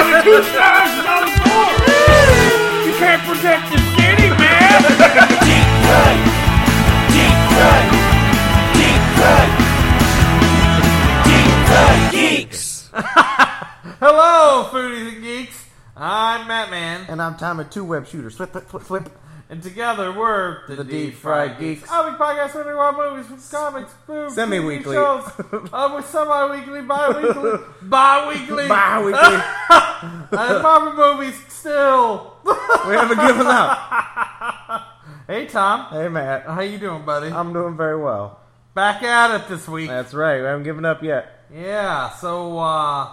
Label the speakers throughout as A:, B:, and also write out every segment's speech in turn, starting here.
A: suicide's on the floor. You can't protect the city, man.
B: Deep cut. Deep cut. Deep cut. Deep cut geeks.
C: Hello, foodies and geeks. I'm Matt Man,
D: And I'm Tom, a two-web shooter. Flip, flip, flip, flip.
C: and together we're the,
D: Deep Fried Geeks.
C: Our week podcast where we watch movies from comics, food,
D: Semi-weekly.
C: TV shows, uh, with semi-weekly, bi-weekly, bi-weekly,
D: Bi-weekly.
C: and Marvel movies still.
D: we haven't given up.
C: Hey, Tom.
D: Hey, Matt.
C: How you doing, buddy?
D: I'm doing very well.
C: Back at it this week.
D: That's right. We haven't given up yet.
C: Yeah, so uh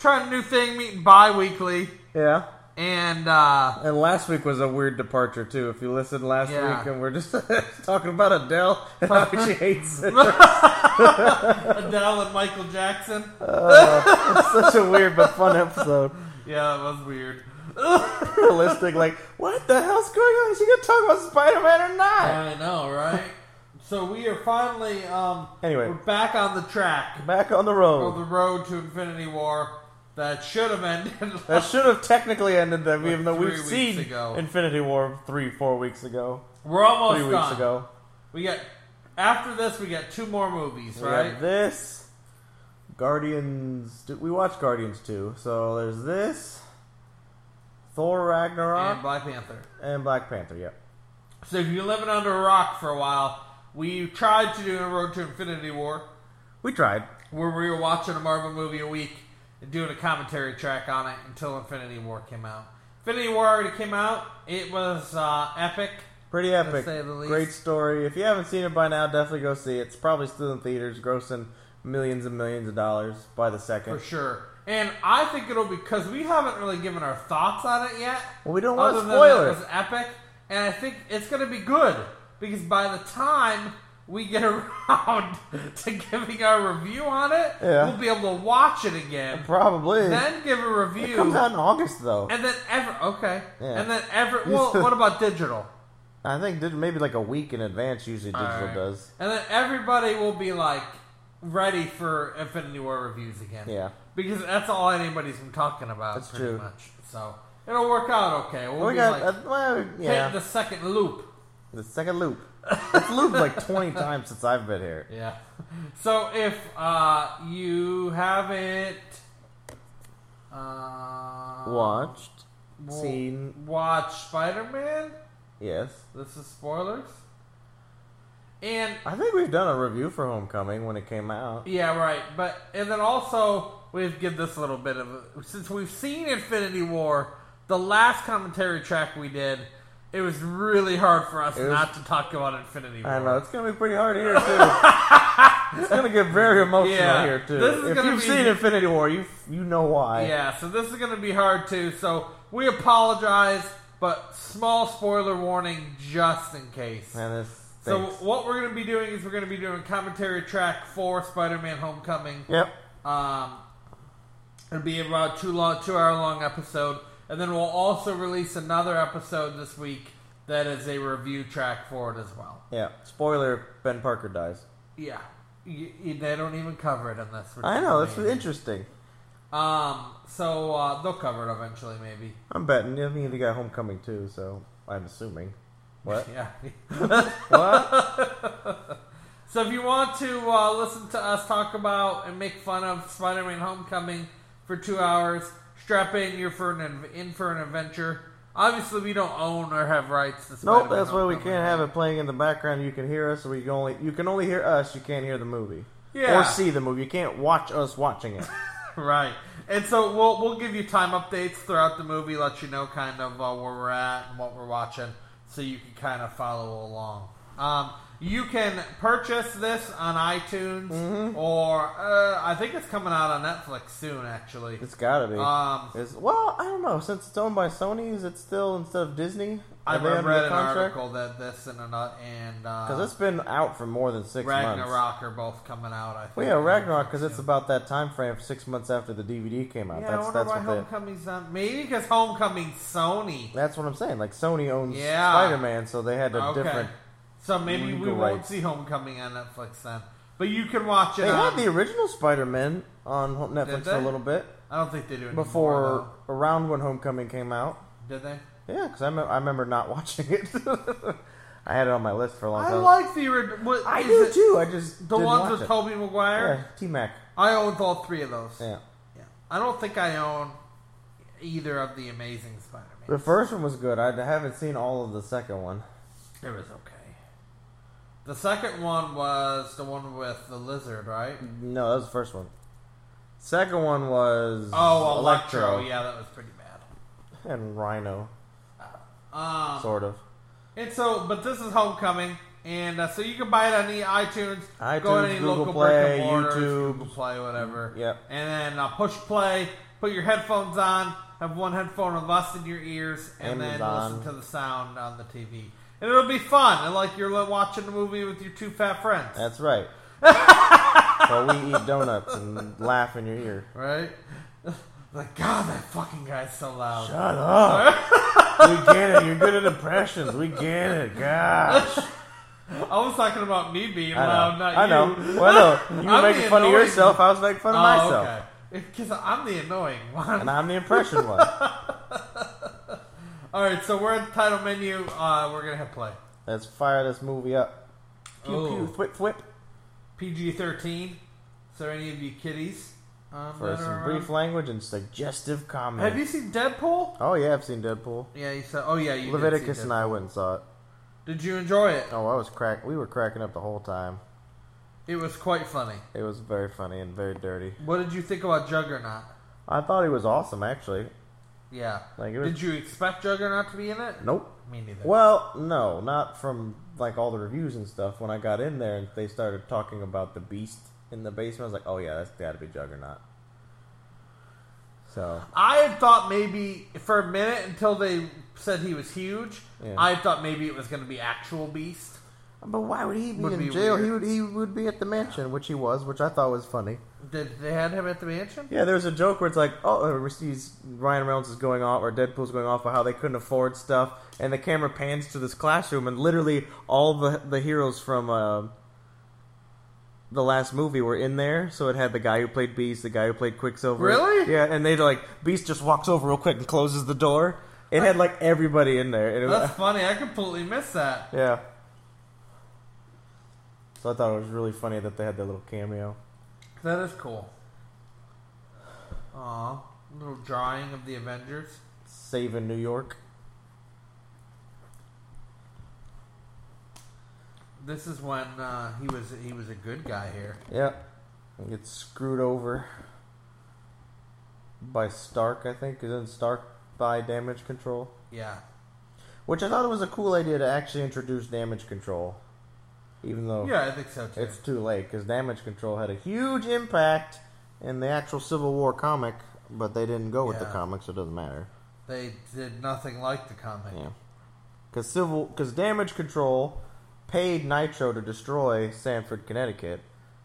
C: trying a new thing, meeting bi weekly
D: Yeah.
C: and uh
D: And last week was a weird departure, too. If you listened last
C: Yeah.
D: week, and we're just talking about Adele and how she hates it.
C: Adele and Michael Jackson.
D: Such a weird but fun episode.
C: Yeah, that was weird.
D: Realistic, like, what the hell's going on? Is she going to talk about Spider-Man or not?
C: I know, right? So we are finally um
D: Anyway. Oh.
C: we're back on the track
D: Back on the
C: of
D: road.
C: the road to Infinity War that should have ended.
D: That should have technically ended that. We
C: Like
D: have no,
C: three
D: we've
C: weeks
D: seen
C: ago.
D: Infinity War three, four weeks ago,
C: We're almost
D: three weeks
C: done.
D: ago.
C: We got after this we got two more movies,
D: We
C: right?
D: have this Guardians. did We watch Guardians two, so there's this Thor Ragnarok
C: and
D: and,
C: Black Panther.
D: Black Panther. Yep.
C: So if you're living under a rock for a while, we tried to do a Road to Infinity War
D: We tried.
C: where we were watching a Marvel movie a week and doing a commentary track on it until Infinity War came out. Infinity War already came out. It was uh, epic.
D: Pretty epic.
C: say the least.
D: Great story. If you haven't seen it by now, definitely go see it. It's probably still in theaters, grossing millions and millions of dollars by the second.
C: for sure. And I think it'll be because we haven't really given our thoughts on it yet.
D: Well, we don't want
C: other than that
D: spoilers.
C: It was epic, and I think it's going to be good because by the time we get around to giving our review on it,
D: Yeah.
C: we'll be able to watch it again,
D: Probably.
C: then give a
D: it
C: review,
D: comes out in August though.
C: and then ever okay,
D: Yeah.
C: and then ever. Well, what about digital?
D: I think did maybe like a week in advance. Usually digital
C: Alright.
D: does.
C: And then everybody will be like ready for Infinity War reviews again.
D: Yeah.
C: Because that's all anybody's been talking about.
D: That's
C: pretty
D: true.
C: Much. So it'll work out okay. We'll
D: We
C: be
D: got
C: like
D: uh, well, yeah.
C: hitting the second loop.
D: The second loop. It's looped like 20 times since I've been here.
C: Yeah. So if uh, you haven't uh,
D: Watched.
C: w-
D: seen.
C: watch Spider Man.
D: Yes.
C: This is spoilers. And
D: I think we've done a review for Homecoming when it came out.
C: Yeah, right. But and then also we've give this a little bit of since we've seen Infinity War, the last commentary track we did, it was really hard for us
D: It was-
C: not to talk about Infinity War.
D: I know. It's going to be pretty hard here, too. it's going to get very emotional
C: Yeah.
D: here, too.
C: This is
D: if
C: gonna
D: you've
C: be-
D: seen Infinity War, you you know why.
C: Yeah, so this is going to be hard too. So we apologize, but small spoiler warning just in case.
D: And this
C: so
D: stinks.
C: what we're going to be doing is we're going to be doing commentary track for Spider-Man: Homecoming.
D: Yep.
C: Um, it'll be about two long, two hour long episode, and then we'll also release another episode this week that is a review track for it as well.
D: Yeah. Spoiler Ben Parker dies.
C: Yeah, y y they don't even cover it in this. which
D: I
C: is
D: know. That's
C: amazing.
D: interesting.
C: Um, so uh, they'll cover it eventually, maybe.
D: I'm betting. I think you got Homecoming, too, so I'm assuming. What?
C: Yeah.
D: what?
C: so if you want to uh, listen to us talk about and make fun of Spider-Man: Homecoming for two hours, strap in. You're for an in for an adventure. Obviously, we don't own or have rights to. Spider-Man
D: Nope, that's why we
C: Homecoming.
D: can't have it playing in the background. You can hear us. We can only you can only hear us. You can't hear the movie
C: Yeah.
D: or see the movie. You can't watch us watching it.
C: Right. And so we'll we'll give you time updates throughout the movie, let you know kind of uh, where we're at and what we're watching, so you can kind of follow along. Um, you can purchase this on iTunes,
D: Mm-hmm.
C: or uh, I think it's coming out on Netflix soon, actually.
D: It's gotta be.
C: Um,
D: It's- well, I don't know. Since it's owned by Sony, is it still instead of Disney?
C: I
D: Are they
C: read,
D: under
C: read
D: the
C: an
D: contract?
C: article that this and ano- and
D: because
C: uh,
D: it's been out for more than six
C: Ragnarok
D: months.
C: are both coming out. I think.
D: Well, yeah, Ragnarok because it's about that time frame, six months after the DVD came out.
C: Yeah, I
D: that's
C: wonder
D: that's
C: why
D: what they-
C: Homecoming's on. Maybe because Homecoming's Sony.
D: that's what I'm saying. Like Sony owns
C: Yeah.
D: Spider-Man, so they had a
C: okay. Um,
D: different.
C: So maybe we
D: legal
C: won't
D: rights.
C: see Homecoming on Netflix then, but you can watch it.
D: They
C: on,
D: had the original Spider-Man on Netflix for a
C: they?
D: little bit.
C: I don't think they do anymore.
D: before around when Homecoming came out.
C: though. did they?
D: Yeah, because I, me- I remember not watching it. I had it on my list for a long
C: I
D: time.
C: like the ori- what,
D: Oh, I
C: is
D: do
C: it
D: too. I just
C: The
D: didn't
C: ones
D: watch
C: with
D: it.
C: Toby Maguire.
D: Yeah, T Mac.
C: I owned all three of those.
D: Yeah.
C: Yeah. I don't think I own either of the Amazing Spider-Man.
D: The first one was good. I haven't seen all of the second one.
C: It was okay. The second one was the one with the lizard, right?
D: No, that was the first one. Second one was
C: Oh, Electro. Yeah, that was pretty bad.
D: and Rhino,
C: Um,
D: sort of.
C: and so, but this is Homecoming, and uh, so you can buy it on the iTunes, go
D: iTunes,
C: to any
D: Google
C: local
D: Play,
C: brick and mortars,
D: YouTube. Mm-hmm.
C: Google Play, whatever.
D: Yep.
C: And then uh, push play, put your headphones on, have one headphone or less in your ears, and
D: Amazon.
C: then listen to the sound on the TV. And it'll be fun, and like you're li- watching a movie with your two fat friends,
D: That's right. so we eat donuts and laugh in your ear.
C: right? like, God, that fucking guy's so loud.
D: Shut up. we get it. You're good at impressions. We get it. Gosh.
C: I was talking about me being
D: I know.
C: loud, not
D: I know.
C: you.
D: Well, no, you were
C: I'm
D: making
C: the
D: fun of
C: annoying-
D: yourself. I was making fun of
C: Oh,
D: myself.
C: okay. Because I'm the annoying one.
D: And I'm the impression one.
C: All right, so we're at the title menu. Uh, we're gonna hit play.
D: Let's fire this movie up. Pew
C: Ooh.
D: pew. Whip whip.
C: PG thirteen. So any of you kiddies? Um,
D: For
C: that are
D: some
C: around?
D: brief language and suggestive comment.
C: Have you seen Deadpool?
D: Oh yeah, I've seen Deadpool.
C: Yeah, you said. Oh yeah, you
D: Leviticus
C: did
D: and I went and saw it.
C: Did you enjoy it?
D: Oh, I was crack. We were cracking up the whole time.
C: It was quite funny.
D: It was very funny and very dirty.
C: What did you think about Juggernaut?
D: I thought he was awesome, actually.
C: Yeah.
D: Like, it was-
C: Did you expect Juggernaut to be in it?
D: Nope.
C: Me neither.
D: Well, no, not from like all the reviews and stuff. When I got in there and they started talking about the beast in the basement, I was like, "Oh yeah, that's got to be Juggernaut." So
C: I had thought maybe for a minute until they said he was huge.
D: Yeah.
C: I thought maybe it was going to be actual Beast.
D: But why would he be
C: Would
D: in
C: be
D: jail?
C: weird.
D: He would he would be at the mansion, which he was, which I thought was funny.
C: Did they had him at the mansion?
D: Yeah, there's a joke where it's like, oh, uh, he's, Ryan Reynolds is going off, or Deadpool's going off about how they couldn't afford stuff, and the camera pans to this classroom, and literally all the the heroes from uh, the last movie were in there. So it had the guy who played Beast, the guy who played Quicksilver.
C: Really?
D: Yeah, and they like Beast just walks over real quick and closes the door. It had like everybody in there. and It was,
C: That's funny. I completely missed that.
D: yeah. So I thought it was really funny that they had their little cameo.
C: That is cool. Aw, little drawing of the Avengers.
D: Saving New York.
C: This is when uh, he was he was a good guy here.
D: Yep. And gets screwed over by Stark, I think. is in Stark by damage control?
C: Yeah,
D: Which I thought it was a cool idea to actually introduce damage control. Even though
C: yeah, I think so too.
D: it's too late, because damage control had a huge impact in the actual Civil War comic, but they didn't go with the
C: Yeah.
D: comic, so it doesn't matter.
C: They did nothing like the comic.
D: Yeah. Because civil, because damage control paid Nitro to destroy Sanford, Connecticut,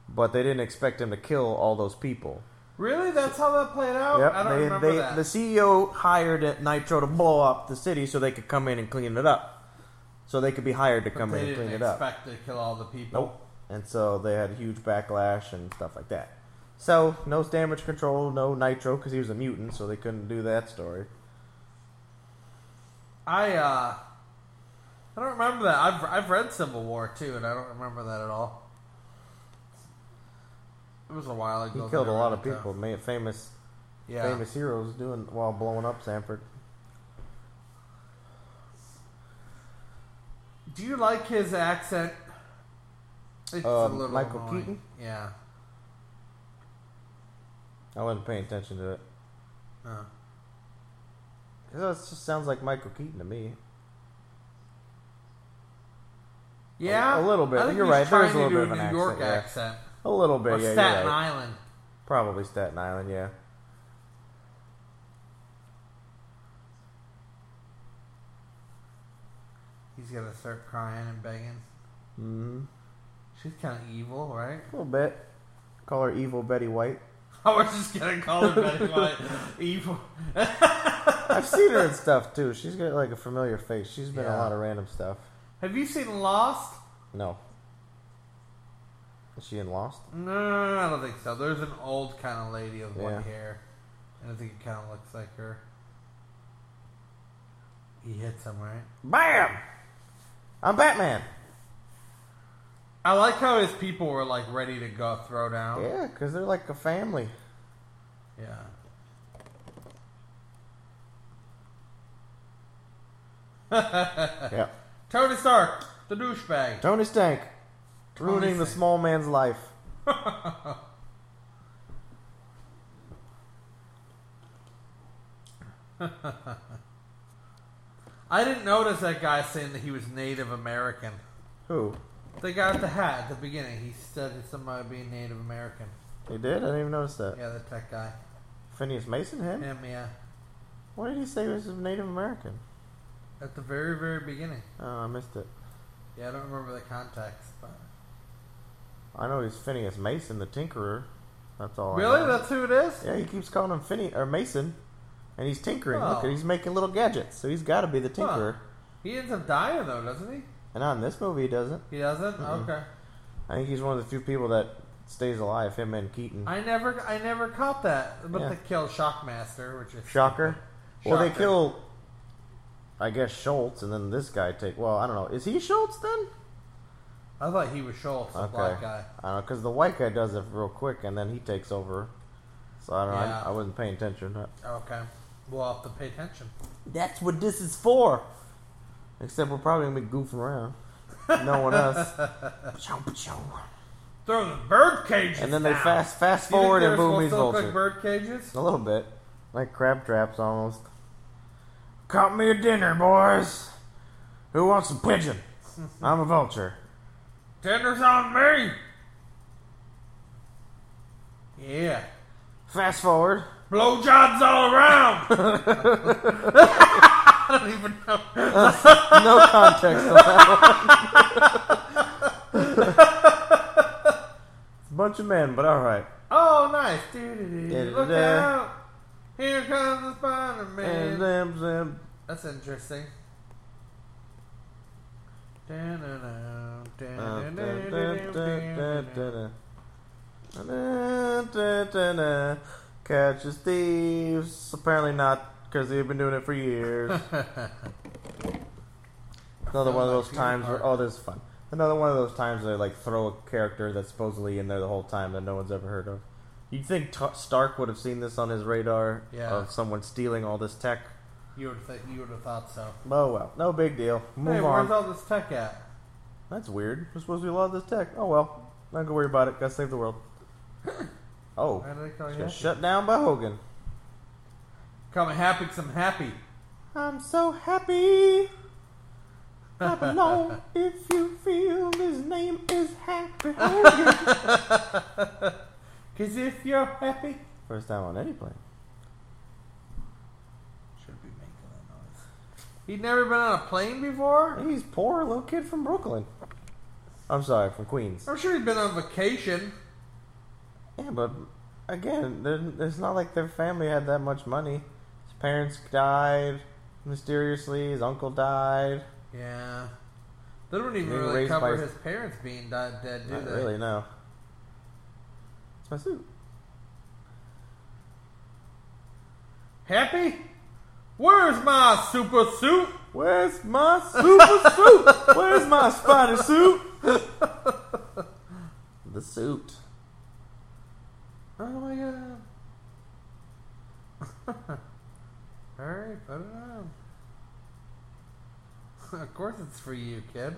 D: but they didn't expect him to kill all those people.
C: Really, that's how that played out.
D: Yep,
C: I don't
D: they,
C: remember
D: they,
C: that.
D: The CEO hired Nitro to blow up the city so they could come in and clean it up. So they could be hired to
C: But
D: come
C: they
D: in and
C: didn't
D: clean it up.
C: expect to kill all the people.
D: Nope. And so they had a huge backlash and stuff like that. So no damage control, no Nitro because he was a mutant, so they couldn't do that story.
C: I uh, I don't remember that. I've I've read Civil War too, and I don't remember that at all. It was a while ago.
D: He
C: that
D: killed
C: I
D: a
C: read
D: lot of
C: it, though.
D: people, ma- famous
C: Yeah.
D: famous heroes doing while blowing up Sanford.
C: Do you like his accent? It's
D: Um, Michael Keaton?
C: Yeah.
D: I wasn't paying attention to it.
C: Uh,
D: It just sounds like Michael Keaton to me.
C: yeah.
D: a little bit.
C: I think
D: You're
C: he's
D: right. There is
C: trying
D: a
C: to
D: little
C: do
D: bit of an
C: New York
D: accent,
C: accent.
D: A little
C: Or
D: bit, yeah,
C: Staten
D: you're right.
C: Island.
D: Probably Staten Island, yeah.
C: He's gonna start crying and begging.
D: Mm,
C: She's kind of evil, right?
D: a little bit. Call her evil Betty White.
C: I was just gonna call her Betty White evil.
D: I've seen her in stuff too. She's got like a familiar face. She's been in a
C: Yeah.
D: lot of random stuff.
C: Have you seen Lost?
D: No. Is she in Lost?
C: No, I don't think so. There's an old kind of lady with
D: Yeah.
C: white hair. And I think he kind of looks like her. He hits him, right?
D: Bam! I'm Batman.
C: I like how his people were like ready to go throw down.
D: Yeah, because they're like a family.
C: Yeah.
D: yeah.
C: Tony Stark, the douchebag.
D: Tony Stank, ruining the
C: Stank.
D: small man's life.
C: I didn't notice that guy saying that he was Native American.
D: Who?
C: They got the hat at the beginning. He said that somebody being Native American.
D: He did? I didn't even notice that.
C: Yeah, the tech guy.
D: Phineas Mason, him?
C: Him, yeah.
D: What did he say was Native American?
C: At the very, very beginning.
D: Oh, I missed it.
C: Yeah, I don't remember the context, but
D: I know he's Phineas Mason, the Tinkerer. That's all. I
C: really,
D: know.
C: that's who it is.
D: yeah, he keeps calling him Phineas or Mason, and he's tinkering. Look,
C: Oh.
D: he's making little gadgets, so he's got to be the Tinkerer.
C: He ends up dying though, doesn't he?
D: And not in this movie, he doesn't.
C: He doesn't.
D: Mm-hmm.
C: Okay.
D: I think he's one of the few people that stays alive. Him and Keaton.
C: I never, I never caught that. But
D: Yeah.
C: they kill Shockmaster, which is
D: Shocker. Well, they
C: Shocker.
D: kill. I guess Schultz, and then this guy take. Well, I don't know. Is he Schultz then?
C: I thought he was Schultz, the
D: Okay.
C: black guy.
D: I don't know because the white guy does it real quick, and then he takes over. So I don't know.
C: Yeah.
D: I, I wasn't paying attention.
C: Okay. We'll have to pay attention.
D: That's what this is for. Except we're probably gonna be goofing around. No one else. Pshaw, pshaw.
C: Throw the bird cages.
D: and then they
C: down.
D: fast fast
C: Do you think
D: forward and
C: they're
D: boom,
C: supposed
D: he's
C: to look
D: vulture.
C: Like bird cages.
D: a little bit, like crab traps almost. Caught me a dinner, boys. Who wants a pigeon? I'm a vulture.
C: Dinner's on me. Yeah.
D: Fast forward.
C: Blowjobs all around. I don't even know.
D: No context on that one. Bunch of men, but all right.
C: Oh, nice. Doo-doo-doo. Look
D: Da-da-da.
C: out. Here comes the Spider-Man.
D: And zim, zim.
C: That's interesting. Da-na-na,
D: Uh,
C: da-na-na, da-na-na.
D: da-da-da-da-da. Da-da-da-da-da. Catch the thieves. Apparently not, because they've been doing it for years. Another one of those times where oh, this is fun. Another one of those times where they like throw a character that's supposedly in there the whole time that no one's ever heard of. You'd think T- Stark would have seen this on his radar
C: Yeah.
D: of someone stealing all this tech.
C: You would think you would have thought so.
D: Oh well, no big deal. Move
C: hey,
D: on.
C: where's all this tech at?
D: That's weird. We're supposed to be a lot of this tech. Oh well, not gonna worry about it. Gotta save the world. Oh,
C: Why do they call
D: it's
C: you happy?
D: got shut down by Hogan.
C: Come happy, some happy.
D: I'm so happy. I belong if you feel his name is Happy Hogan.
C: Cause if you're happy,
D: First time on any plane.
C: should be making that noise. He'd never been on a plane before.
D: He's poor little kid from Brooklyn. I'm sorry, from Queens.
C: I'm sure he'd been on vacation.
D: Yeah, but again, there- it's not like their family had that much money. His parents died mysteriously. His uncle died.
C: Yeah. They don't even
D: Being
C: really
D: raised
C: cover
D: by-
C: his parents being di- dead, do
D: Not
C: they?
D: really, no. It's my suit.
C: Happy? Where's my super suit?
D: Where's my super suit? Where's my spider suit? the suit.
C: Oh my god. Alright, put it on. of course it's for you, kid.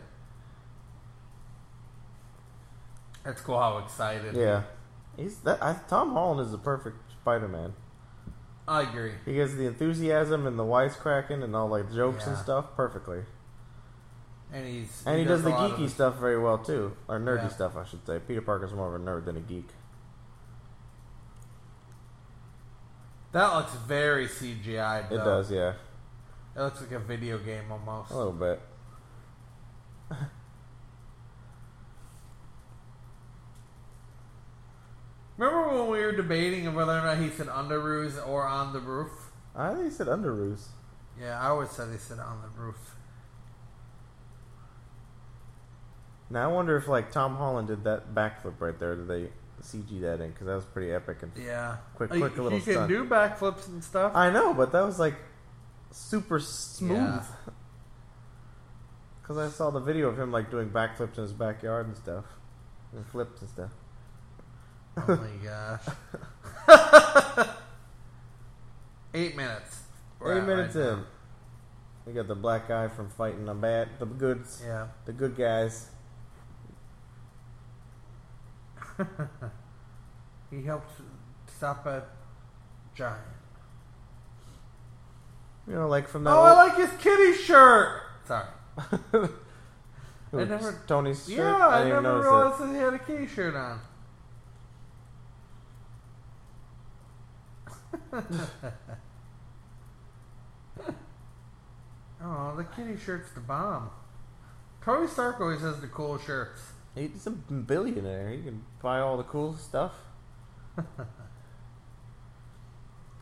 C: That's cool how excited.
D: Yeah, he's that. I, Tom Holland is the perfect Spider-Man.
C: I agree.
D: He gets the enthusiasm and the wisecracking and all like jokes and
C: Yeah.
D: stuff perfectly.
C: And he's
D: And he, does, the
C: a lot of
D: geeky stuff very well too, or nerdy
C: Yeah.
D: stuff, I should say. Peter Parker's more of a nerd than a geek.
C: That looks very CGI.
D: It does, Oh. yeah,
C: It looks like a video game almost.
D: a little bit.
C: Remember when we were debating of whether or not he said under roofs or on the roof?
D: I think he said underoos.
C: Yeah, I always said he said on the roof.
D: Now I wonder if like Tom Holland did that backflip right there. Did they CG that in because that was pretty epic and
C: Yeah.
D: Quick-
C: Like,
D: quick little
C: He can
D: stunt.
C: do backflips and stuff.
D: I know, but that was like super smooth.
C: Yeah.
D: Because I saw the video of him like doing backflips in his backyard and stuff, and flips and stuff.
C: oh my gosh. Eight minutes. We're
D: Eight
C: at
D: minutes
C: right now.
D: in, we got the black guy from fighting the bad, the goods,
C: Yeah.
D: the good guys.
C: He helped stop a giant.
D: You know, like from that.
C: Oh, I like his kitty shirt. Sorry.
D: Ooh,
C: I never-
D: Tony's shirt.
C: Yeah, I,
D: didn't even
C: never realized
D: notice
C: that he had a kitty shirt on. oh, the kitty shirt's the bomb. Tony Stark always has the cool shirts.
D: it. He's a billionaire. He can buy all the cool stuff. all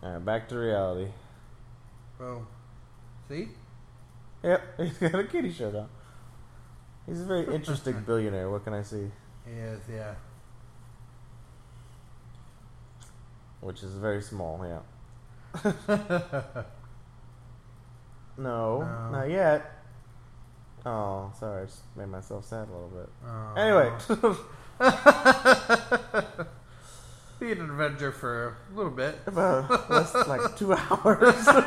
D: right, back to reality.
C: Boom. See?
D: Yep, he's got a kitty shirt on. He's a very interesting billionaire. What can I see?
C: He is, yeah.
D: Which is very small. Yeah. no,
C: No.
D: not yet. Oh, sorry, I just made myself sad a little bit.
C: Oh.
D: Anyway,
C: Be an Avenger for a little bit.
D: about less than, like two hours. the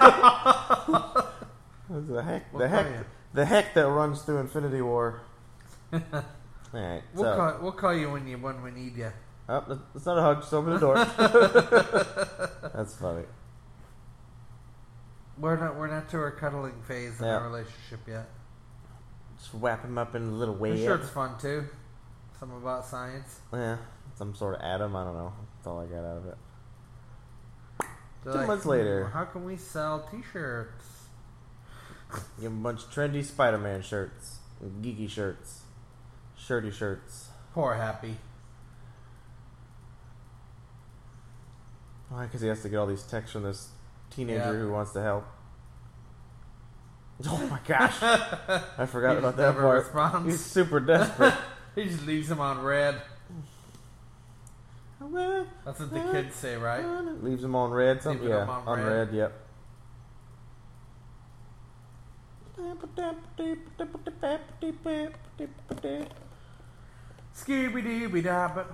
D: heck, the
C: We'll
D: heck,
C: call you.
D: the heck that runs through Infinity War. All right,
C: We'll,
D: so
C: call, we'll call you when you when we need you.
D: oh, it's not a hug. Just open the door. That's funny.
C: We're not we're not to our cuddling phase in
D: Yeah.
C: our relationship yet.
D: Just wrap him up in a little
C: This
D: web.
C: shirt's fun too. Something about science.
D: Yeah, some sort of atom. I don't know. That's all I got out of it.
C: They're
D: Two months
C: "Hmm,
D: later."
C: How can we sell T-shirts?
D: Give him a bunch of trendy Spider-Man shirts, geeky shirts, shirty shirts.
C: Poor Happy.
D: Why? Because he has to get all these texts from this teenager
C: Yeah.
D: who wants to help. Oh my gosh! I forgot
C: He
D: about
C: just
D: that
C: never
D: part.
C: responds.
D: He's super desperate.
C: He just leaves him on red.
D: That's
C: That's what the kids say, right?
D: Leaves him on red. Something.
C: Leaving
D: Yeah,
C: him on
D: on
C: red.
D: red. Yep.
C: Scooby dooby dab.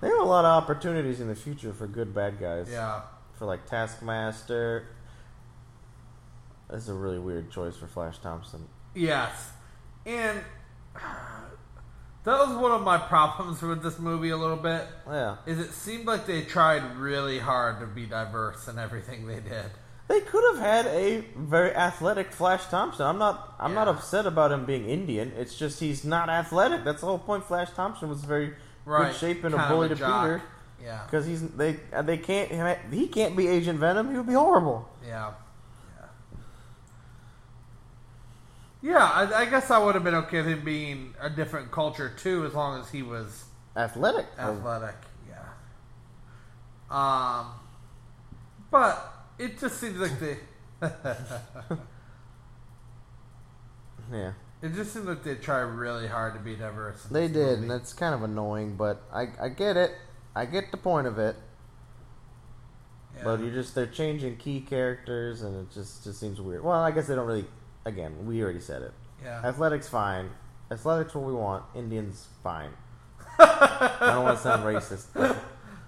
D: They have a lot of opportunities in the future for good bad guys.
C: Yeah.
D: For like Taskmaster. This is a really weird choice for Flash Thompson.
C: Yes. And that was one of my problems with this movie a little bit.
D: Yeah.
C: Is it seemed like they tried really hard to be diverse in everything they did.
D: They could have had a very athletic Flash Thompson. I'm not I'm not
C: Yeah.
D: upset about him being Indian. It's just he's not athletic. That's the whole point. Flash Thompson was very
C: Right.
D: good shape and
C: Kind
D: a
C: of
D: bully
C: a
D: to
C: jock.
D: Peter.
C: Yeah.
D: Because he's they uh, they can't he can't be Agent Venom. He would be horrible.
C: Yeah. Yeah, yeah I, I guess I would have been okay with him being a different culture too, as long as he was
D: Athletic.
C: athletic. Yeah. Um, but it just seems like they
D: Yeah.
C: it just seems like they try really hard to be diverse. in
D: They
C: this
D: did,
C: movie.
D: and that's kind of annoying, but I, I get it. I get the point of it.
C: Yeah.
D: But you're just they're changing key characters and it just just seems weird. Well, I guess they don't really again, we already said it.
C: yeah.
D: Athletics fine. Athletics what we want. Indians fine. I don't want to sound racist. but-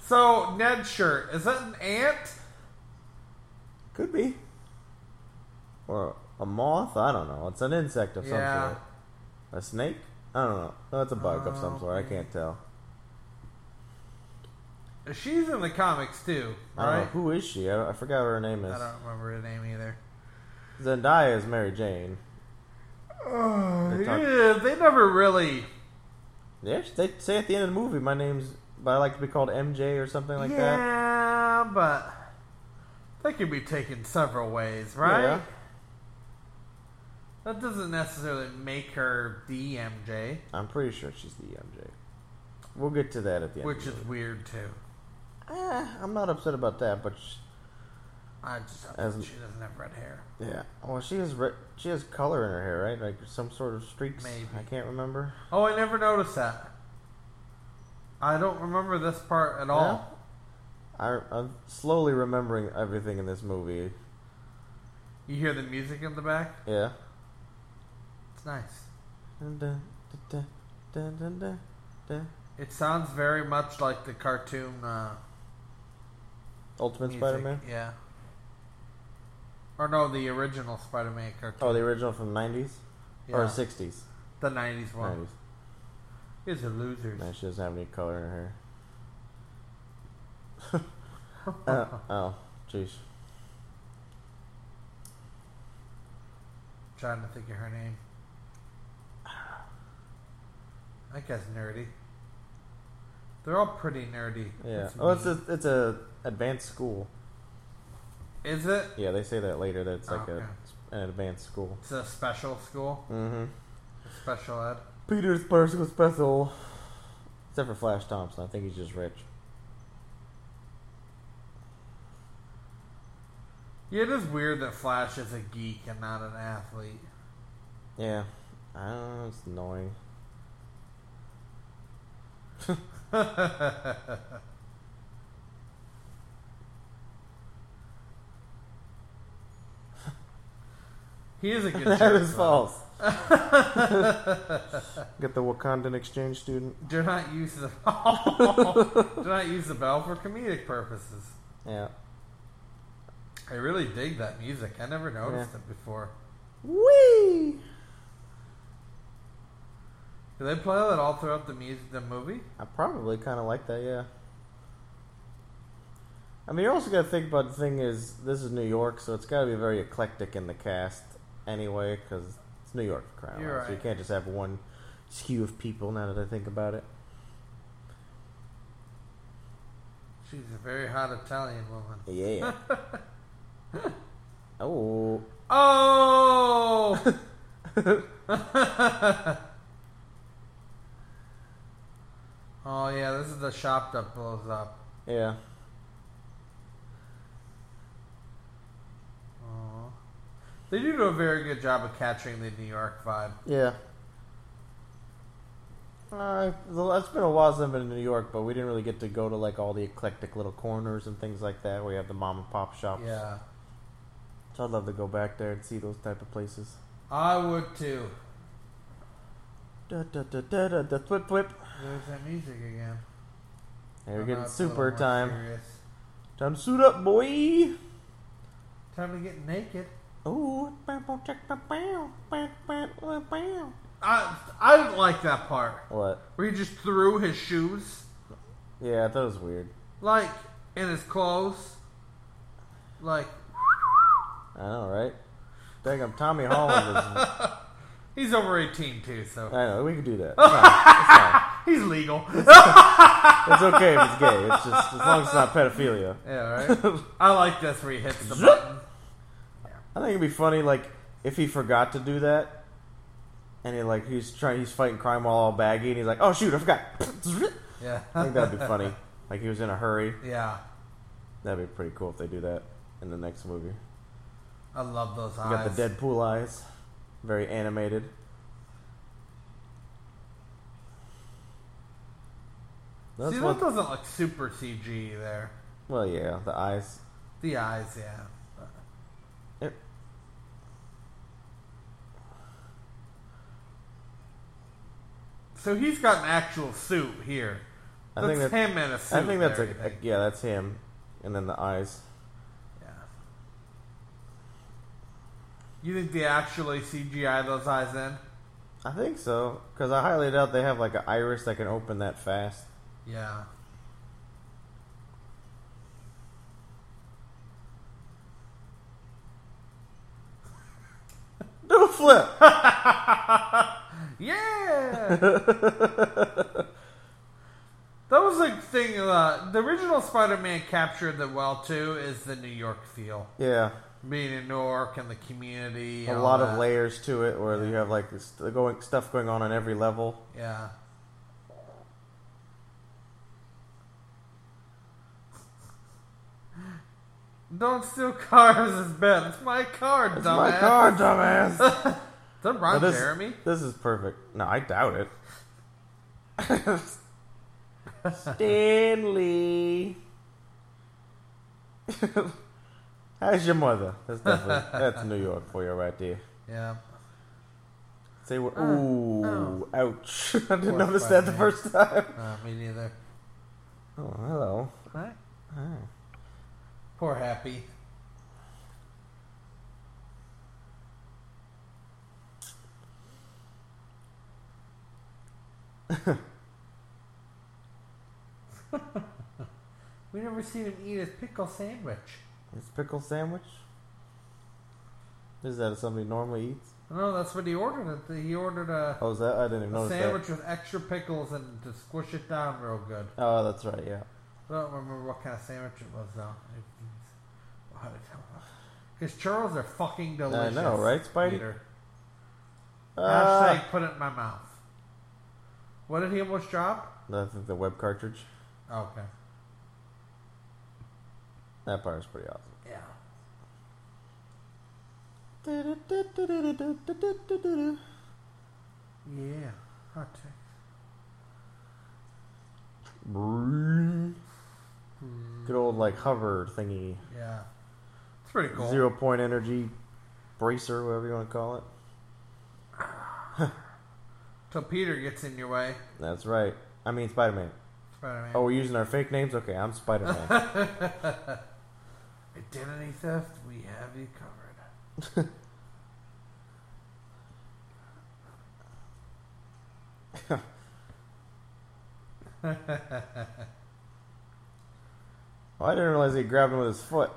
C: So Ned's shirt is that an ant?
D: Could be. Or a moth, I don't know. It's an insect of some
C: Yeah.
D: sort. A snake? I don't know. No, it's a bug of some sort. I
C: Oh, Okay.
D: can't tell.
C: She's in the comics too,
D: I don't
C: right?
D: know. Who is she? I, I forgot what her name is.
C: I don't remember her name either.
D: Zendaya is Mary Jane. They talk-
C: yeah, they never really
D: Yeah, they say at the end of the movie, my name's, but I like to be called MJ or something like that.
C: yeah, but that can be taken several ways, right?
D: Yeah.
C: That doesn't necessarily make her the MJ,
D: I'm pretty sure she's the MJ. We'll get to that at the end.
C: which
D: of
C: is
D: the
C: weird too.
D: movie. Eh, I'm not upset about that, but sh
C: I just I
D: As-
C: think she doesn't have red hair.
D: yeah. Well, she has re- she has color in her hair, right? Like some sort of streaks.
C: Maybe.
D: I can't remember.
C: Oh, I never noticed that. I don't remember this part at all.
D: I, I'm slowly remembering everything in this movie.
C: You hear the music in the back?
D: Yeah.
C: It's nice.
D: Dun, dun, dun, dun, dun, dun, dun.
C: It sounds very much like the cartoon uh,
D: Ultimate
C: music.
D: Spider-Man.
C: Yeah. Or no, the original Spider-Man cartoon.
D: Oh, the original from '90s
C: Yeah.
D: Oh, or '60s.
C: The 90s one.
D: '90s.
C: You guys are losers.
D: No, she doesn't have any color in her. Uh, oh, jeez.
C: trying to think of her name. That guy's nerdy. They're all pretty nerdy.
D: Yeah.
C: That's
D: Oh, it's
C: mean.
D: a it's a advanced school.
C: Is it?
D: Yeah, they say that later. That it's like
C: Oh, Okay.
D: a an advanced school.
C: It's a special school.
D: Mm-hmm.
C: a special ed.
D: Peter's personal special, except for Flash Thompson. I think he's just rich.
C: Yeah, it is weird that Flash is a geek and not an athlete.
D: Yeah. I don't know. It's annoying.
C: He is a good
D: that
C: jerk,
D: is
C: though.
D: false. Get the Wakandan exchange student.
C: Do not use the bell. Do not use the bell for comedic purposes.
D: Yeah.
C: I really dig that music. I never noticed
D: Yeah.
C: it before.
D: Whee!
C: Do they play that all throughout the music, the movie?
D: I probably kind of like that, yeah. I mean, you also got to think about the thing is, this is New York, so it's got to be very eclectic in the cast anyway, because it's New York for crying out
C: You're
D: loud, so you
C: right.
D: can't just have one skew of people. Now that I think about it,
C: She's a very hot Italian woman.
D: yeah. oh,
C: Oh! oh yeah, this is the shop that blows up.
D: yeah.
C: Aw. They do do a very good job of capturing the New York vibe.
D: Yeah. Uh, well, it's been a while since I've been in New York, but we didn't really get to go to like all the eclectic little corners and things like that. where you have the mom and pop shops.
C: Yeah,
D: So I'd love to go back there and see those type of places.
C: I would too.
D: Da, da, da, da, da, da, flip, flip.
C: There's that music again.
D: Hey, we're
C: Oh, no,
D: getting
C: it's a little
D: super
C: more
D: time.
C: serious.
D: Time to suit up, boy.
C: Time to get naked.
D: Ooh. Bow, bow, check, bow, bow, bow, bow, bow, bow.
C: I I didn't like that part
D: What?
C: where he just threw his shoes
D: Yeah, I thought it was weird.
C: like in his clothes, like
D: I know, right? Dang, I'm Tommy Holland. Is,
C: he's over eighteen too, so
D: I know, we could do that. It's fine.
C: he's legal.
D: It's, fine. It's okay if it's gay. It's just, as long as it's not pedophilia.
C: Yeah, right. I like this where he hits the button.
D: I think it'd be funny, like, if he forgot to do that. And he, like, he's trying, he's fighting crime while all baggy, and he's like, oh, shoot, I forgot. I
C: Yeah,
D: think that'd be funny. Like, he was in a hurry.
C: yeah.
D: That'd be pretty cool if they do that in the next movie. You
C: I love those eyes.
D: got the Deadpool eyes, very animated. That's
C: See,
D: what,
C: that doesn't look super CG there.
D: well, yeah, the eyes.
C: The eyes, yeah.
D: It-
C: So he's got an actual suit here.
D: I
C: That's
D: think that's,
C: him in a suit.
D: I think that's
C: there,
D: a,
C: you think?
D: yeah, that's him, and then the eyes.
C: Yeah. You think they actually CGI those eyes in?
D: I think so, because I highly doubt they have like an iris that can open that fast.
C: Yeah.
D: Do a flip.
C: Yeah. that was a thing. Uh, the original Spider-Man captured that well too. Is the New York feel,
D: yeah,
C: being in New York and the community.
D: a
C: and
D: lot
C: all
D: of
C: that.
D: layers to it, where you have like this, going stuff going on on every level.
C: Yeah. Don't steal cars is bad. It's my car,
D: It's
C: dumbass.
D: my car, dumbass.
C: Is that Ron
D: Well, this,
C: Jeremy?
D: This is perfect. No, I doubt it. Stanley. How's your mother? That's definitely that's New York for you right there.
C: Yeah.
D: Say what? Ooh, ouch! I didn't
C: Oh. Poor
D: notice that the
C: Spider-Man.
D: first time.
C: Uh, me neither.
D: Oh, hello.
C: Right.
D: Oh.
C: Poor Happy. we never seen him eat his pickle sandwich.
D: It's pickle sandwich. Is that something he normally eats?
C: No, that's what he ordered. It. He ordered a,
D: Oh, is that? I didn't even
C: a
D: notice
C: sandwich with extra pickles and to squish it down real good.
D: that. Oh, that's right. Yeah.
C: I don't remember what kind of sandwich it was though. Because churros are fucking delicious.
D: know, right, Spidey?
C: Peter.
D: Ah,
C: Hashtag put it in my mouth. What did he almost drop? Oh,
D: I think the web cartridge.
C: Okay.
D: That part is pretty awesome.
C: Yeah. Yeah. Hot take.
D: Good old like hover thingy,
C: Yeah. It's pretty cool.
D: zero point energy bracer, whatever you want to call it.
C: Till Peter gets in your way.
D: That's right. I mean Spider Man.
C: Spider-Man.
D: Oh, we're using our fake names. Okay, I'm Spider Man.
C: Identity theft, we have you covered.
D: well, Oh, I didn't realize he grabbed him with his foot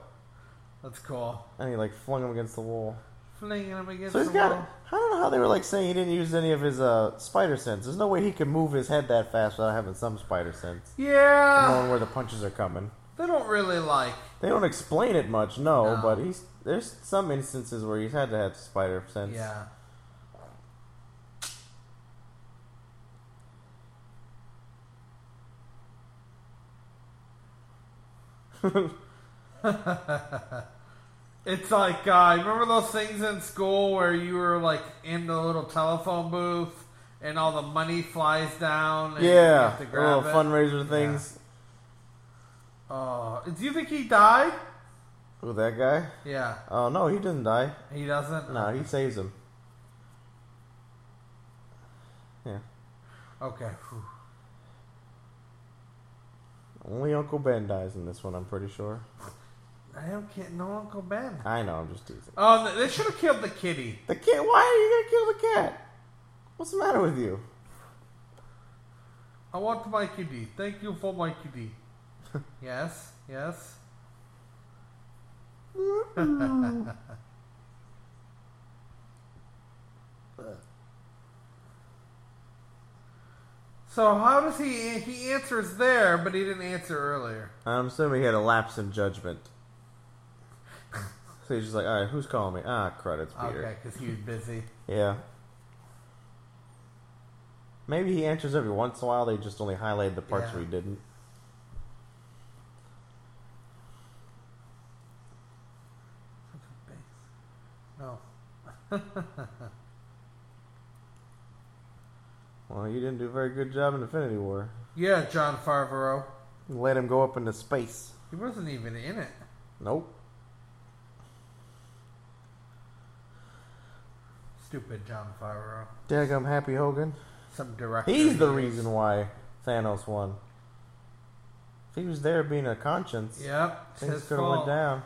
C: That's cool.
D: and he like flung him against the wall.
C: Flinging him against
D: So he's
C: the
D: got.
C: wall.
D: I don't know how they were like saying he didn't use any of his uh, spider sense. There's no way he could move his head that fast without having some spider sense,
C: Yeah.
D: knowing where the punches are coming.
C: They don't really like
D: They don't explain it much, no,
C: No.
D: but he's there's some instances where he's had to have spider sense.
C: Yeah. it's like uh, remember those things in school where you were like in the little telephone booth and all the money flies down. And you
D: Yeah,
C: have to
D: the
C: grab
D: little
C: it?
D: fundraiser things.
C: Oh, do you think he died?
D: Who that guy?
C: Yeah,
D: Oh no, he doesn't die.
C: he doesn't.
D: No, he saves him. Yeah,
C: Okay. phew.
D: only Uncle Ben dies in this one. I'm pretty sure.
C: I don't get no Uncle Ben.
D: I know, I'm just teasing.
C: Oh, they should have killed the kitty.
D: The cat? Why are you gonna kill the cat? What's the matter with you?
C: I want my kitty. Thank you for my kitty. yes, yes. so how does he he answers there, but he didn't answer earlier.
D: I'm assuming he had a lapse in judgment. So he's just like, all right, who's calling me? Ah, crud, it's
C: Okay, 'cause
D: Peter.
C: Okay, because he was busy.
D: Yeah. Maybe he answers every once in a while. They just only highlighted the parts
C: Yeah.
D: where he didn't.
C: No.
D: Well, you didn't do a very good job in Infinity War.
C: Yeah, John Favreau.
D: You let him go up into space.
C: He wasn't even in it.
D: Nope.
C: Stupid John Favreau.
D: Daggum Happy Hogan.
C: Some director.
D: He's the
C: he is.
D: reason why Thanos won. If he was there being a conscience,
C: Yep. it's
D: things
C: his
D: could have went
C: fault.
D: down.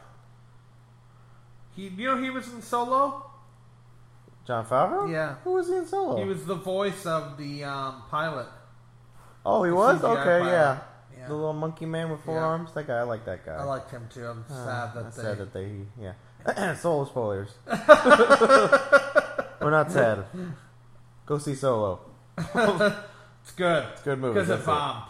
C: He, you know, he was in Solo.
D: John Favreau?
C: Yeah.
D: Who was he in Solo?
C: He was the voice of the um, pilot.
D: oh, he was?
C: CGI
D: Okay,
C: pilot.
D: yeah.
C: Yeah.
D: The little monkey man with four
C: Yeah.
D: arms. That guy, I like that guy.
C: I liked him too. I'm
D: Uh,
C: sad that
D: I'm
C: they.
D: sad that they, yeah. Solo spoilers. We're not sad. Go see Solo.
C: It's good.
D: It's a good movie.
C: Because it
D: that's
C: bombed.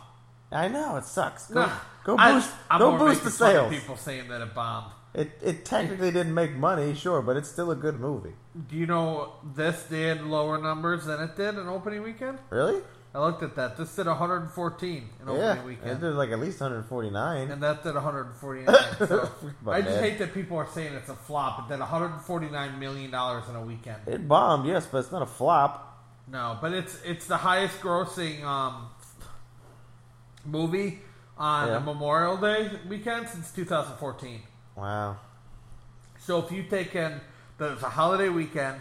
D: I know it sucks. Go,
C: No,
D: go
C: I-
D: boost,
C: I'm
D: go
C: already
D: boost the
C: fucking
D: sales.
C: People saying that it bombed.
D: It it technically didn't make money, sure, but it's still a good movie.
C: Do you know this did lower numbers than it did in opening weekend?
D: Really?
C: I looked at that. This did 114 in opening
D: yeah, it
C: weekend,
D: did like at least 149.
C: and that did 149. so
D: about
C: I just
D: that.
C: hate that people are saying it's a flop. It did 149 million dollars in a weekend.
D: It bombed, yes, but it's not a flop.
C: No, but it's it's the highest grossing um movie on
D: Yeah.
C: Memorial Day weekend since 2014.
D: Wow.
C: So if you take in the, the holiday weekend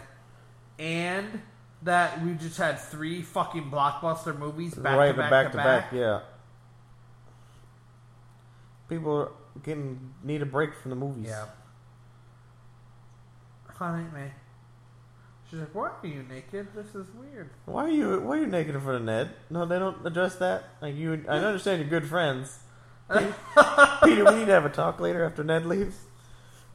C: and that we just had three fucking blockbuster movies back
D: right,
C: to back,
D: but
C: to back,
D: yeah. People are getting need a break from the movies.
C: yeah. Honey, man. She's like, "Why are you naked? This is weird."
D: Why are you Why are you naked in front of Ned? No, they don't address that. Like you, I understand you're good friends. Peter, we need to have a talk later after Ned leaves.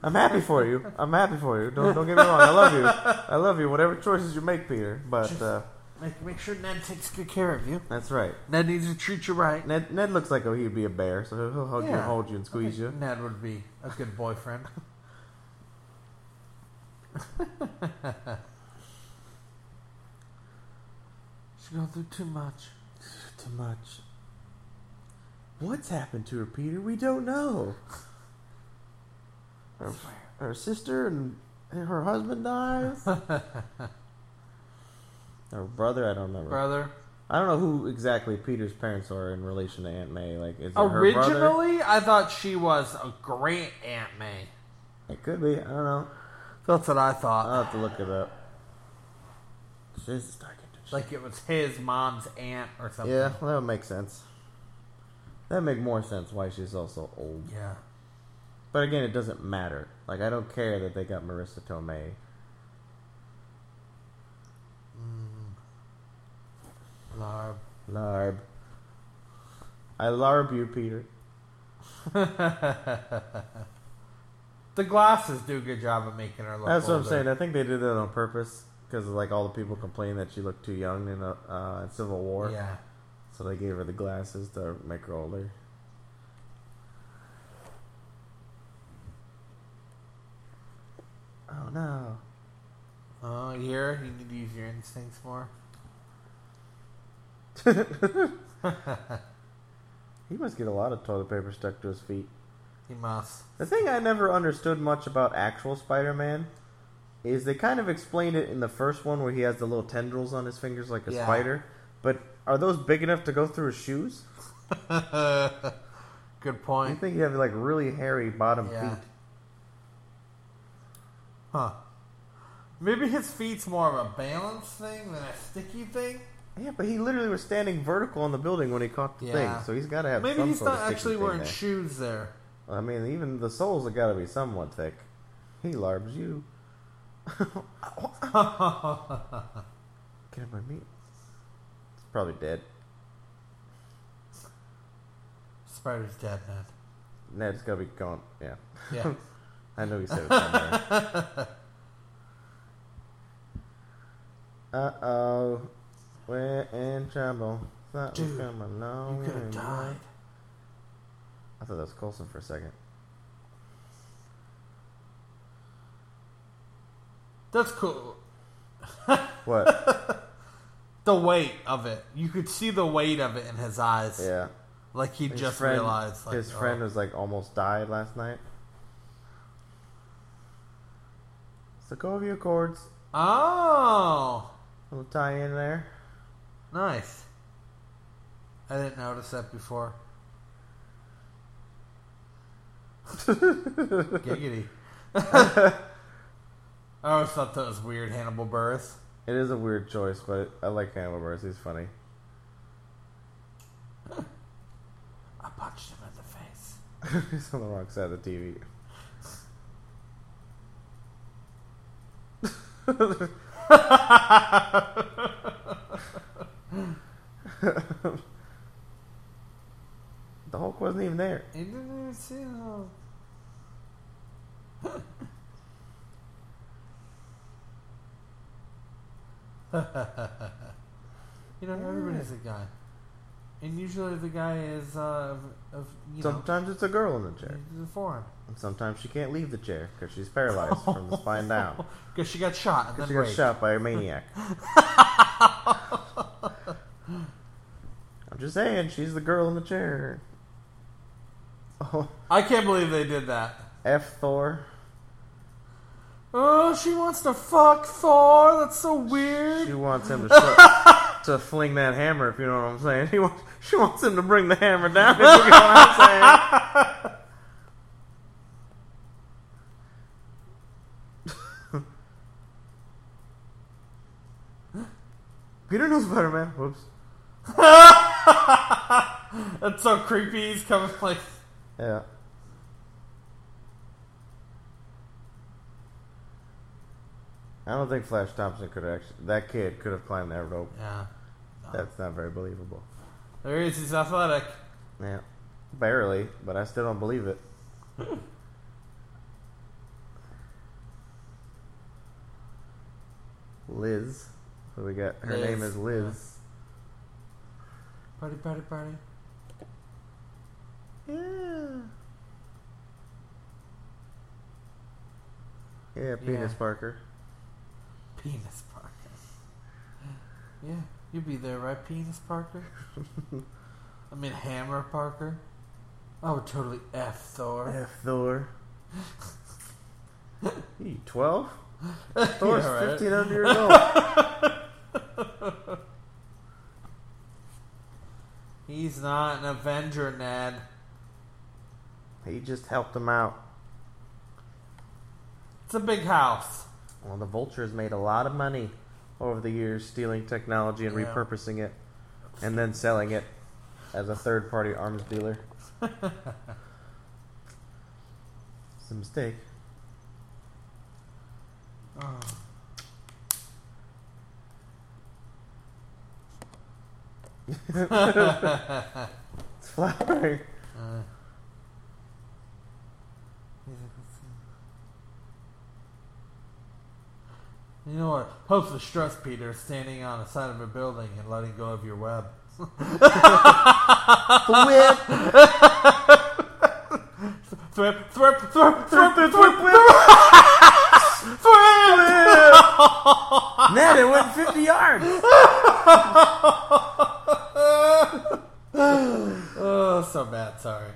D: I'm happy for you. I'm happy for you. Don't don't get me wrong. I love you. I love you. Whatever choices you make, Peter. But uh,
C: Make make sure Ned takes good care of you.
D: that's right.
C: Ned needs to treat you right.
D: Ned Ned looks like oh he'd be a bear, so he'll hug you and
C: Yeah.
D: hold you and squeeze you.
C: Ned would be a good boyfriend. She's going through too much.
D: Too much. What's happened to her, Peter? We don't know. Her, her sister and and her husband dies. her brother, I don't remember.
C: Brother.
D: I don't know who exactly Peter's parents are in relation to Aunt May. Like, is it her brother?
C: Originally, I thought she was a great Aunt May.
D: It could be. I don't know.
C: That's what I thought.
D: I'll have to look it up. This is not good.
C: like it was his mom's aunt or something.
D: Yeah, that would make sense. That would make more sense why she's also old.
C: Yeah.
D: But again, it doesn't matter. Like I don't care that they got Marissa Tomei.
C: Larb.
D: Larb. I larb you, Peter.
C: The glasses do a good job of making her look
D: That's what I'm
C: older.
D: saying. I think they did that on purpose because like all the people complained that she looked too young in uh, uh, Civil War.
C: Yeah.
D: So they gave her the glasses to make her older. Oh no.
C: Oh, here, you need to use your instincts more.
D: He must get a lot of toilet paper stuck to his feet.
C: He must.
D: The thing I never understood much about actual Spider-Man is they kind of explained it in the first one where he has the little tendrils on his fingers like a
C: Yeah.
D: spider. But are those big enough to go through his shoes?
C: Good
D: I
C: point.
D: think you have like really hairy bottom
C: Yeah.
D: feet.
C: Huh. Maybe his feet's more of a balance thing than a sticky thing.
D: Yeah, but he literally was standing vertical on the building when he caught the
C: Yeah.
D: thing, so he's got to have.
C: Maybe
D: some
C: he's
D: sort
C: not
D: of
C: actually wearing
D: wearing.
C: shoes there.
D: I mean, even the soles have got to be somewhat thick. He larbs you. Get up my meat. It's probably dead.
C: Spider's dead, man.
D: Ned's got to be gone. Yeah.
C: Yeah.
D: I know he said it somewhere. uh oh. We're in trouble. Something's
C: Dude,
D: coming along.
C: you could have died.
D: I thought that was Colson for a second.
C: That's cool.
D: What?
C: The weight of it. You could see the weight of it in his eyes.
D: yeah.
C: Like he
D: His
C: just
D: friend-
C: realized. Like,
D: his
C: oh.
D: friend was like almost died last night. So go over your chords.
C: Oh,
D: Little tie in there.
C: nice. I didn't notice that before. Giggity. I always thought that was weird, Hannibal Burris.
D: It is a weird choice, but I like Hannibal Buress. He's funny.
C: I punched him in the face.
D: He's on the wrong side of the TV. the Hulk wasn't even there.
C: He didn't even um, see him. you know, everybody's a guy. And usually the guy is, uh, of, of you know,
D: Sometimes it's a girl in the chair.
C: he's a foreign.
D: And sometimes she can't leave the chair because she's paralyzed from the spine down.
C: Because she got shot and then
D: She got
C: raped.
D: shot by a maniac. I'm just saying, she's the girl in the chair. Oh,
C: I can't believe they did that.
D: F Thor.
C: Oh, she wants to fuck Thor. That's so
D: She
C: weird.
D: wants him to shut. to fling that hammer, if you know what I'm saying. He wants, she wants him to bring the hammer down. If you know what I'm saying. Peter knows better, man. Whoops.
C: That's so creepy. He's coming like,
D: Yeah. I don't think Flash Thompson could actually. That kid could have climbed that rope.
C: yeah.
D: That's not very believable.
C: There he is. He's athletic.
D: Yeah, barely, but I still don't believe it. Liz, so we got her
C: Liz,
D: name is Liz.
C: Party, party, party.
D: Yeah. Yeah, penis
C: Yeah.
D: Parker.
C: Penis Parker. Yeah, you'd be there, right, Penis Parker? I mean, Hammer Parker. I would totally F Thor.
D: F Thor. you twelve? Thor's
C: Yeah, right.
D: fifteen hundred years old.
C: He's not an Avenger, Ned.
D: he just helped him out.
C: It's a big house.
D: Well, the Vulture has made a lot of money over the years stealing technology and
C: Yeah.
D: repurposing it and then selling it as a third party arms dealer. it's a mistake.
C: Oh.
D: It's flowering.
C: You know what? Hopefully, stress Peter standing on the side of a building and letting go of your web.
D: Whip!
C: Thrip, thrip, thrip, thrip, thrip, thrip, thrip.
D: Ned, it went 50 yards!
C: Oh, so bad. Sorry.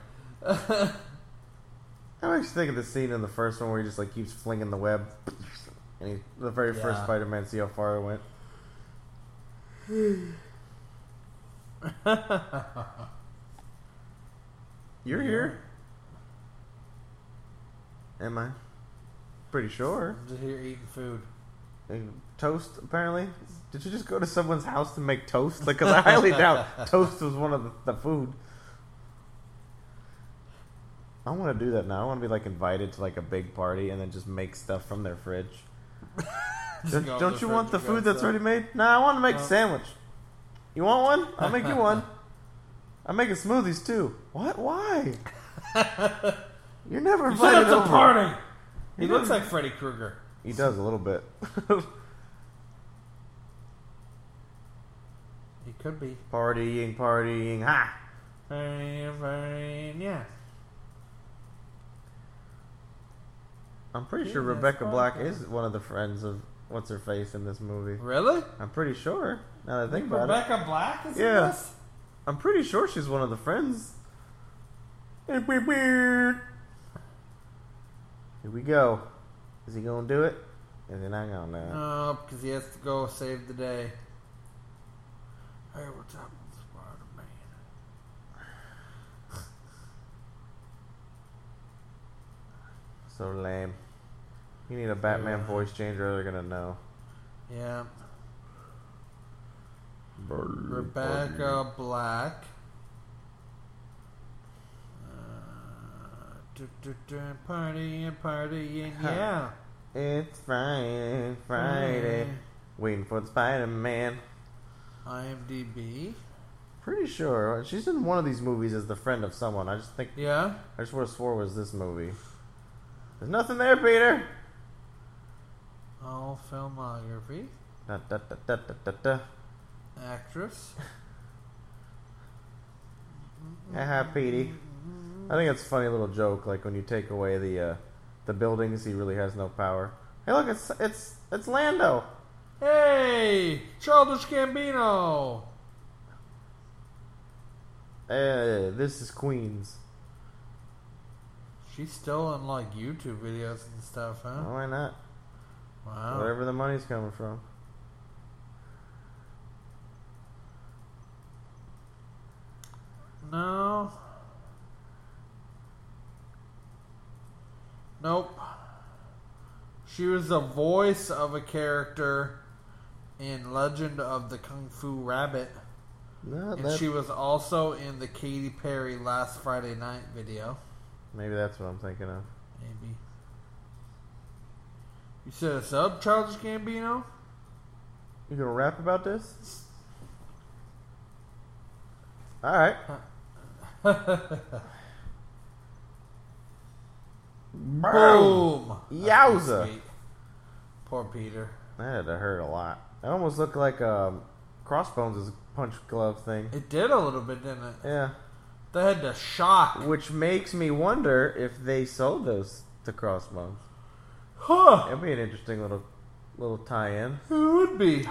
D: I'm actually thinking the scene in the first one where he just like keeps flinging the web. And he, the very first
C: Yeah.
D: Spider Man, see how far it went. You're here? Am I? Pretty sure.
C: I'm just here eating food.
D: And Toast, apparently. Did you just go to someone's house to make toast? Like, because I highly doubt toast was one of the, the food. I want to do that now. I want to be like invited to like a big party and then just make stuff from their fridge. don't
C: go to
D: don't
C: the
D: you
C: fridge
D: want the
C: and go
D: food that's
C: outside.
D: already made? Nah, I want to make
C: No.
D: a sandwich. You want one? I'll make you one. I'm making smoothies too. What? Why? You're never
C: You said
D: invited
C: it's a
D: over.
C: party. He
D: You
C: looks
D: didn't-
C: like Freddy Krueger.
D: He does a little bit.
C: He could be.
D: partying, partying. Ha!
C: Very, very, yeah.
D: I'm pretty sure
C: Yeah, it's
D: Rebecca
C: fine,
D: Black
C: yeah.
D: is one of the friends of what's her face in this movie.
C: Really?
D: I'm pretty sure. Now that I think about it,
C: Rebecca Black is
D: Yeah.
C: in this?
D: I'm pretty sure she's one of the friends. It'd be weird. Here we go. Is he gonna do it? Is he not gonna?
C: No, because Oh, he has to go save the day. Hey, what's up, Spider-Man?
D: So lame. You need a Batman
C: Yeah.
D: voice change, or they're gonna know.
C: Yeah, Rebecca Black. Uh, du- du- du- Party and party and
D: Huh.
C: yeah.
D: It's Friday, Friday.
C: Mm.
D: Waiting for the Spider-Man.
C: IMDb.
D: Pretty sure she's in one of these movies as the friend of someone. I just think
C: Yeah.
D: I just would have swore it was this movie. There's nothing there, Peter.
C: All filmography.
D: Da, da, da, da, da, da, da.
C: Actress.
D: Haha, Petey. I think it's a funny little joke. Like when you take away the uh, the buildings, he really has no power. Hey, look, it's it's it's Lando.
C: Hey, Childish Gambino.
D: Uh, this is Queens.
C: She's still in like YouTube videos and stuff, huh? Oh.
D: Oh, why not?
C: Wow.
D: Wherever the money's coming from.
C: Nope. She was the voice of a character in Legend of the Kung Fu Rabbit,
D: No,
C: and
D: that-
C: she was also in the Katy Perry Last Friday Night video.
D: maybe that's what I'm thinking of.
C: Maybe. You said a sub, Childish Gambino?
D: You gonna rap about this? All right.
C: Boom!
D: Yowza.
C: Sweet. Poor Peter.
D: That had to hurt a lot. It almost looked like um, Crossbones' punch glove thing.
C: It did a little bit, didn't it?
D: Yeah.
C: They had to shock.
D: Which makes me wonder if they sold those to Crossbones.
C: Huh!
D: It'd be an interesting little little tie-in.
C: It would be.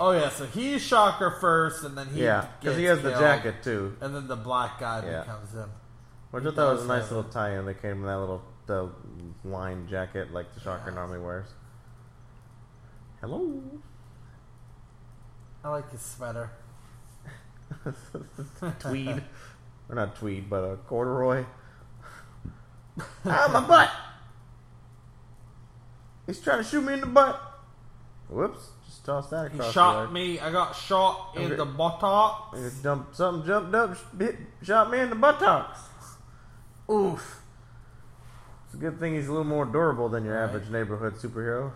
C: Oh yeah, so he shock her first, and then he
D: Yeah, because he has
C: gets
D: the
C: killed,
D: jacket too,
C: and then the black guy
D: Yeah.
C: becomes him.
D: which I thought was
C: does
D: a nice
C: have
D: little
C: it.
D: tie-in. They came in that little the line jacket like the Shocker normally wears. Hello.
C: I like his sweater.
D: tweed, or not tweed, but a corduroy. Ow, my butt! He's trying to shoot me in the butt. Whoops! Just tossed that
C: He
D: across. the
C: shot
D: yard.
C: me. I got shot in
D: Okay.
C: the buttocks.
D: And it dumped, something jumped up, sh- hit, shot me in the buttocks. Oof! It's a good thing he's a little more durable than your
C: Right.
D: average neighborhood superhero.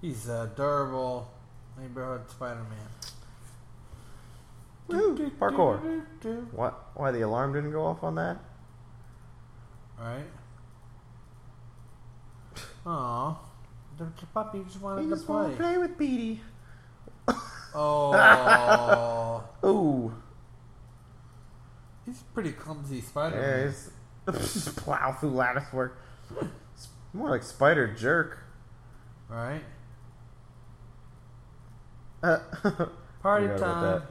C: He's a durable neighborhood Spider-Man.
D: Woo, parkour. What? Why the alarm didn't go off on that?
C: Right? Aw. The the puppy just wanted
D: He
C: to
D: just want to
C: play.
D: play with Petey.
C: Oh.
D: Ooh.
C: he's a pretty clumsy
D: Yeah,
C: Spider-Man.
D: he's just plow through lattice work. It's more like spider jerk.
C: Right?
D: Uh,
C: Party
D: Forgot about
C: time.
D: that.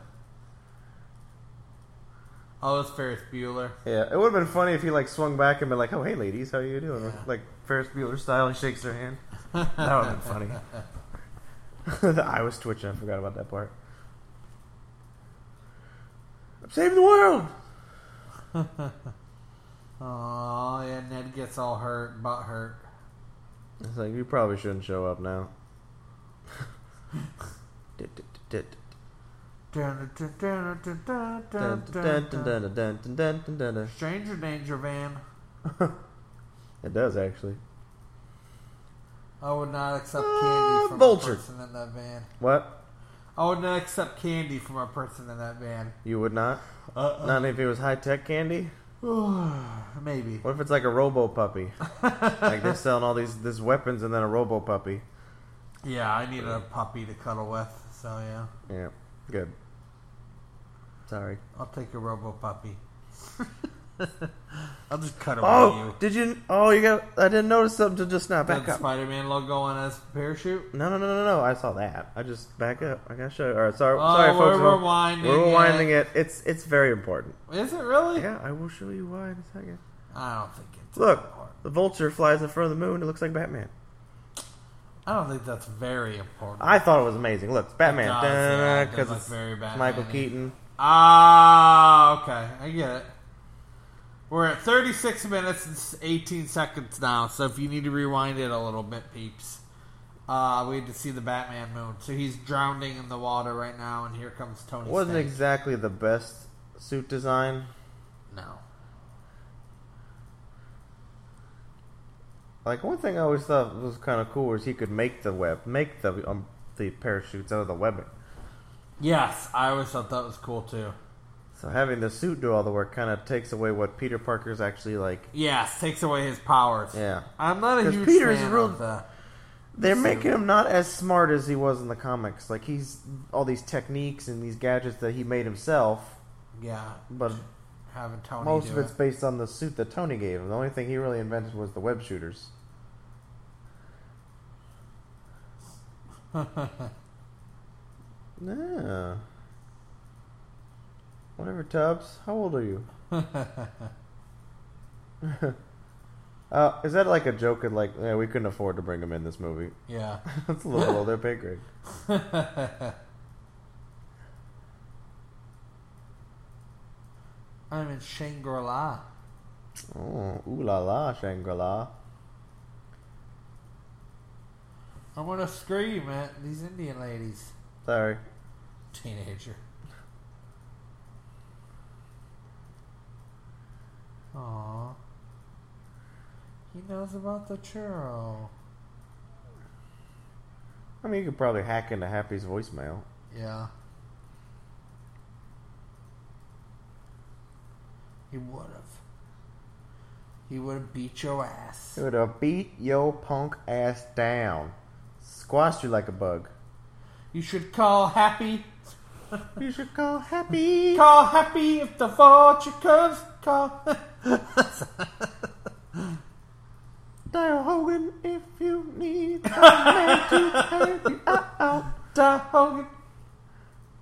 C: Oh, it's Ferris Bueller.
D: yeah, it would have been funny if he like swung back and been like, "Oh, hey, ladies, how you doing?"
C: Yeah.
D: Like Ferris Bueller style, and shakes their hand. That would have been funny. the eye was twitching. I forgot about that part. I'm saving the world.
C: Oh, yeah, Ned gets all hurt, butt hurt.
D: It's like you probably shouldn't show up now. Dun, dun, dun, dun. Dun, dun, dun, dun, dun, dun, dun, dun, dun, dun.
C: Stranger danger van.
D: It does actually.
C: I would not accept
D: Uh,
C: candy from
D: vulture.
C: a person in that van.
D: What?
C: I would not accept candy from a person in that van.
D: You would not? Not if it was high tech candy.
C: Maybe.
D: What if it's like a Robo Puppy? like they're selling all these this weapons and then a Robo Puppy.
C: Yeah, I needed a puppy to cuddle with, so yeah.
D: Yeah, good. Sorry.
C: I'll take a robo puppy. I'll just cuddle with
D: Oh,
C: you.
D: did you? Oh, you got? I didn't notice something till just now.
C: Got
D: Back
C: the
D: up.
C: Spider Man logo on his parachute.
D: No, no, no, no, no. I saw that. I just back up. I gotta show. You. All right, sorry,
C: Oh,
D: sorry,
C: we're
D: folks.
C: rewinding
D: We're rewinding
C: it.
D: it. It's it's very important.
C: Is it really?
D: Yeah, I will show you why in a second.
C: I don't think it's
D: Look,
C: important.
D: the vulture flies in front of the moon. It looks like Batman.
C: I don't think that's very important.
D: I thought it was amazing. Look, it's Batman.
C: It does, yeah, it does
D: Because
C: look
D: it's
C: very
D: it's Michael
C: Batman-y.
D: Keaton.
C: Ah, okay. I get it. We're at 36 minutes and s- 18 seconds now, so if you need to rewind it a little bit, peeps. Uh, we had to see the Batman moon. So he's drowning in the water right now, and here comes Tony
D: wasn't
C: Stark.
D: exactly the best suit design.
C: no.
D: Like one thing I always thought was kind of cool was he could make the web, make the um, the parachutes out of the webbing.
C: Yes, I always thought that was cool, too.
D: So having the suit do all the work kind of takes away what Peter Parker's actually like.
C: Yes, takes away his powers.
D: Yeah,
C: I'm not a
D: 'Cause
C: huge
D: Peter is
C: fan
D: real-
C: of the...
D: they're making him not as smart as he was in the comics. Like he's all these techniques and these gadgets that he made himself,
C: Yeah,
D: but
C: having Tony
D: most of
C: do
D: it's
C: it.
D: based on the suit that Tony gave him. The only thing he really invented was the web shooters. yeah. Whatever, Tubbs. How old are you? uh, is that like a joke? Of like, yeah, we couldn't afford to bring him in this movie.
C: Yeah.
D: That's a little below their pay grade.
C: I I'm in Shangri La.
D: Oh, ooh la la, Shangri La.
C: I'm gonna scream at these Indian ladies.
D: Sorry.
C: Teenager. Aww. He knows about the churro.
D: I mean, you could probably hack into Happy's voicemail.
C: Yeah. He would have. He would have beat your ass.
D: It would have beat your punk ass down. Squashed you like a bug.
C: You should call Happy.
D: You should call Happy.
C: Call Happy if the vulture comes. Call.
D: Dial Hogan if you need a man to help you out. Dial Hogan.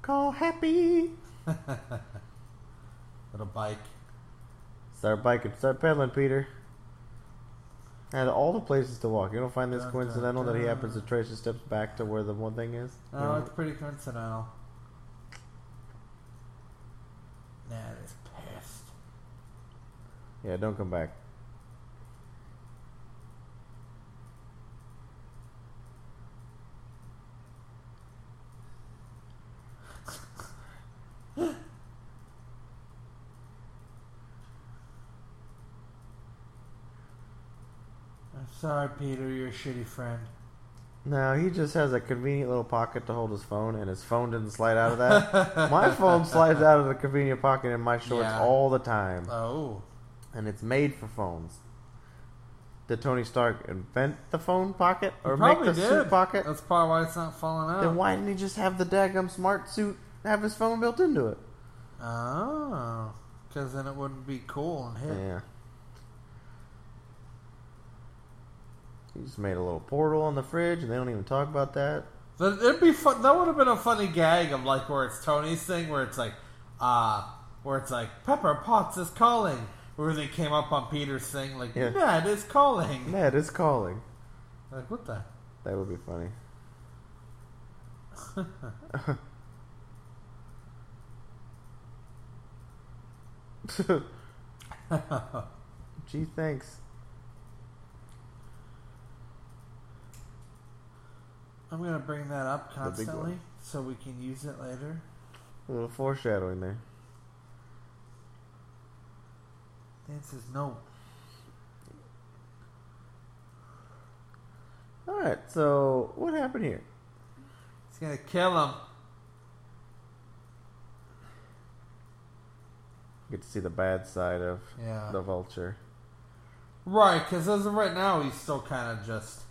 D: Call Happy.
C: Little bike.
D: Start biking. Start pedaling, Peter. Out of all the places to walk, you don't find this
C: Dun, dun,
D: coincidental that he
C: dun.
D: happens to trace his steps back to where the one thing is?
C: No, Oh, it's pretty coincidental. That is pissed.
D: Yeah, don't come back.
C: I'm sorry, Peter, you're a shitty friend.
D: No, he just has a convenient little pocket to hold his phone, and his phone didn't slide out of that. my phone slides out of the convenient pocket in my shorts
C: Yeah.
D: all the time,
C: Oh.
D: and it's made for phones. Did Tony Stark invent the phone pocket
C: He Oh,
D: or make the suit pocket?
C: That's probably why it's not falling out.
D: Then why didn't he just have the daggum smart suit have his phone built into it?
C: Oh. Because then it wouldn't be cool and hip.
D: Yeah. He just made a little portal on the fridge, and they don't even talk about that.
C: That, it'd be fun. That would have been a funny gag of like where it's Tony's thing, where it's like, uh, where it's like Pepper Potts is calling, where they came up on Peter's thing, like
D: Yeah.
C: Ned is calling.
D: Ned is calling.
C: Like what the?
D: That would be funny. Gee, thanks.
C: I'm gonna bring that up
D: The big one.
C: constantly so we can use it later.
D: A little foreshadowing there.
C: Dan says no.
D: All right, so what happened here?
C: He's gonna kill him.
D: Get to see the bad side of
C: Yeah.
D: the vulture.
C: Right, because as of right now, he's still kind of just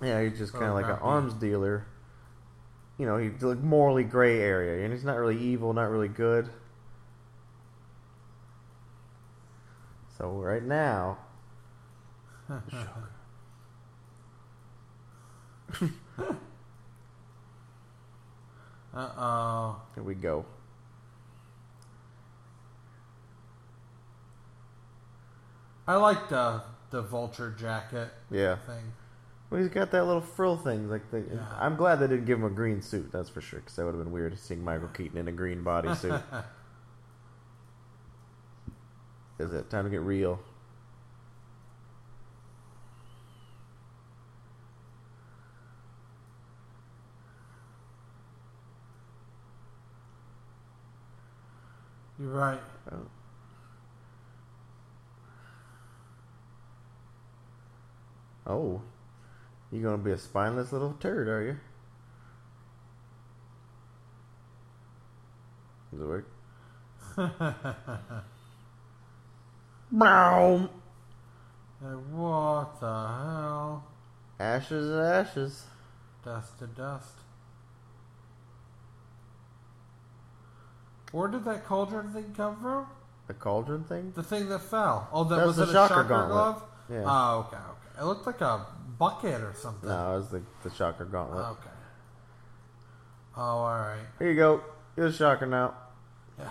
D: Yeah, he's just kind of
C: Oh,
D: like an
C: not bad.
D: arms dealer. You know, he's like morally gray area, and he's not really evil, not really good. So right now,
C: uh oh.
D: here we go.
C: I like the the vulture jacket
D: Yeah,
C: thing.
D: well, he's got that little frill thing. Like, the,
C: Yeah.
D: I'm glad they didn't give him a green suit. That's for sure, because that would have been weird seeing Michael Keaton in a green bodysuit. Is it time to get real?
C: You're right.
D: Oh. Oh. You gonna be a spineless little turd, are you? Does it work? Brown.
C: Like, what the hell?
D: Ashes and ashes.
C: Dust to dust. Where did that cauldron thing come from?
D: The cauldron thing?
C: The thing that fell. Oh, that
D: That's
C: was
D: the
C: it a
D: shocker
C: shocker
D: gauntlet.
C: glove.
D: Yeah.
C: Oh, okay, okay. It looked like a bucket or something.
D: No, it was the, the shocker gauntlet.
C: Okay. Oh, all right.
D: Here you go. Here's a shocker now.
C: Yeah.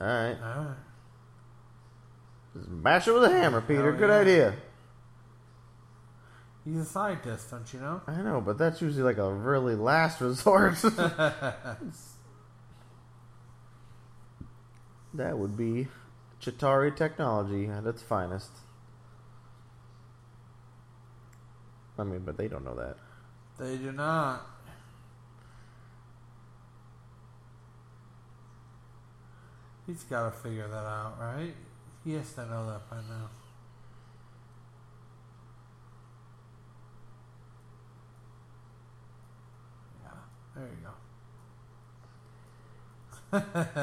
D: Alright.
C: All right.
D: Just bash it with a hammer, Peter.
C: Oh,
D: Good
C: yeah.
D: idea.
C: He's a scientist, don't you know?
D: I know, but that's usually like a really last resort. that would be Chitari technology at its finest. I mean, but they don't know that.
C: They do not. He's got to figure that out, right? He has to know that by now. Yeah, there you go.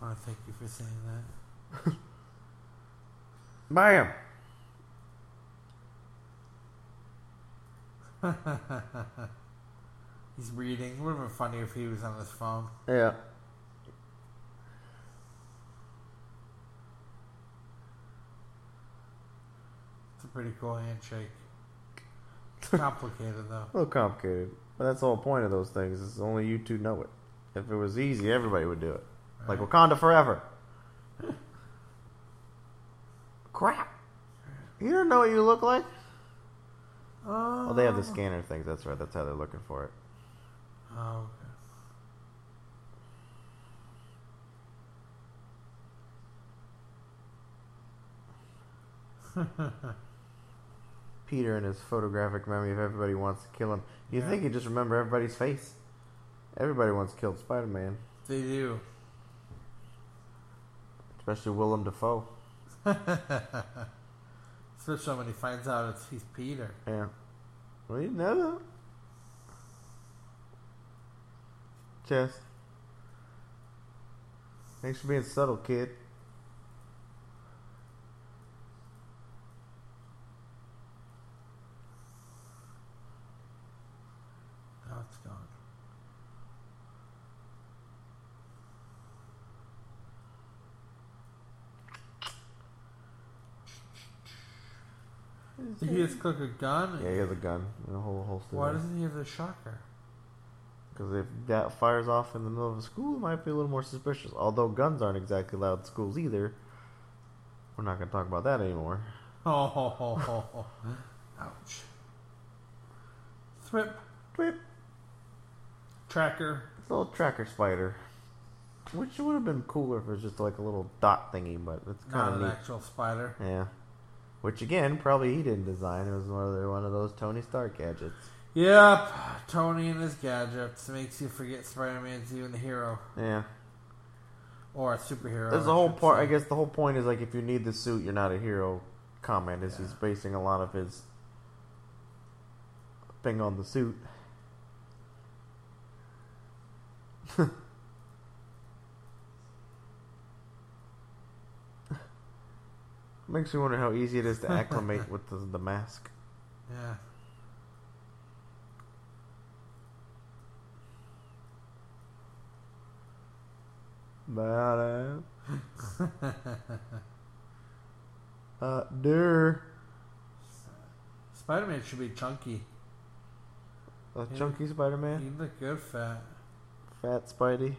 C: I want to thank you for saying that.
D: Bam!
C: He's reading. It would have been funny if he was on his phone.
D: Yeah.
C: It's a pretty cool handshake. It's complicated though.
D: A little complicated, but that's the whole point of those things. Is only you two know it. If it was easy, everybody would do it. Like Wakanda forever. Crap! You don't know what you look like.
C: Oh,
D: Oh, they have the scanner things. That's right. That's how they're looking for it.
C: Oh, okay.
D: Peter and his photographic memory of everybody wants to kill him. You
C: Yeah.
D: think he just remember everybody's face? Everybody once killed Spider-Man,
C: They do.
D: especially Willem Dafoe.
C: Especially when he finds out it's he's Peter.
D: Yeah. Well, you know that. Chess. Thanks for being subtle, kid.
C: Now Oh, it's gone. Did he just click a gun?
D: Yeah, he has a gun and a whole holster.
C: Why doesn't he have the shocker?
D: Because if that fires off in the middle of a school, it might be a little more suspicious. Although guns aren't exactly allowed in schools either. We're not going to talk about that anymore.
C: Oh, ho, ho, ho, ho. ouch. Thrip.
D: Tweep.
C: Tracker.
D: It's a little tracker spider. Which would have been cooler if it was just like a little dot thingy, but it's kind
C: Not
D: of
C: an
D: neat.
C: actual spider.
D: Yeah. Which again, probably he didn't design. It was one of, the, one of those Tony Stark gadgets.
C: Yep. Tony and his gadgets makes you forget Spider-Man's even a hero.
D: Yeah.
C: Or a superhero.
D: There's the
C: I
D: whole
C: should
D: part.
C: say.
D: I guess the whole point is like if you need the suit, you're not a hero. Comment is he's basing a lot of his thing on the suit. Makes me wonder how easy it is to acclimate with the, the mask.
C: Yeah.
D: Badass. uh, der.
C: Spider-Man should be chunky.
D: A chunky Spider Man?
C: He'd look good fat.
D: Fat Spidey.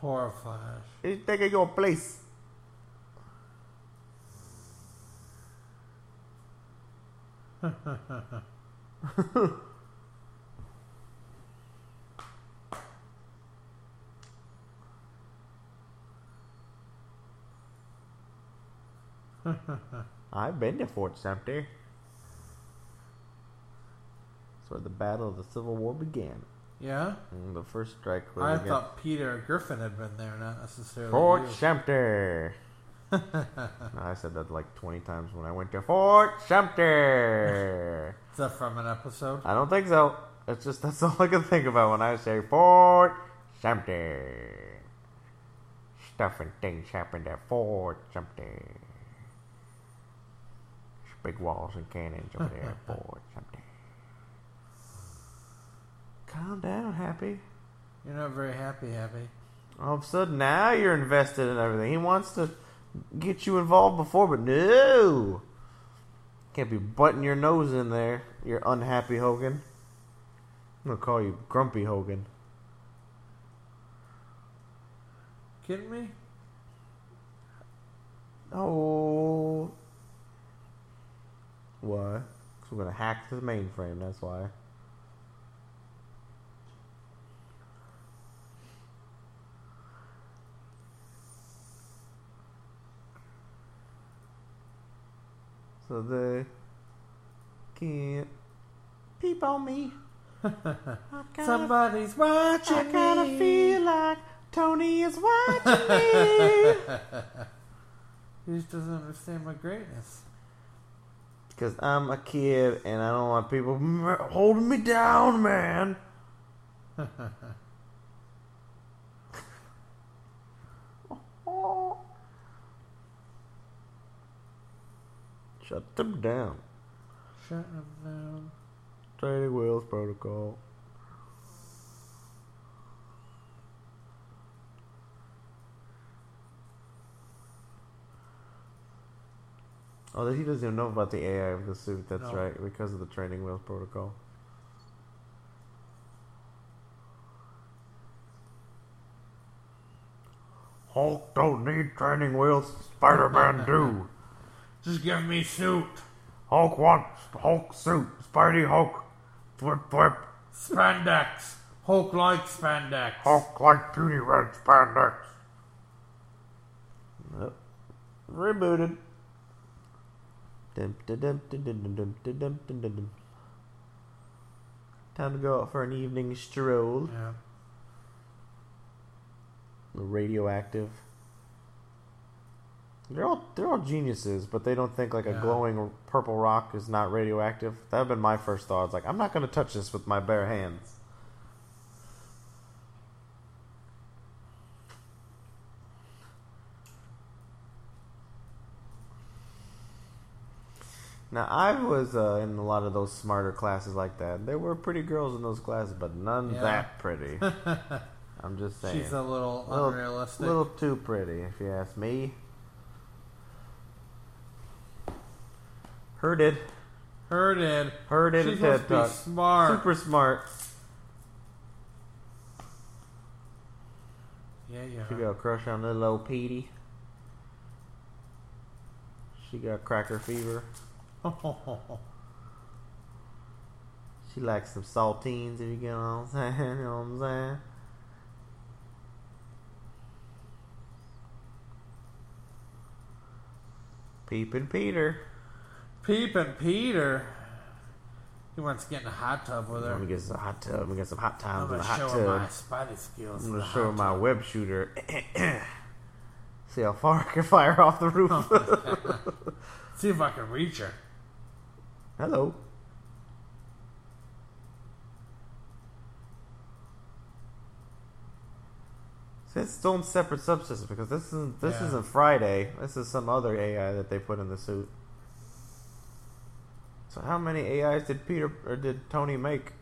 C: Poor Flash.
D: He's taking your place. I've been to Fort Sumter. That's where the Battle of the Civil War began.
C: Yeah?
D: And the first strike was
C: I
D: against
C: thought Peter Griffin had been there, not necessarily.
D: Fort
C: you.
D: Sumter. No, I said that like 20 times when I went to Fort Sumter.
C: Is that from an episode?
D: I don't think so. It's just that's all I can think about when I say Fort Sumter. Stuff and things happened at Fort Sumter. There's Big walls and cannons over there at Fort Sumter. Calm down, Happy.
C: You're not very happy, Happy.
D: All of a sudden, now you're invested in everything. He wants to get you involved before, but no. Can't be butting your nose in there, you unhappy Hogan. I'm going to call you Grumpy Hogan.
C: Kidding me?
D: Oh. What? Because we're going to hack the mainframe, that's why. So they can't peep on me. I kinda-
C: Somebody's
D: I
C: watching
D: kinda
C: me.
D: feel like Tony is watching me.
C: He just doesn't understand my greatness.
D: Because I'm a kid and I don't want people m- holding me down, man. Shut them down.
C: Shut him down.
D: Training wheels protocol. Oh, he doesn't even know about the AI of the suit. That's
C: No.
D: right, because of the training wheels protocol. Hulk don't need training wheels. Spider-Man do.
C: Just give me suit.
D: Hulk wants Hulk suit. Spidey Hulk. Flip flip.
C: Spandex. Hulk likes spandex.
D: Hulk like puny red spandex. Rebooted. Dum, da, dum, da, dum, dum, dum, da, dum, dum, dum, dum. Time to go out for an evening stroll.
C: Yeah.
D: Radioactive. They're all they're all geniuses, but they don't think like
C: Yeah.
D: a glowing purple rock is not radioactive. That would been my first thought. It's like I'm not gonna touch this with my bare hands. Now I was uh, in a lot of those smarter classes like that. There were pretty girls in those classes, but none
C: Yeah.
D: that pretty. I'm just saying,
C: She's a little
D: little,
C: unrealistic.
D: little too pretty, if you ask me. Herded,
C: Herded.
D: herded
C: She's
D: at
C: supposed
D: TED
C: to be
D: Talk.
C: smart.
D: Super smart.
C: yeah, yeah.
D: She got a crush on little old Petey. She got cracker fever. She likes some saltines, if you get what I'm saying. You know what I'm saying? Peeping Peter.
C: Peep and Peter. He wants to get in a hot tub with
D: Let me
C: her.
D: get some hot tub. Let me get some hot
C: I'm
D: times in
C: gonna
D: the hot
C: show
D: tub.
C: her my spotty skills.
D: I'm
C: in
D: gonna
C: the
D: show
C: hot
D: my
C: tub.
D: web shooter. See how far I can fire off the roof.
C: See if I can reach her.
D: Hello. See, It's its own separate subsystem because this isn't this
C: Yeah.
D: isn't Friday. This is some other AI that they put in the suit. So how many AIs did Peter or did Tony make?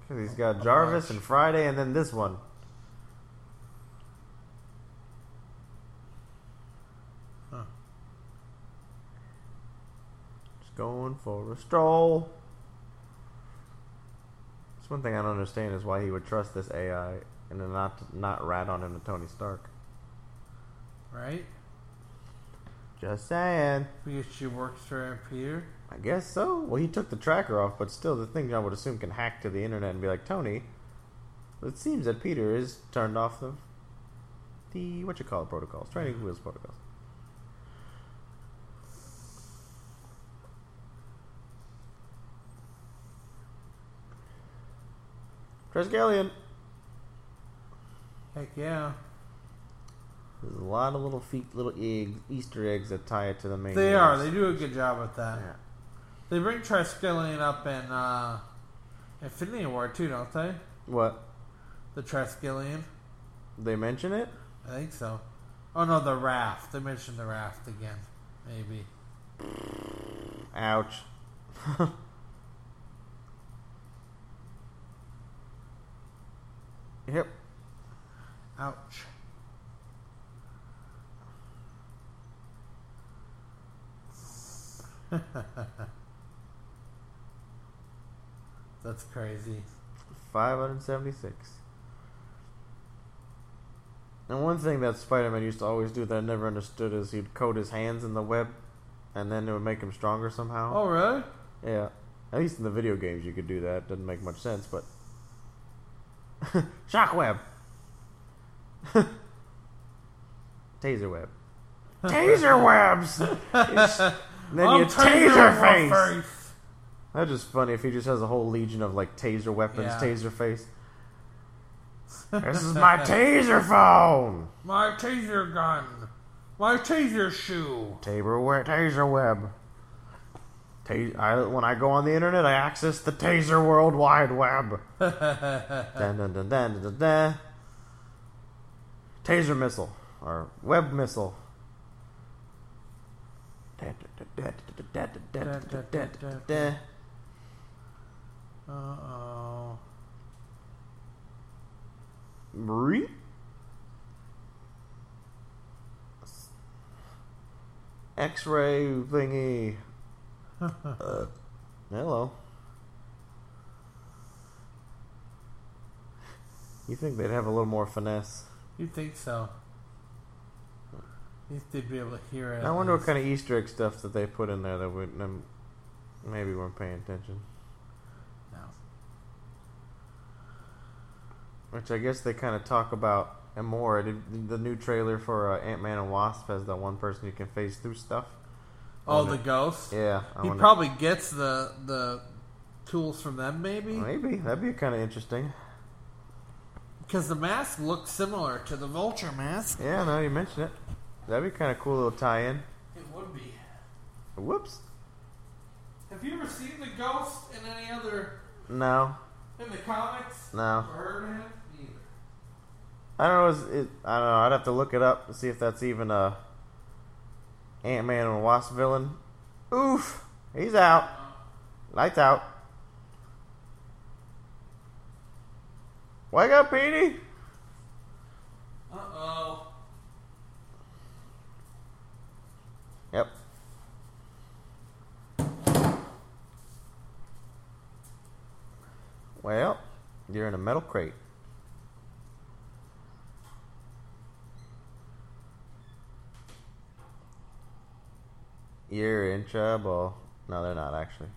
D: Because he's got Jarvis
C: bunch.
D: and Friday, and then this one.
C: Huh.
D: Just going for a stroll. That's one thing I don't understand is why he would trust this AI and then not not rat on him to Tony Stark.
C: Right?
D: Just saying.
C: Because she works for Peter.
D: I guess so. Well, he took the tracker off, but still, the thing I would assume can hack to the internet and be like, Tony, it seems that Peter is turned off the the what you call it protocols, training wheels protocols. Trescalion.
C: Heck yeah.
D: There's a lot of little feet, little eggs, Easter eggs that tie it to the main.
C: They are. They
D: universe.
C: do a good job with that.
D: Yeah.
C: They bring Triskelion up in uh, Infinity War too, don't they?
D: What?
C: The Triskelion.
D: They mention it?
C: I think so. Oh no, the raft. They mentioned the raft again. Maybe.
D: Ouch. yep.
C: Ouch. That's crazy.
D: 576. And one thing that Spider Man used to always do that I never understood is he'd coat his hands in the web and then it would make him stronger somehow.
C: Oh, really?
D: Yeah. At least in the video games you could do that. Doesn't make much sense, but Shockweb. Taser web. Taser webs. It's- then you taser face. That's just funny if he just has a whole legion of like taser weapons,
C: Yeah.
D: taser face. this is my taser phone.
C: My taser gun. My taser shoe.
D: Taser web. Taser web. Ta- I, when I go on the internet, I access the taser world wide web. dun, dun, dun, dun, dun, dun. Taser missile or web missile. Dun, dun, dun, dun, dun, dun, dun, dun, dun, dun, dun.
C: Uh oh.
D: Breep. X-ray thingy. Uh, hello. You think they'd have a little more finesse?
C: You think so? At least they'd be able to hear it.
D: I
C: at
D: wonder what
C: least.
D: kind of Easter egg stuff that they put in there that we um, maybe weren't paying attention.
C: No.
D: Which I guess they kind of talk about and more. Did- The new trailer for uh, Ant Man and Wasp has that one person who can phase through stuff.
C: Oh,
D: Wonder-
C: the ghost.
D: Yeah, I
C: he
D: wonder-
C: probably gets the the tools from them, maybe.
D: Maybe that'd be kind of interesting.
C: Because the mask looks similar to the vulture mask.
D: Yeah, now you mention it, that'd be kind of cool little tie-in.
C: It would be.
D: Whoops.
C: Have you ever seen the ghost in any other
D: No,
C: in the comics?
D: no.
C: heard him? Neither.
D: I don't know. Is it, I don't know. I'd have to look it up to see if that's even a Ant Man and Wasp villain. Oof, he's out. Lights out. Wake up, Petey.
C: Uh oh.
D: Yep. Well, you're in a metal crate. You're in trouble. No, they're not actually.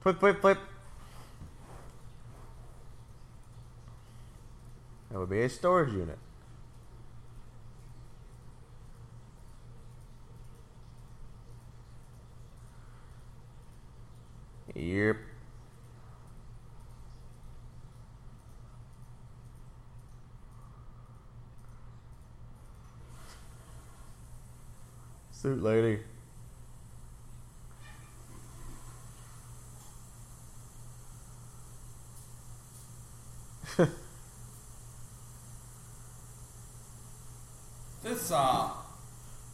D: Flip, flip, flip. That would be a storage unit. Yep. Suit lady.
C: This uh,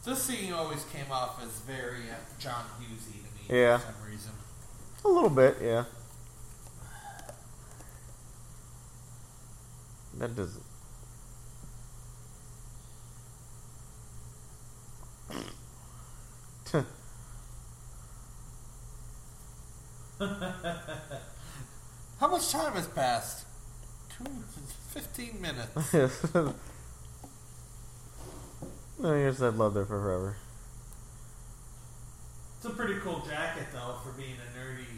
C: this scene always came off as very uh, John Hughesy to me
D: Yeah.
C: for some reason.
D: A little bit, yeah. That doesn't. Tuh.
C: How much time has passed? Two, fifteen minutes.
D: no, you just had love there for forever.
C: It's a pretty cool jacket though for being a nerdy,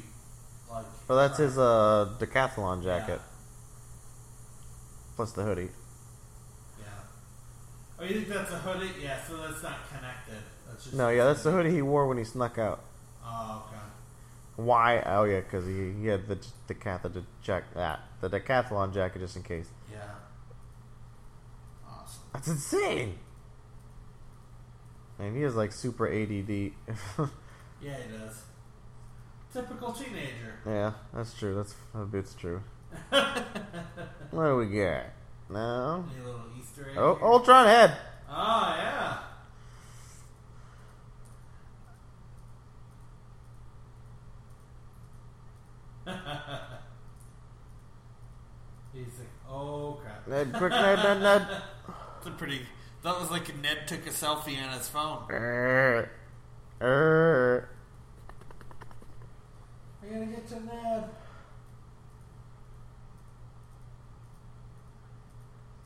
C: like.
D: Well, Oh, that's
C: track.
D: his uh, decathlon jacket
C: Yeah.
D: plus the hoodie.
C: Yeah. Oh, you think that's a hoodie? Yeah, so that's not connected. That's just
D: No, yeah, that's the hoodie he wore when he snuck out.
C: Oh, okay.
D: Why? Oh, yeah, because he, he had the decathlon jacket. Ah, the decathlon jacket just in case.
C: Yeah. Awesome.
D: That's insane. And he is like super ADD.
C: Yeah, he does. Typical teenager.
D: yeah, that's true. That's that bit's true. what do we got? No.
C: Any little Easter egg?
D: Oh,
C: here?
D: Ultron head.
C: Oh, yeah. He's like, oh crap.
D: Ned, quick, Ned, Ned, Ned.
C: That's a pretty. That was like Ned took a selfie on his phone.
D: Err. Err.
C: Are We're gonna get to Ned.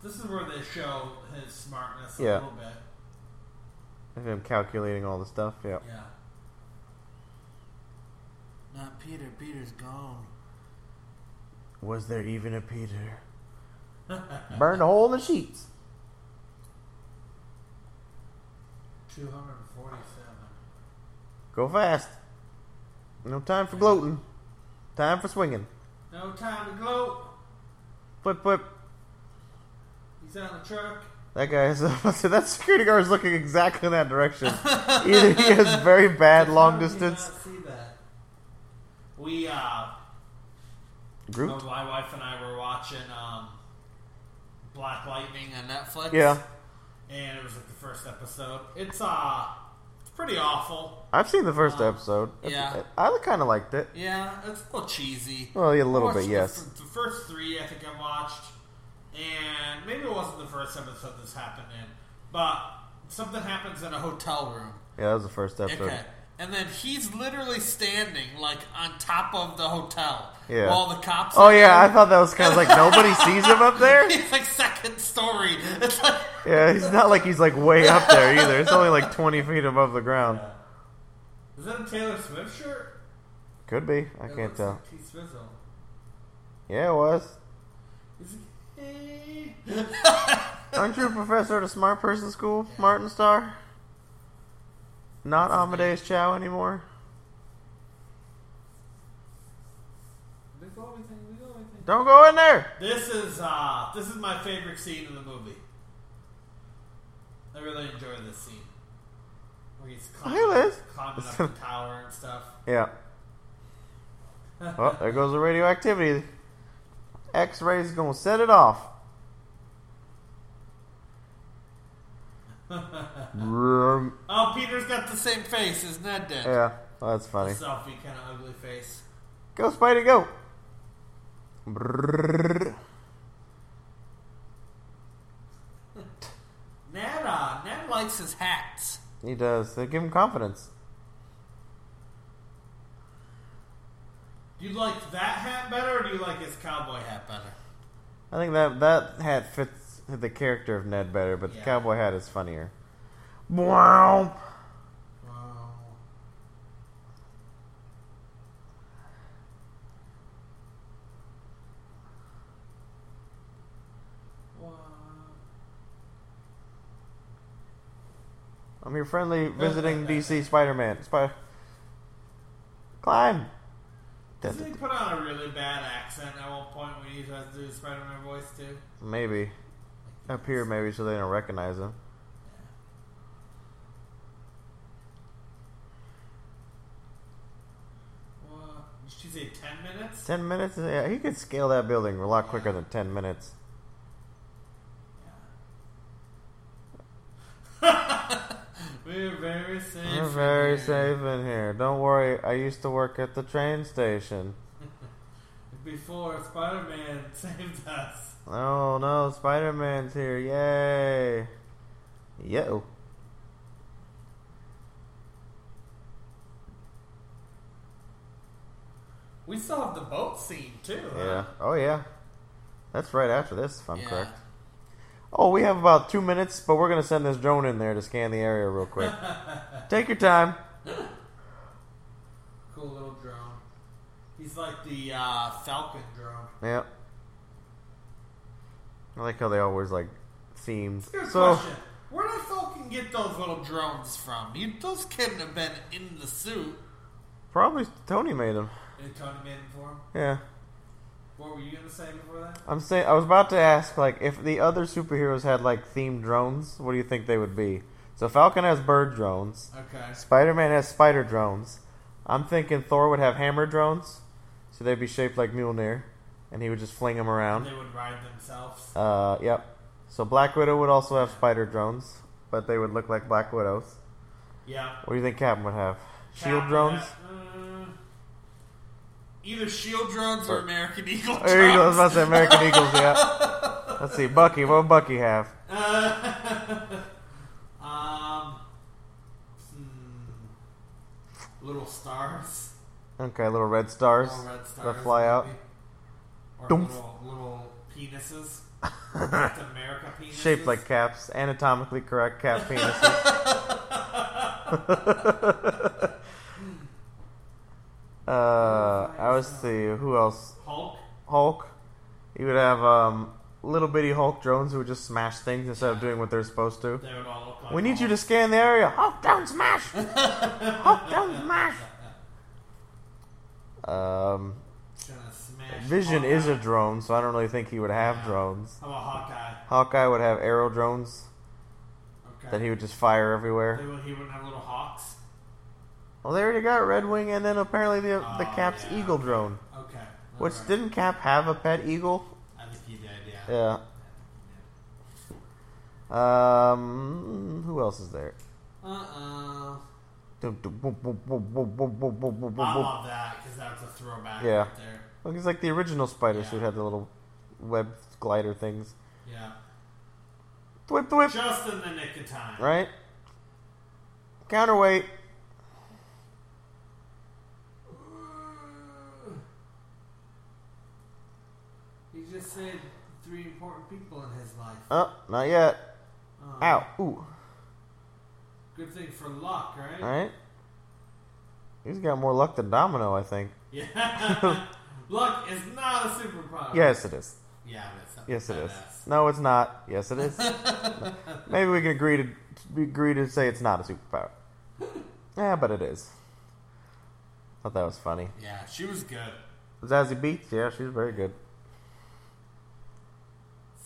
C: This is where they show his smartness a
D: Yeah.
C: little bit.
D: Of him calculating all the stuff. Yeah.
C: Yeah.
E: Not Peter. Peter's gone.
D: Was there even a Peter? Burned a hole in the sheets.
C: 247.
D: Go fast. No time for gloating. Time for swinging.
C: No time to gloat.
D: Flip, flip.
C: He's on the truck.
D: That guy is. so that security guard is looking exactly in that direction. Either he has very bad long
C: How did we
D: distance.
C: not see that? We, uh,
D: Groot.
C: Oh, my wife and I were watching um, Black Lightning on Netflix.
D: Yeah,
C: and it was like the first episode. It's uh, it's pretty awful.
D: I've seen the first
C: Um,
D: episode.
C: yeah.
D: I kind of liked it.
C: Yeah, it's a little cheesy.
D: Well, yeah, a little
C: I watched
D: bit, yes.
C: The, f- the first three I think I watched, and maybe it wasn't the first episode this happened in, but something happens in a hotel room.
D: Yeah, that was the first episode.
E: Okay. And then he's literally standing like on top of the hotel
D: Yeah.
E: while the cops.
D: Oh
E: are
D: yeah, I
E: there.
D: thought that was kind of like nobody sees him up there.
E: He's like second story. It's like
D: Yeah, he's not like he's like way up there either. It's only like twenty feet above the ground.
C: Is that a Taylor Swift shirt?
D: Could be. I
C: It
D: can't
C: looks
D: tell.
C: Like T. Swizzle.
D: Yeah, it was.
C: Is it- eh.
D: Aren't you a professor at a smart person school, Martin Star? Not Amadeus Chow anymore.
C: They go everything. They go everything.
D: Don't go in there.
C: This is uh, this is my favorite scene in the movie. I really enjoy this scene where he's climbing,
D: Hey, Liz.
C: climbing up the tower and stuff.
D: Yeah. Oh, there goes the radioactivity. X rays gonna set it off. Vroom.
C: Oh, Peter's got
E: the
C: the
E: same face as Ned did.
D: yeah, well, that's funny.
C: selfie kind of ugly face.
D: Go, Spidey, go. Brrrr.
C: Ned, uh, Ned likes his hats.
D: He does. They give him confidence.
C: Do you like that hat better, or do you like his cowboy hat better?
D: I think that that hat fits the character of Ned better, but
C: Yeah.
D: the cowboy hat is funnier. Wow.
C: Wow.
D: I'm your friendly visiting DC Spider-Man. Spider. Climb.
C: Doesn't he put on a really bad accent at one point when he tries to do his Spider-Man voice too?
D: Maybe. Up here, maybe, so they don't recognize him.
C: Well, did she say ten minutes?
D: Ten minutes? Yeah, he could scale that building a lot quicker than ten minutes.
C: We're very safe.
D: You're
C: in
D: very
C: here.
D: safe in here. Don't worry, I used to work at the train station.
C: Before Spider-Man saved us.
D: Oh no, Spider-Man's here! Yay! Oh, Yo.
C: We still have the boat scene too. huh?
D: Yeah. Oh yeah. That's right after this, if I'm
E: Yeah.
D: correct. Oh, we have about two minutes, but we're gonna send this drone in there to scan the area real quick. Take your time.
C: Cool little drone. He's like the uh, Falcon drone.
D: Yeah. I like how they always like themed.
C: Good
D: So
C: question. Where did Falcon get those little drones from? You, those couldn't have been in the suit.
D: probably Tony made them.
C: Did Tony made them for him?
D: Yeah.
C: What were you gonna say before that?
D: I'm saying I was about to ask like if the other superheroes had like themed drones, what do you think they would be? So Falcon has bird drones.
C: Okay.
D: Spider-Man has spider drones. I'm thinking Thor would have hammer drones, so they'd be shaped like Mjolnir, and he would just fling them around.
C: They would ride themselves.
D: Uh, yep. So Black Widow would also have spider drones, but they would look like Black Widows.
C: Yeah.
D: What do you think Captain would have? Shield
C: Cap-
D: drones.
C: uh, either shield drones or American Eagle drones.
D: There you go. I was about to say American Eagles. Yeah. Let's see, Bucky. What would Bucky have?
C: Uh, um, hmm, little stars.
D: Okay, little red stars
C: Little red stars,
D: that fly out.
C: maybe. Or
D: Dumph.
C: little, little penises. That's America penises.
D: Shaped like caps, anatomically correct cap penises. uh, I was see who else.
C: Hulk.
D: Hulk. You would have um, little bitty Hulk drones who would just smash things instead of doing what they're supposed to.
C: They would all look like
D: We need you
C: Hulk.
D: to scan the area. Hulk down smash. Hulk down smash. Um,
C: Gonna smash
D: Vision
C: Hawkeye.
D: is a drone, so I don't really think he would have drones.
C: I'm a Hawkeye.
D: Hawkeye would have arrow drones
C: Okay.
D: that he would just fire everywhere.
C: They would- he wouldn't have little hawks.
D: Well, they already got Red Wing, and then apparently the the
C: Oh,
D: Cap's
C: yeah.
D: eagle drone.
C: Okay.
D: Which
C: Alright.
D: didn't Cap have a pet eagle?
C: I think he did. Yeah.
D: Yeah. Um, who else is there?
C: Uh uh
D: Dum, dum, boom, boom, boom, boom, boom, boom, boom, boom, boom,
C: I
D: boom.
C: love that because that's a throwback
D: Yeah.
C: right there.
D: Well, it's like the original spider suit had the little web glider things.
C: Yeah.
D: Thwip, thwip,
C: Just in the nick of time.
D: right? Counterweight.
C: He just said three important people in his life.
D: Oh, not yet.
C: Um,
D: Ow. Ooh.
C: Good thing for luck, right?
D: All right. He's got more luck than Domino, I think.
C: Yeah. luck is not a superpower.
D: Yes, it is.
C: Yeah, that's not
D: Yes, it is.
C: badass.
D: No, it's not. Yes, it is. Maybe we can agree to agree to say it's not a superpower. Yeah, but it is. Thought that was funny.
C: Yeah, she was good.
D: Zazie Beats, yeah, she's very good.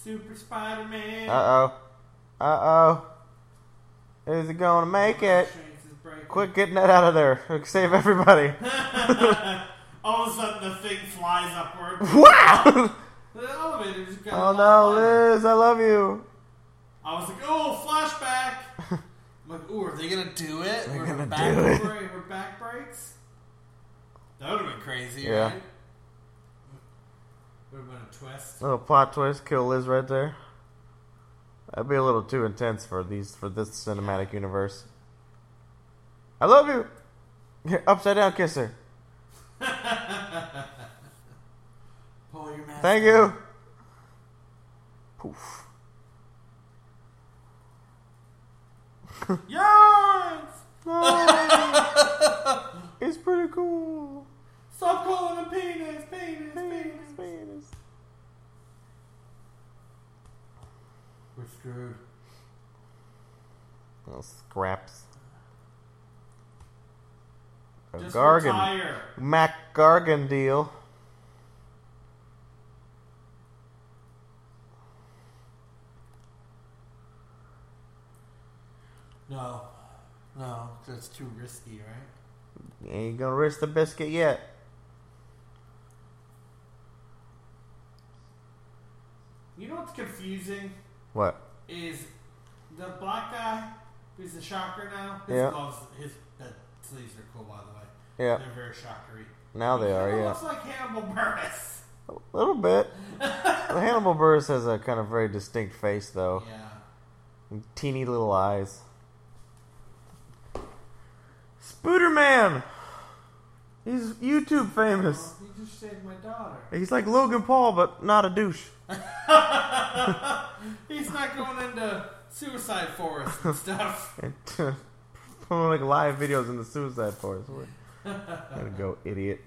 C: Super Spider Man.
D: Uh oh. Uh oh. Is he going to make it? Quit getting that out of there. Save everybody.
C: All of a sudden, the thing flies upward.
D: Wow!
C: the elevator just got a
D: oh
C: lot lighter.
D: no, Liz, I love you.
C: I was like, oh, flashback. I'm like, ooh, are they gonna do it? They're
D: gonna
C: back
D: do it.
C: break- Her back breaks. That would have been crazy,
D: Yeah.
C: right? Would have been a twist.
D: Little plot twist, kill Liz right there. That'd be a little too intense for these for this cinematic universe. I love you. Yeah, upside down kisser.
C: Pull your mask.
D: Thank you. Poof.
C: Yes!
D: It's pretty cool.
C: Stop calling him penis, penis, penis. We're screwed.
D: Little scraps. A
C: Just
D: Gargan.
C: retire.
D: Mac Gargan deal.
C: No. No, that's too risky, right?
D: You ain't gonna risk the biscuit yet.
C: You know what's confusing?
D: What?
C: is the black guy who's the shocker now. His
D: Yeah.
C: gloves, his uh, sleeves are cool, by the way.
D: Yeah.
C: They're very shockery.
D: Now they are,
C: Kinda
D: yeah.
C: Looks like Hannibal Buress.
D: A little bit. Well, Hannibal Buress has a kind of very distinct face, though.
C: Yeah.
D: And Teeny little eyes. Spooderman! He's YouTube famous.
C: Well, you just saved my daughter.
D: He's like Logan Paul, but not a douche.
C: He's not going into suicide forest and stuff.
D: And Putting like live videos in the Suicide Forest. Where- Gotta go, idiot.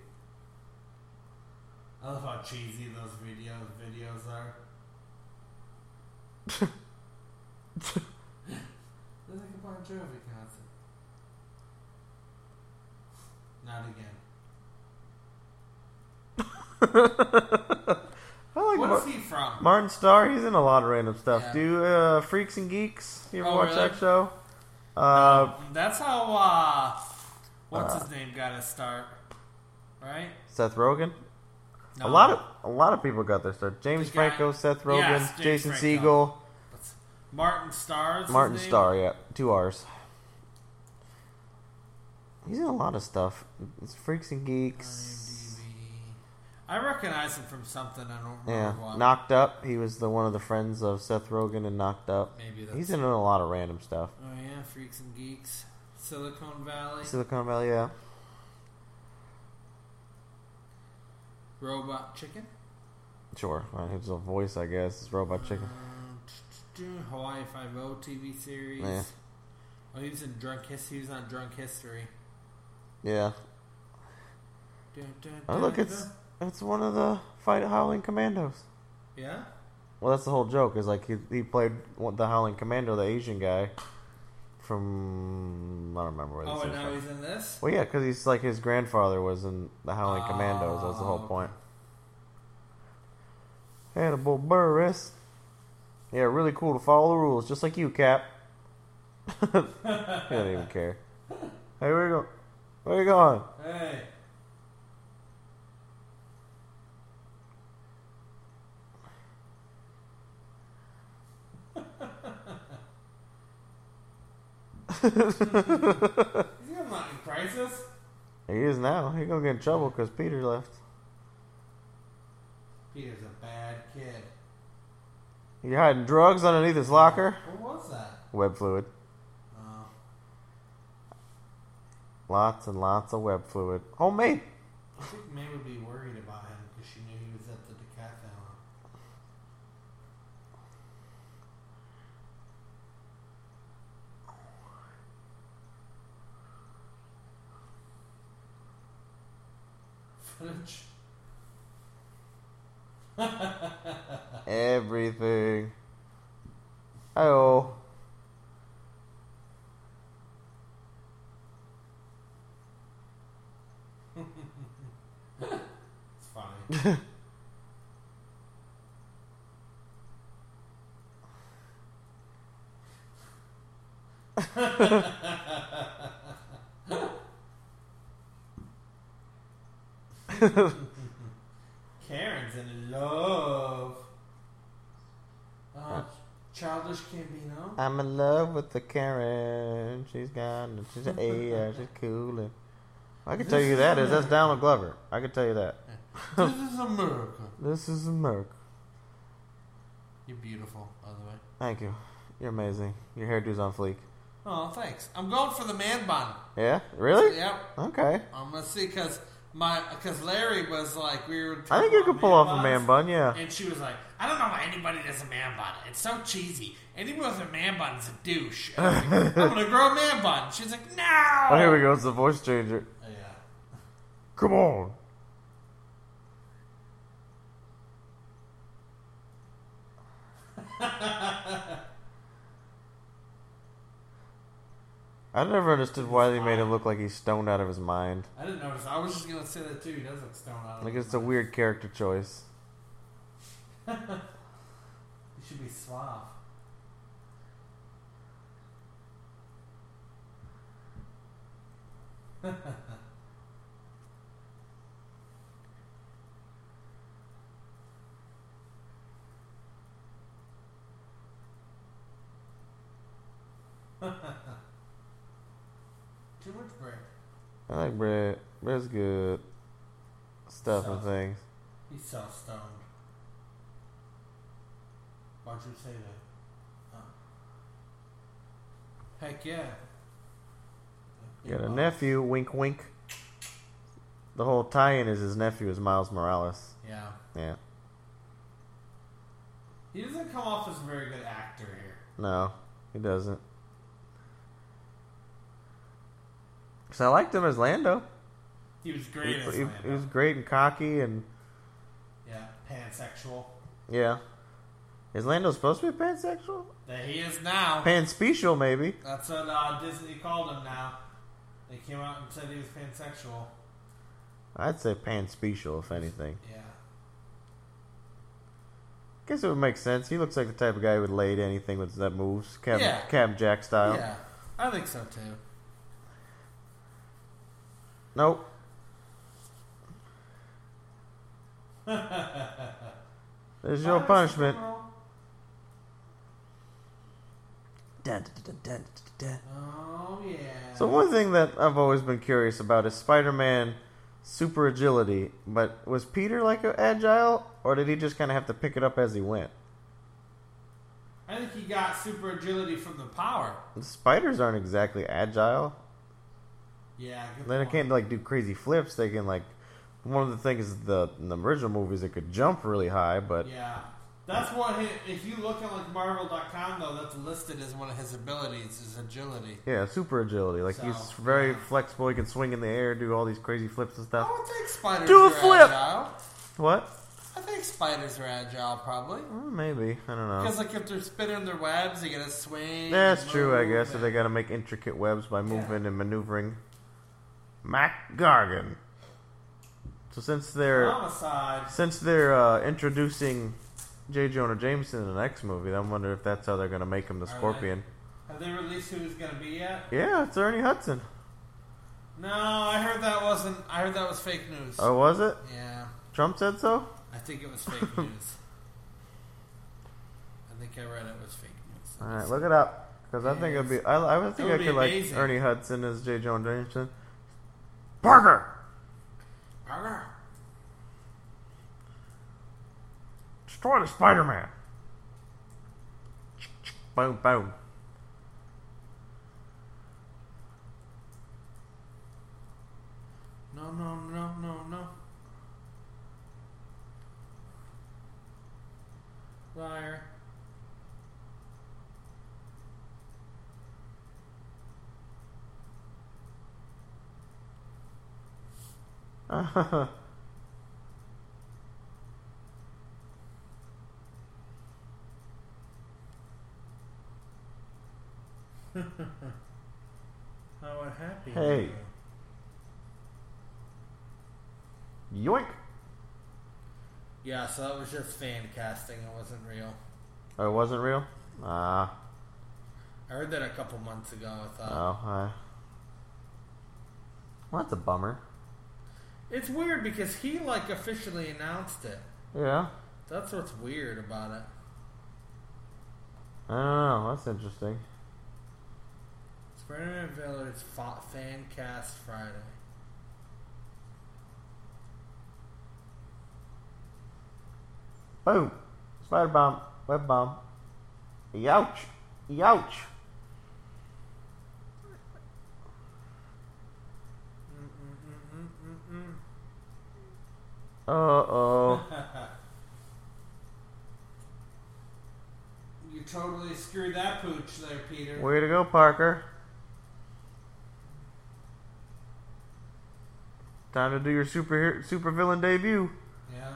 C: I love how cheesy those video videos are. They're like a Bon Jovi concert. Not again.
D: I
C: What
D: like Mar-
C: is he from?
D: Martin Starr. He's in a lot of random stuff.
C: Yeah.
D: Do uh, Freaks and Geeks? You ever
C: Oh,
D: watch
C: really?
D: that show? Uh,
C: That's how uh what's his name got his start. Right?
D: Seth Rogen.
C: No.
D: A lot of a lot of people got their start. James
C: The guy-
D: Franco, Seth Rogen,
C: Yes, James
D: Jason
C: Franco.
D: Segel,
C: Martin Starr's his
D: Martin
C: name?
D: Starr. Yeah, two R's. He's in a lot of stuff. It's Freaks and Geeks.
C: I recognize him from something I don't
D: Yeah,
C: remember what.
D: Knocked Up. He was the one of the friends of Seth Rogen and Knocked Up.
C: Maybe that's
D: He's in a lot of random stuff.
C: Oh yeah, Freaks and Geeks. Silicon Valley.
D: Silicon Valley, yeah.
C: Robot Chicken.
D: Sure, uh, it's a voice, I guess. It's Robot Chicken.
C: Uh, Hawaii Five O TV series.
D: Yeah.
C: Oh, he was in Drunk History. He was on Drunk History.
D: Yeah.
C: Dun, dun,
D: Oh,
C: dun,
D: look, it's
C: dun.
D: it's one of the fight Howling Commandos.
C: yeah.
D: Well, that's the whole joke. Is like he he played one- the Howling Commando, the Asian guy from I don't remember where this
C: Oh,
D: is.
C: and now
D: from.
C: he's in this.
D: Well, yeah, because he's like his grandfather was in the Howling Commandos. That's the whole
C: Oh,
D: point. Hannibal Burris. Yeah, really cool to follow the rules, just like you, Cap. I don't even care. Hey, where you go? Where you going?
C: Hey.
F: Is he not in crisis?
D: He is now. He gonna get in trouble because Peter left.
F: Peter's a bad kid.
D: You hiding drugs underneath his locker?
F: What was that?
D: Web fluid. Uh.
F: Oh.
D: Lots and lots of web fluid. Homemade.
F: I think May would be worried about him because she knew he was at the decathlon.
C: Footage.
D: Everything. Oh.
F: It's funny.
C: Karen's in love. Uh, childish Cambino.
D: I'm in love with the Karen. She's got she's an A, she's coolin'. I can tell you that is that's Donald Glover. I can tell you that.
C: this is America.
D: This is America.
C: You're beautiful, by the way.
D: Thank you. You're amazing. Your hairdo's on fleek.
C: Oh, thanks. I'm going for the man bun.
D: Yeah? Really?
C: Yep.
D: Okay.
C: I'm gonna Um, see because my because Larry was like we were.
D: I think you could pull off a Oh, man bun, yeah.
C: And she was like, I don't know why anybody does a man bun. It's so cheesy. Anyone with a man bun is a douche. And I was like, I'm gonna grow a man bun. She's like, no.
D: Oh, here we go. It's the voice changer.
C: Yeah.
D: Come on. I never understood why they made him look like he's stoned out of his mind.
C: I didn't notice. I was just gonna say that too. He does look stoned out. of
D: Like
C: his
D: it's a
C: mind.
D: weird character choice.
C: He should be suave.
F: Too much bread.
D: I like Brett. Brett's good stuff and things.
F: He's so stoned. Why'd you say that?
C: Heck yeah.
D: Got a nephew. Wink, wink. The whole tie-in is his nephew is Miles Morales.
C: Yeah.
D: Yeah.
C: He doesn't come off as a very good actor here.
D: No, he doesn't. Cause I liked him as Lando.
C: He was
D: He,
C: great as
D: he-
C: Lando.
D: he was great and cocky, and
C: yeah, pansexual.
D: yeah. Is Lando supposed to be pansexual?
C: That he is now.
D: Panspecial, maybe.
C: That's what uh, Disney called him now. They came out and said he was pansexual.
D: I'd say panspecial, if anything.
C: Yeah.
D: Guess it would make sense. He looks like the type of guy who would lay to anything with that moves, Cab,
C: Yeah.
D: Cab Jack style.
C: Yeah. I think so too.
D: Nope. There's your punishment.
C: Oh,
D: Dun, dun, dun, dun, dun, dun.
C: Oh yeah.
D: So one thing that I've always been curious about is Spider-Man super agility, but was Peter like a- agile or did he just kind of have to pick it up as he went?
C: I think he got super agility from the power.
D: Spiders aren't exactly agile.
C: Yeah. Good
D: They
C: point.
D: can't like do crazy flips. They can like one of the things is the in the original movies it could jump really high, but
C: Yeah. That's what he, if you look at like Marvel.com though, that's listed as one of his abilities is agility.
D: yeah, super agility. Like he's
C: So,
D: very
C: yeah.
D: flexible. He can swing in the air, do all these crazy flips and
C: I
D: stuff.
C: would think spiders
D: Do a
C: are
D: flip!
C: agile.
D: What?
C: I think spiders are agile probably.
D: Mm, Maybe I don't know.
C: Because like if they're spinning their webs, they gotta swing.
D: That's
C: and
D: true, I
C: move
D: guess. If
C: and-
D: they got to make intricate webs by moving and maneuvering. Mac Gargan. So since they're
C: homicide.
D: since they're uh, introducing J. Jonah Jameson in the next movie, I wonder if that's how they're going to make him the
C: they?
D: Scorpion.
C: Have they released who it's gonna be yet?
D: Yeah, it's Ernie Hudson.
C: No, I heard that wasn't. I heard that was fake news.
D: Oh, was it?
C: Yeah,
D: Trump said so.
C: I think it was fake news. I think I read it was fake news.
D: All right, look it up because I think it'd be. I, I would think
C: That
D: I
C: would
D: could
C: be amazing.
D: like Ernie Hudson as J. Jonah Jameson. Parker.
C: Arr.
D: Destroy the Spider Man. Boom, boom.
C: No, no, no, no, no. Liar.
G: How happy.
D: Hey. Yoink.
C: Yeah, so that was just fan casting. It wasn't real.
D: Oh, it wasn't real? Ah.
C: I heard that a couple months ago. I thought.
D: oh, I. Well, that's a bummer.
C: It's weird because he like officially announced it.
D: Yeah.
C: That's what's weird about it.
D: I don't know. That's interesting.
C: Spider-Man Village fa- fan cast Friday.
D: Boom. Spider bomb. Web bomb. Youch. Youch. Uh oh.
C: You totally screwed that pooch there, Peter.
D: Way to go, Parker. Time to do your super supervillain debut.
C: Yeah.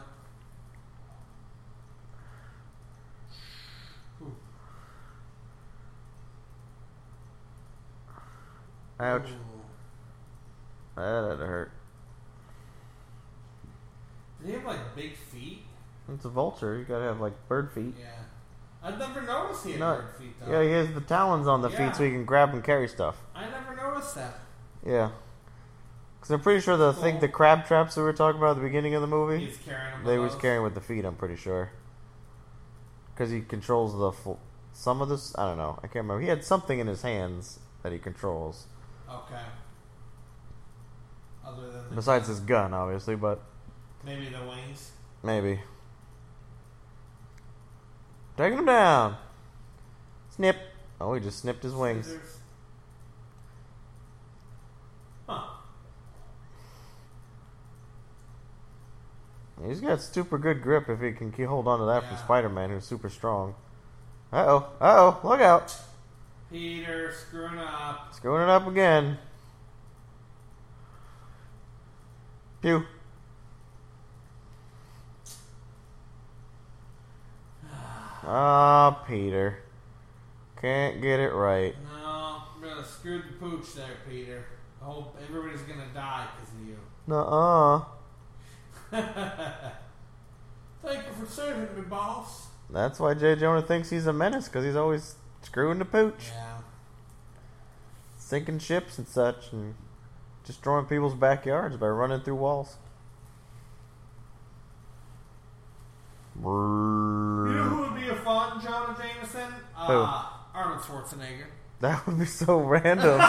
D: Ouch.
C: Ooh.
D: That hurt.
C: Do they have like big feet?
D: It's a vulture. You gotta have like bird feet.
C: Yeah. I've never noticed he had
D: No.
C: big feet though.
D: Yeah, he has the talons on the
C: Yeah.
D: feet so he can grab and carry stuff.
C: I never noticed that.
D: Yeah. Because I'm pretty sure the thing, the crab traps that we were talking about at the beginning of the movie,
C: He's carrying them.
D: they
C: with
D: was
C: those.
D: carrying with the feet. I'm pretty sure. Because he controls the fl- some of this. I don't know. I can't remember. He had something in his hands that he controls.
C: Okay. Other than the,
D: Besides his gun, obviously, but
C: maybe the wings.
D: maybe. Taking him down. Snip. Oh, he just snipped his wings.
C: Scissors. Huh.
D: He's got super good grip if he can ke- hold on to that from
C: Yeah.
D: Spider Man, who's super strong. Uh oh. Uh oh. Look out.
C: Peter screwing up.
D: Screwing it up again. Pew. Ah, Peter. Can't get it right.
C: No, really screwed the pooch there, Peter. I hope everybody's gonna die because of you.
D: Nuh uh.
C: Thank you for saving me, boss.
D: That's why J. Jonah thinks he's a menace, because he's always screwing the pooch,
C: Yeah.
D: sinking ships and such, and destroying people's backyards by running through walls.
C: You know who would be a fun Jonah Jameson? Uh, Arnold Schwarzenegger.
D: That would be so random.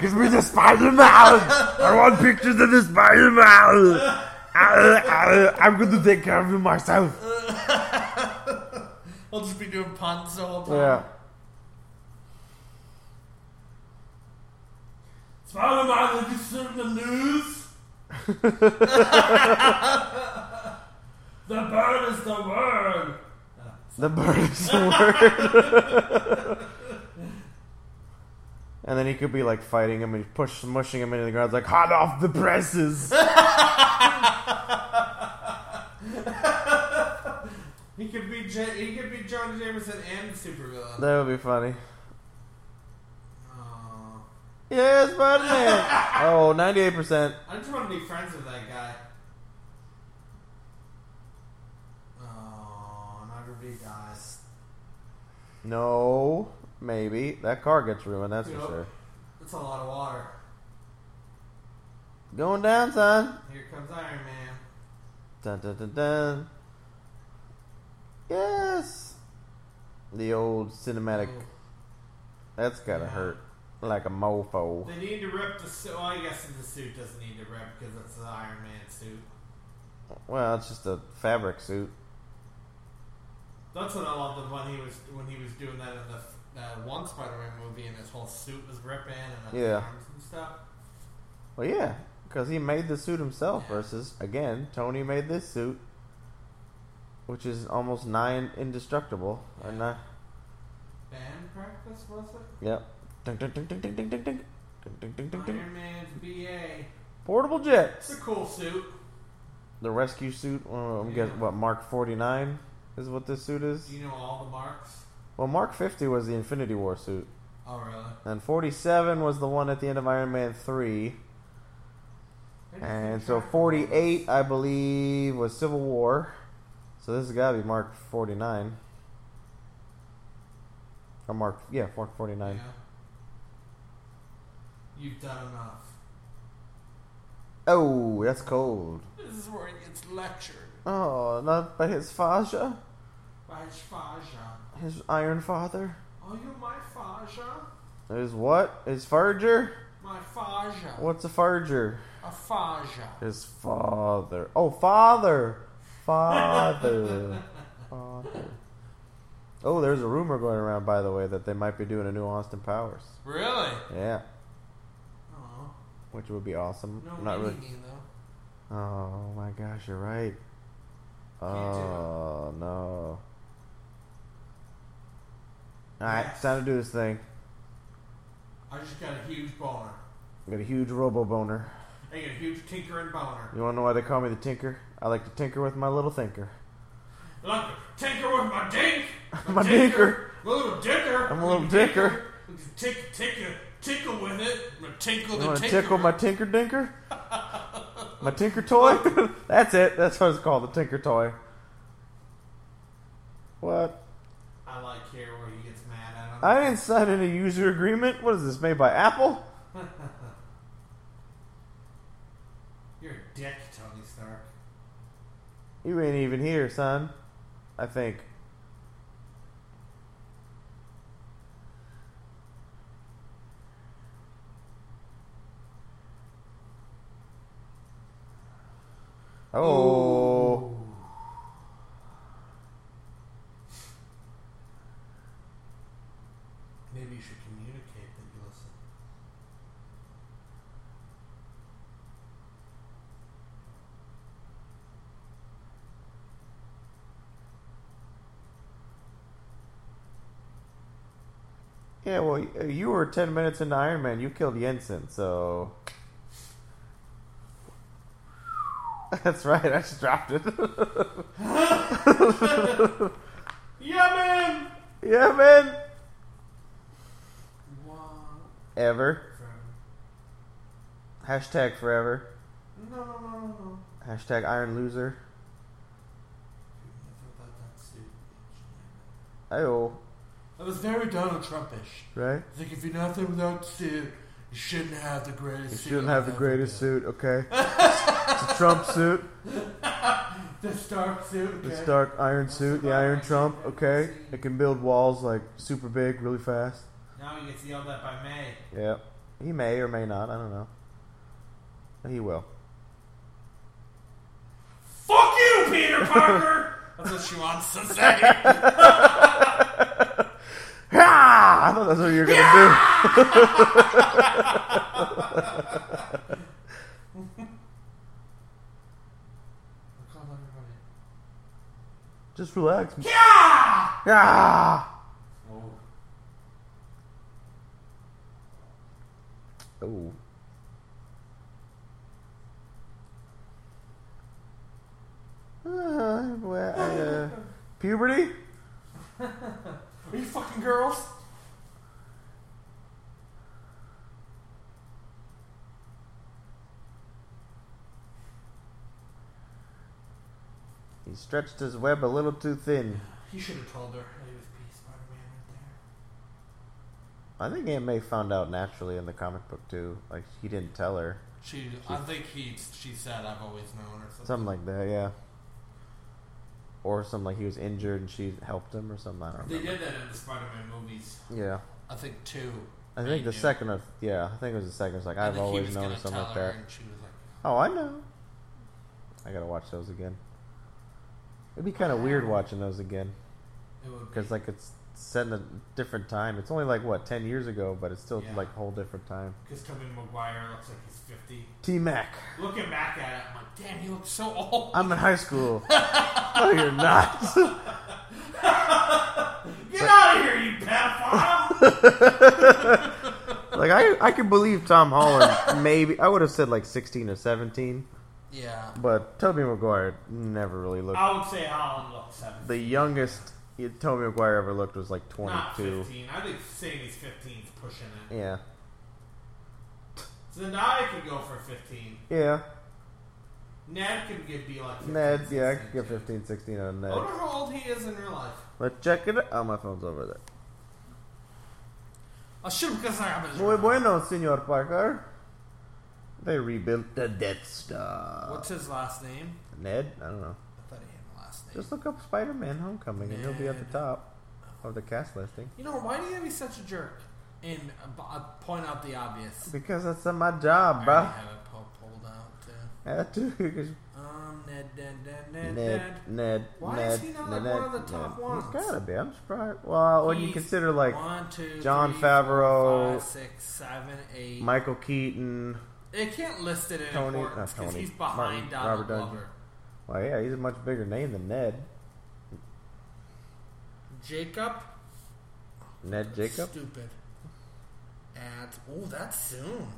D: Give me the Spider Man! I want pictures of the Spider Man! I'm gonna take care of him myself.
C: I'll just be doing puns the whole time.
D: Yeah.
C: Spider-Man, did you see the news? The bird is the word.
D: The bird is the word. and then he could be like fighting him and push mushing him into the ground like hot off the presses.
C: He could be J- he could be Jonah Jameson and supervillain.
D: that would be funny.
C: Oh.
D: Yes, Spider-Man. oh, 98%.
C: I just want to be friends with that guy. Oh, and everybody dies.
D: No, maybe. That car gets ruined, that's for
C: Yep.
D: sure.
C: That's a lot of water.
D: Going down, son.
C: Here comes Iron Man.
D: Dun, dun, dun, dun. Yes. The old cinematic. That's gotta
C: Oh. Yeah.
D: hurt. Like a mofo.
C: They need to rip the suit. Well, I guess the suit doesn't need to rip because it's the Iron Man suit.
D: Well, it's just a fabric suit.
C: That's what I loved when he was when he was doing that in the f- that one Spider-Man movie, and his whole suit was ripping and the
D: Yeah.
C: arms and stuff.
D: Well, yeah, because he made the suit himself. Versus again, Tony made this suit, which is almost nine indestructible. Or not?
C: Band practice was it?
D: Yep. Dun, dun, dun, dun, dun, dun, dun, dun. Dun, dun, dun, dun, dun.
C: Iron Man's BA.
D: Portable
C: It's a
D: jets.
C: cool suit.
D: The rescue suit. uh, I'm guessing what Mark 49 is what this suit is.
C: Do you know all the marks?
D: Well, Mark 50 was the Infinity War suit,
C: Oh really?
D: and 47 was the one at the end of Iron Man 3. And so 48, I believe, was Civil War. So this has got to be Mark 49. Or Mark, yeah, Mark 49.
C: Yeah. You've done enough.
D: Oh, that's cold.
C: This is where it gets lectured
D: Oh, not by his Faja?
C: by his Faja.
D: His Iron Father?
C: Are you my Faja?
D: His what? His Farger?
C: My Faja.
D: What's a Farger?
C: A Faja.
D: His father. Oh, father! Father. father. Oh, there's a rumor going around, by the way, that they might be doing a new Austin Powers.
C: Really?
D: Yeah.
C: Oh.
D: which would be awesome.
C: No
D: Not really.
C: meaning, though.
D: Oh my gosh, you're right.
C: Can't do it.
D: Oh no. Alright,
C: Yes.
D: time to do this thing.
C: I just got a huge boner.
D: I got a huge robo boner.
C: I got a huge tinkering boner.
D: You wanna know why they call me the tinker? I like to tinker with my little thinker.
C: Look, tinker with my dink.
D: My dinker.
C: My little dicker.
D: I'm a little dicker.
C: Tick, ticker, tickle with it. My tinkle
D: You
C: the
D: wanna
C: tinker.
D: tickle my tinker dinker? my tinker toy? That's it. That's what it's called, the tinker toy. What?
C: I like here where he gets mad at him.
D: I didn't sign any user agreement. What is this, made by Apple?
C: You're a dick, Tony Stark.
D: You ain't even here, son. I think. Oh.
C: Maybe you should communicate that you listen.
D: Yeah, well, y- uh, you were 10 minutes into Iron Man. You killed Jensen, so. That's right, I just dropped it.
C: Yeah, man!
D: yeah, man!
C: Whatever.
D: Ever. Hashtag forever.
C: No, no, no, no, no.
D: Hashtag iron loser.
C: I thought that suit.
D: Oh,
C: That was very Donald Trumpish.
D: right?
C: It's like if you're nothing without suit, you shouldn't have the greatest
D: You
C: suit.
D: shouldn't
C: I've
D: have the
C: ever
D: greatest
C: built.
D: suit, okay? It's a Trump suit,
C: The Stark suit.
D: the
C: okay?
D: Stark Iron suit, the Iron Trump, okay? It can build walls like super big, really fast.
C: Now he gets yelled at by May.
D: Yeah, he may or may not. I don't know. He will.
C: Fuck you, Peter Parker! That's what she wants to say.
D: Ah! I thought that's what you were gonna do. Just relax.
C: Yeah!
D: Ah!
C: Oh,
D: Oh. Uh, well, uh, puberty?
C: are you fucking girls?
D: He stretched his web a little too thin.
C: He should have told her that he was P. Spider-Man right there.
D: I think Aunt May found out naturally in the comic book too. Like he didn't tell her.
C: She, I think he, she said, "I've always known" or something.
D: Something like that, yeah. Or something like he was injured and she helped him or something. I don't
C: They
D: remember.
C: did that in the Spider-Man movies.
D: Yeah.
C: I think two.
D: I think the
C: Yeah.
D: second or yeah, I think it was the second. It's like
C: I
D: I've
C: think he
D: always
C: was
D: known or
C: gonna
D: something
C: tell
D: like
C: her,
D: that.
C: and she was like,
D: Oh, I know. I gotta watch those again. It'd be kind of weird watching those again
C: it would be-
D: because like it's set in a different time. It's only like what ten years ago, but it's still
C: Yeah.
D: like a whole different time.
C: Because Tobey Maguire looks like he's 50.
D: T Mac,
C: Looking back at it, I'm like, damn, he looks so old.
D: I'm in high school. no, you're not.
C: Get out of here, you pedophile!
D: like I, I could believe Tom Holland. Maybe I would have said like sixteen or seventeen,
C: yeah.
D: but Tobey Maguire never really looked.
C: I would say Holland looks 7.
D: The youngest Tobey Maguire ever looked was like
C: Not
D: twenty-two.
C: 15. I think saying he's 15 is pushing it.
D: Yeah,
C: Zendaya could go for 15.
D: yeah.
C: Ned could give be like 15.
D: Ned, yeah, I could
C: 16,
D: get
C: too.
D: 15, 16 on
C: I
D: Ned.
C: wonder how old he is in real life.
D: Let's check it out. Oh, my phone's over there.
C: I'll Oh, shoot him because I'm his
D: Muy bueno, Senor Parker. They rebuilt the Death Star.
C: What's his last name?
D: Ned? I don't know.
C: I thought he had a last name.
D: Just look up Spider Man Homecoming and he'll be at the top of the cast listing.
C: You know, why do you have to be such a jerk and uh, b- uh, point out the obvious?
D: Because that's not my
C: I
D: job,
C: already
D: bro.
C: have it po- pulled out too.
D: I had to, 'cause
C: Um, Ned, Ned, Ned, Ned,
D: Ned,
C: Ned.
D: Ned,
C: Why
D: Ned,
C: is he not, like,
D: Ned,
C: one of the top
D: Ned.
C: ones?
D: He's gotta be. I'm surprised. Well, when you
C: He's
D: consider like
C: One, two,
D: Jon
C: three, four,
D: Favreau,
C: five, six, seven, eight.
D: Michael Keaton.
C: they can't list it in
D: Tony-
C: Tony, importance
D: not
C: because
D: Tony,
C: he's behind
D: Martin,
C: Donald
D: Robert Downey.
C: Glover.
D: Well, yeah, he's a much bigger name than Ned.
C: Jacob,
D: Ned Jacob?
C: stupid. And oh, that's soon.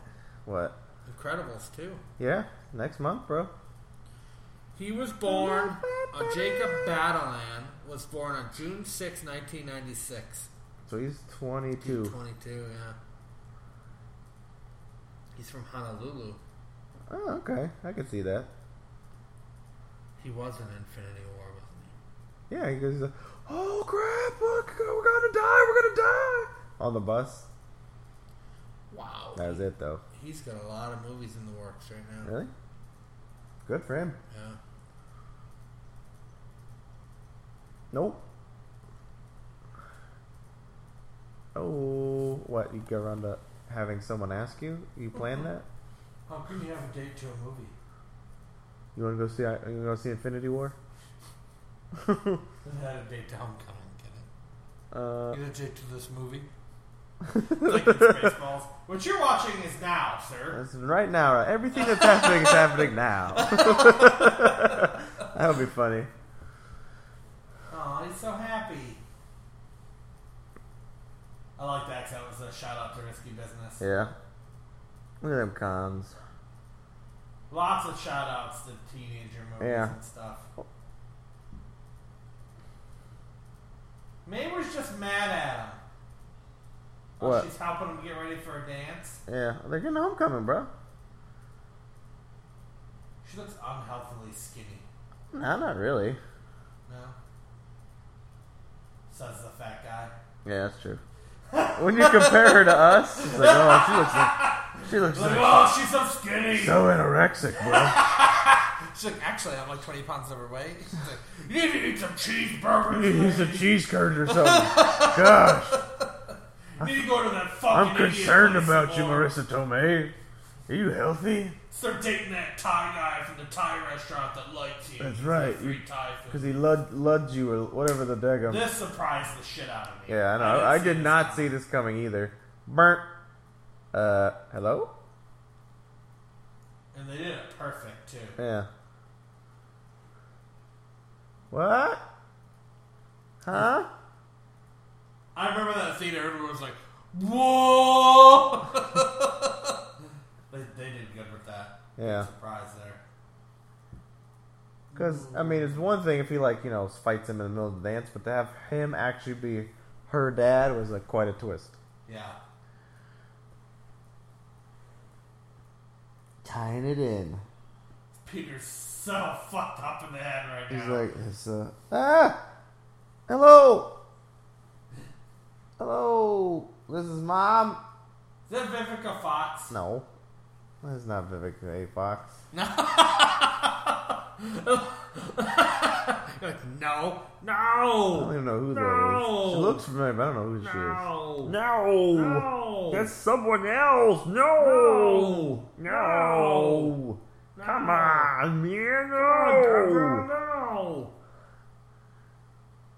D: What?
C: Incredibles too.
D: Yeah, next month, bro.
C: He was born, uh, Jacob Battleland was born on June 6, 1996.
D: So he's 22.
C: 22, yeah. He's from Honolulu.
D: Oh, okay. I can see that.
C: He was in Infinity War, wasn't
D: Yeah, he goes, oh crap, look, we're gonna die, we're gonna die. On the bus.
C: he? Wow.
D: That was it, though.
C: He's got a lot of movies in the works right now.
D: Really? Good for him.
C: Yeah.
D: Nope. Oh, what? You go around to having someone ask you? You plan that?
C: How can you Oh, have a date to a movie?
D: You wanna go see? uh, You wanna go see Infinity War?
C: I had a date to Homecoming, get it?
D: Uh,
C: You had a date to this movie? like it's Spaceballs. What you're watching is now, sir.
D: That's right now. Right? Everything that's happening is happening now. that would be funny.
C: Oh, he's so happy. I like that 'cause that was a shout out to Risky Business.
D: Yeah. Look at them cons.
C: Lots of shout outs to teenager movies
D: Yeah.
C: and stuff. May was just mad at him. Oh,
D: What?
C: she's helping him get ready for a dance.
D: Yeah, they're getting homecoming, bro.
C: She looks unhealthily skinny.
D: Nah, not really.
C: No? Says the fat guy.
D: Yeah, that's true. When you compare her to us, she's like, oh, she looks like she looks
C: Like,
D: like
C: oh, she's so skinny.
D: so anorexic, bro.
C: She's like, actually, I'm like 20 pounds overweight. She's like, you need to eat some cheeseburgers.
D: He's a cheese curd or something. Gosh,
C: You need to go to that fucking
D: I'm
C: idiot
D: concerned
C: place
D: about you,
C: more."
D: Marissa Tomei. Are you healthy?
C: Start dating that Thai guy from the Thai restaurant that likes you.
D: That's right,
C: Free
D: you-
C: Thai food.
D: Because he lud- luds you or whatever the daggum.
C: This surprised the shit out of me.
D: Yeah, I know.
C: didn't
D: I,
C: see
D: did
C: this
D: not
C: coming.
D: see this coming either. Burnt. Uh, hello?
C: And they did it perfect too.
D: Yeah. What? Huh?
C: I remember that theater. Everyone was like, "Whoa!" they, they did good with that.
D: Yeah.
C: Surprise there.
D: Because I mean, it's one thing if he like you know fights him in the middle of the dance, but to have him actually be her dad was like quite a twist.
C: Yeah.
D: Tying it in,
C: Peter's so fucked up in the head right
D: he's
C: now.
D: like, it's, uh, ah, hello, hello, this is mom.
C: is that Vivica Fox?
D: No, that's not Vivica A. Fox.
C: No.
D: I don't
C: No.
D: even know who that is. She
C: No.
D: looks familiar, but I don't know who she is.
C: No.
D: No,
C: No.
D: someone else.
C: No.
D: no. Come on, man.
C: No. No.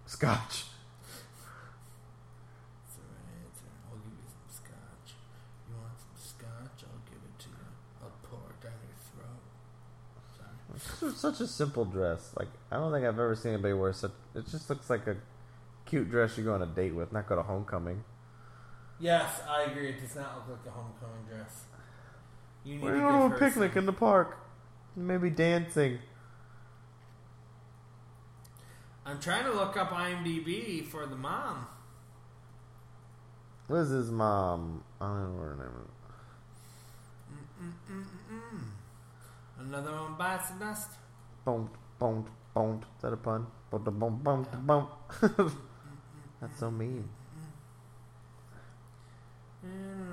D: Scotch.
C: It's the right answer. I'll give you some scotch. You want some scotch? I'll give it to you. I'll pour it down your throat. Sorry.
D: This is such a simple dress. Like I don't think I've ever seen anybody wear such. It just looks like a cute dress you go on a date with, not go to homecoming.
C: Yes, I agree. It does not look like a homecoming dress. You need
D: We're
C: to
D: going on
C: give
D: a
C: her
D: picnic
C: some-
D: in the park, maybe dancing.
C: I'm trying to look up IMDb for the mom.
D: What is his mom? I don't know her name. is.
C: Another one bites the dust.
D: Bump, bump, bump. Is that a pun? Bump, bump, bump, bump. That's so mean.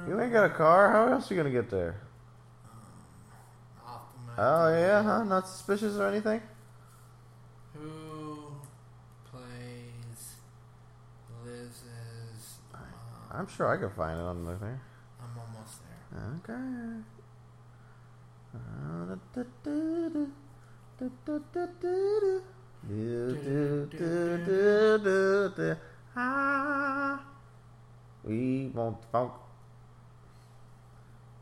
D: You ain't got a car. How else you gonna get there?
C: Off the map.
D: Oh yeah, huh? Not suspicious or anything.
C: Who plays Liz is mom?
D: I'm sure I could find it on there.
C: uh, I'm almost there.
D: Okay. Ah, we won't funk.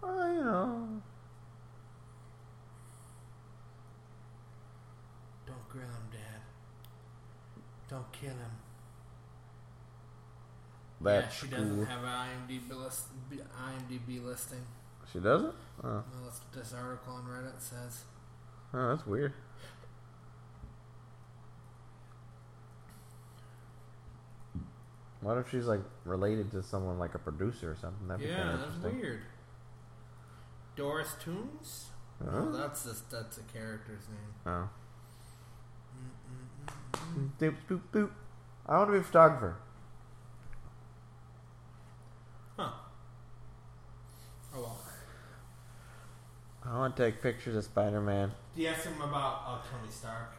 D: Oh, you know.
C: Don't grill him, Dad. Don't kill him. yeah,
D: That's
C: she
D: she
C: doesn't
D: cool.
C: have an IMDb, list, IMDb listing.
D: she doesn't? Oh,
C: Well, that's what this article on Reddit says.
D: oh, that's weird. What if she's like related to someone like a producer or something? That'd be kinda
C: Yeah, that's
D: interesting.
C: weird. Doris Toombs?
D: Huh?
C: Oh, that's just that's a character's name.
D: Oh. Doop, doop, doop. I want to be a photographer.
C: Huh. Oh well.
D: I want to take pictures of Spider Man.
C: Do you ask him about uh, Tony Stark?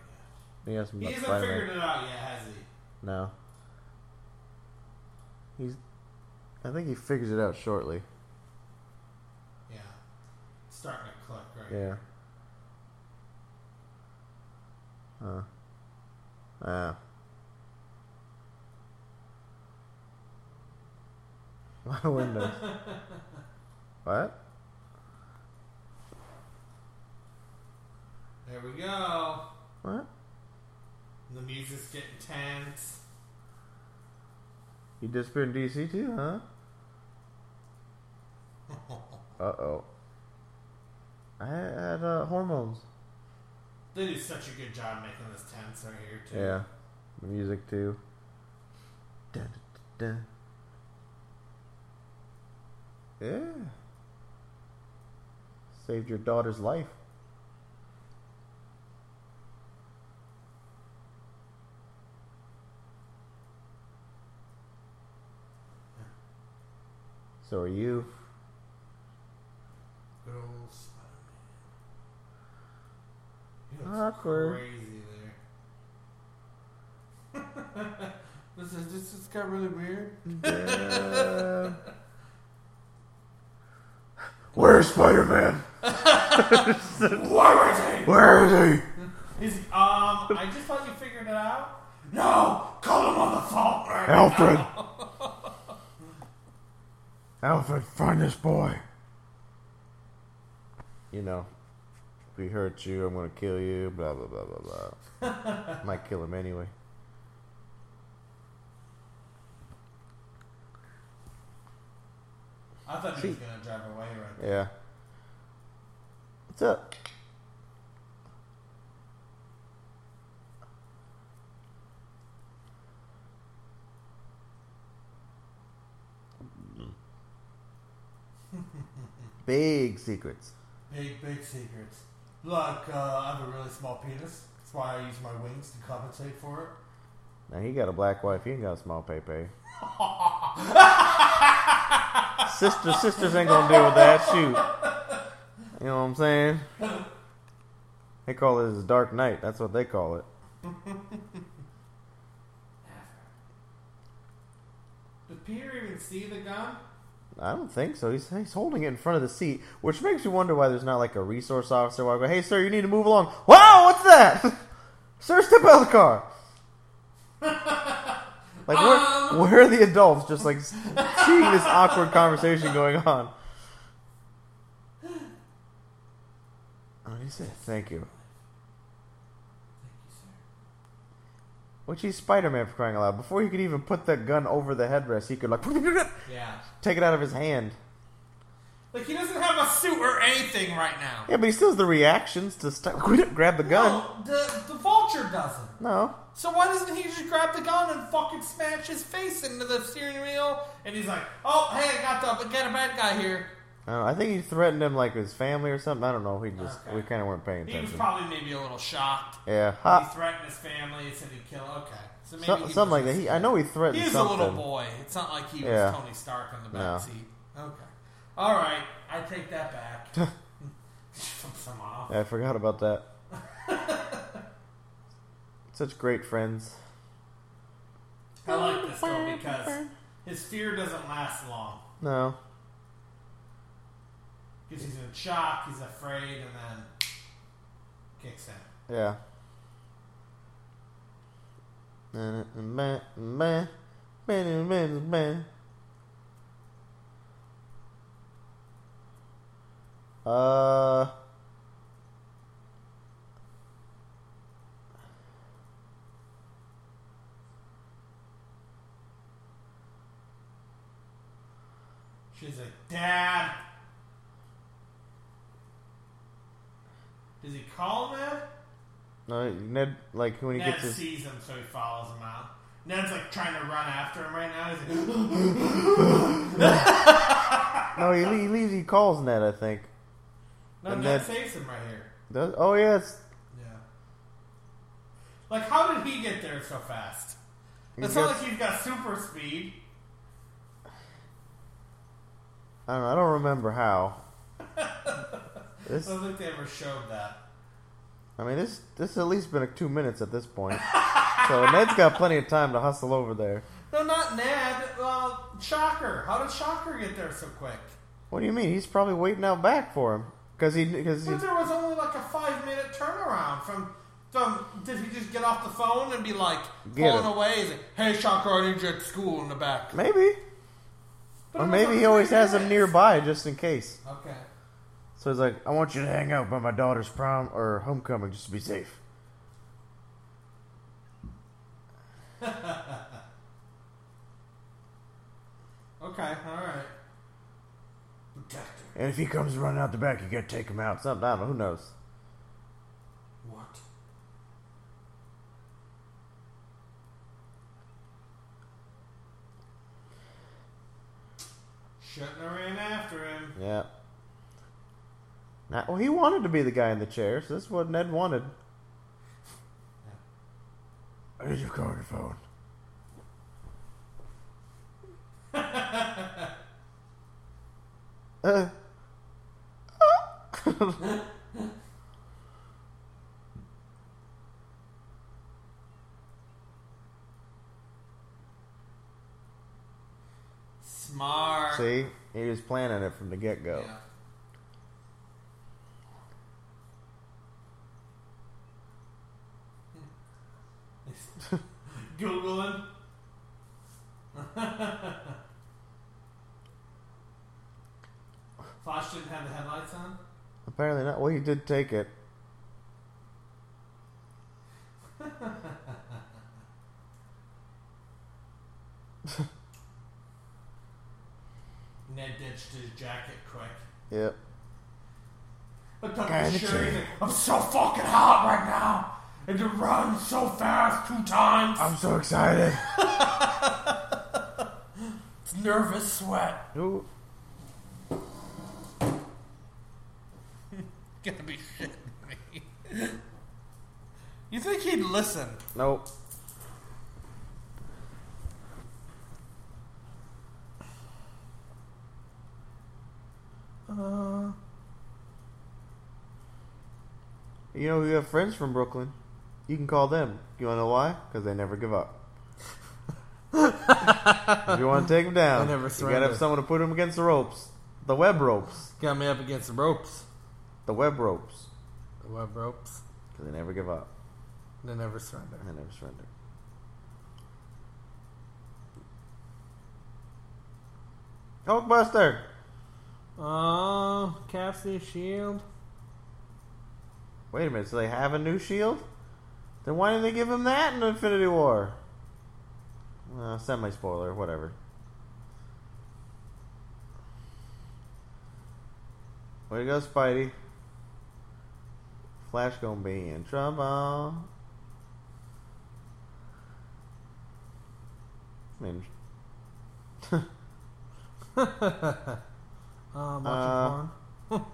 D: Yes,
C: He hasn't
D: Spider
C: figured
D: Man.
C: it out yet, has he?
D: No. He's. I think he figures it out shortly.
C: Yeah. Starting to click, right?
D: Yeah. Huh. Ah. A lot of windows. what?
C: There we go.
D: What?
C: The music's getting tense.
D: He disappeared in DC too, huh? Uh oh. I had uh, hormones.
C: They do such a good job making this tense right here too.
D: Yeah. The music too. Dun, dun, dun. Yeah. Saved your daughter's life. So are you.
C: Good old Spider-Man. He looks
D: Awkward.
C: Crazy there. this is this just got really weird.
D: Yeah. Where's Spider Man?
C: Where is he?
D: Where is he?
C: He's um. I just thought you figured it out. No, call him on the phone right
D: Alfred! Alfred, find this boy! You know, if we hurt you, I'm gonna kill you, blah, blah, blah, blah, blah. Might kill him anyway.
H: I thought he was gonna drive away right there.
D: Yeah. What's up? Big secrets.
H: Big, big secrets. Look, uh, I have a really small penis. That's why I use my wings to compensate for it.
D: Now he got a black wife. He ain't got a small pay pay. Sister, sisters ain't gonna deal with that. Shoot, you know what I'm saying? They call it his dark night. That's what they call it.
C: Did Peter even see the gun?
D: I don't think so. He's, he's holding it in front of the seat, which makes you wonder why there's not like a resource officer walking. Hey, sir, you need to move along. Wow, what's that? sir, step out of the car. like where, where are the adults just like seeing this awkward conversation going on? Oh, he said, "Thank you." Which he's Spider-Man for crying out loud. Before he could even put that gun over the headrest, he could like
C: Yeah.
D: take it out of his hand.
C: Like he doesn't have a suit or anything right now.
D: Yeah, but he still has the reactions to st- grab the gun.
C: No, the the vulture doesn't.
D: No.
C: So why doesn't he just grab the gun and fucking smash his face into the steering wheel? And he's like, "Oh, hey, I got the I got a bad guy here."
D: Uh, I think he threatened him like his family or something. I don't know. He just
C: Okay.
D: we kind of weren't paying
C: He was
D: attention.
C: probably maybe a little shocked.
D: yeah,
C: He
D: ha,
C: threatened his family. He said he'd kill. Okay, so maybe
D: Uh, so,
C: he
D: something like
C: was
D: that. He, I know he threatened
C: He is
D: something.
C: a little boy. It's not like he was
D: Yeah.
C: Tony Stark on the back
D: No.
C: seat. Okay. All right. I take that back. Flips him off.
D: Yeah, I forgot about that. Such great friends.
C: I like this though because his fear doesn't last long.
D: No,
C: Because he's in shock, he's afraid, and then kicks in.
D: yeah. Uh, Uh.
C: She's like, Dad! Does he call Ned?
D: No, Ned, like when he
C: Ned
D: gets his,
C: sees him, so he follows him out. Ned's like trying to run after him right now. He's like,
D: no, Oh, he, le- he leaves. He calls Ned, I think.
C: No,
D: And
C: Ned,
D: Ned-
C: saves him right here.
D: Does, oh yeah, it's,
C: Yeah. Like, how did he get there so fast?
D: he
C: It's
D: gets-
C: not like he's got super speed.
D: I don't know. I don't remember how.
C: I
D: this,
C: don't think they ever showed that.
D: I mean, this this has at least been a two minutes at this point. so Ned's got plenty of time to hustle over there.
C: No, not Ned. Well, Shocker. How did Shocker get there so quick?
D: What do you mean? He's probably waiting out back for him because he because he.
C: But there was only like a five minute turnaround from. From, did he just get off the phone and be like
D: Get
C: pulling
D: him.
C: away? He's like, "Hey, Shocker, I need you at school in the back."
D: Maybe,
C: But
D: or
C: it was
D: maybe
C: like
D: he always
C: three
D: has him
C: minutes.
D: nearby just in case.
C: Okay,
D: So he's like, "I want you to hang out by my daughter's prom or homecoming just to be safe."
C: okay, all right. Protector,
D: And if he comes running out the back, you gotta take him out. Something I don't know. Who knows?
C: what? Shouldn't have ran after him.
D: Yeah. Now, well, he wanted to be the guy in the chair, so this is what Ned wanted. I need your card phone. uh.
C: Smart.
D: See, he was planning it from the get go.
C: Yeah. Googling. Flash didn't have the headlights on.
D: Apparently not. Well, he did take it.
E: Ned ditched his jacket quick.
D: Yep.
E: Looked up his shirt. He's like, I'm so fucking hot right now. And to run so fast two times.
D: I'm so excited.
E: It's nervous sweat.
D: Ooh.
E: Gotta be shitting me. you think he'd listen?
D: Nope. Uh, you know, we have friends from Brooklyn. You can call them. You want to know why? Because they never give up. if you want to take them down,
C: They never
D: you got to
C: surrender.
D: have someone to put them against the ropes. The web ropes.
C: Got me up against the ropes.
D: The web ropes.
C: The web ropes.
D: Because they never give up.
C: They never surrender.
D: They never surrender. Hulkbuster!
C: Oh, Cassidy's shield.
D: Wait a minute, so they have a new shield? Then why didn't they give him that in Infinity War? Uh, semi spoiler, whatever. Way to go, Spidey. Flash gonna be in trouble. I mean,
C: Um, watching
D: Uh,
C: porn.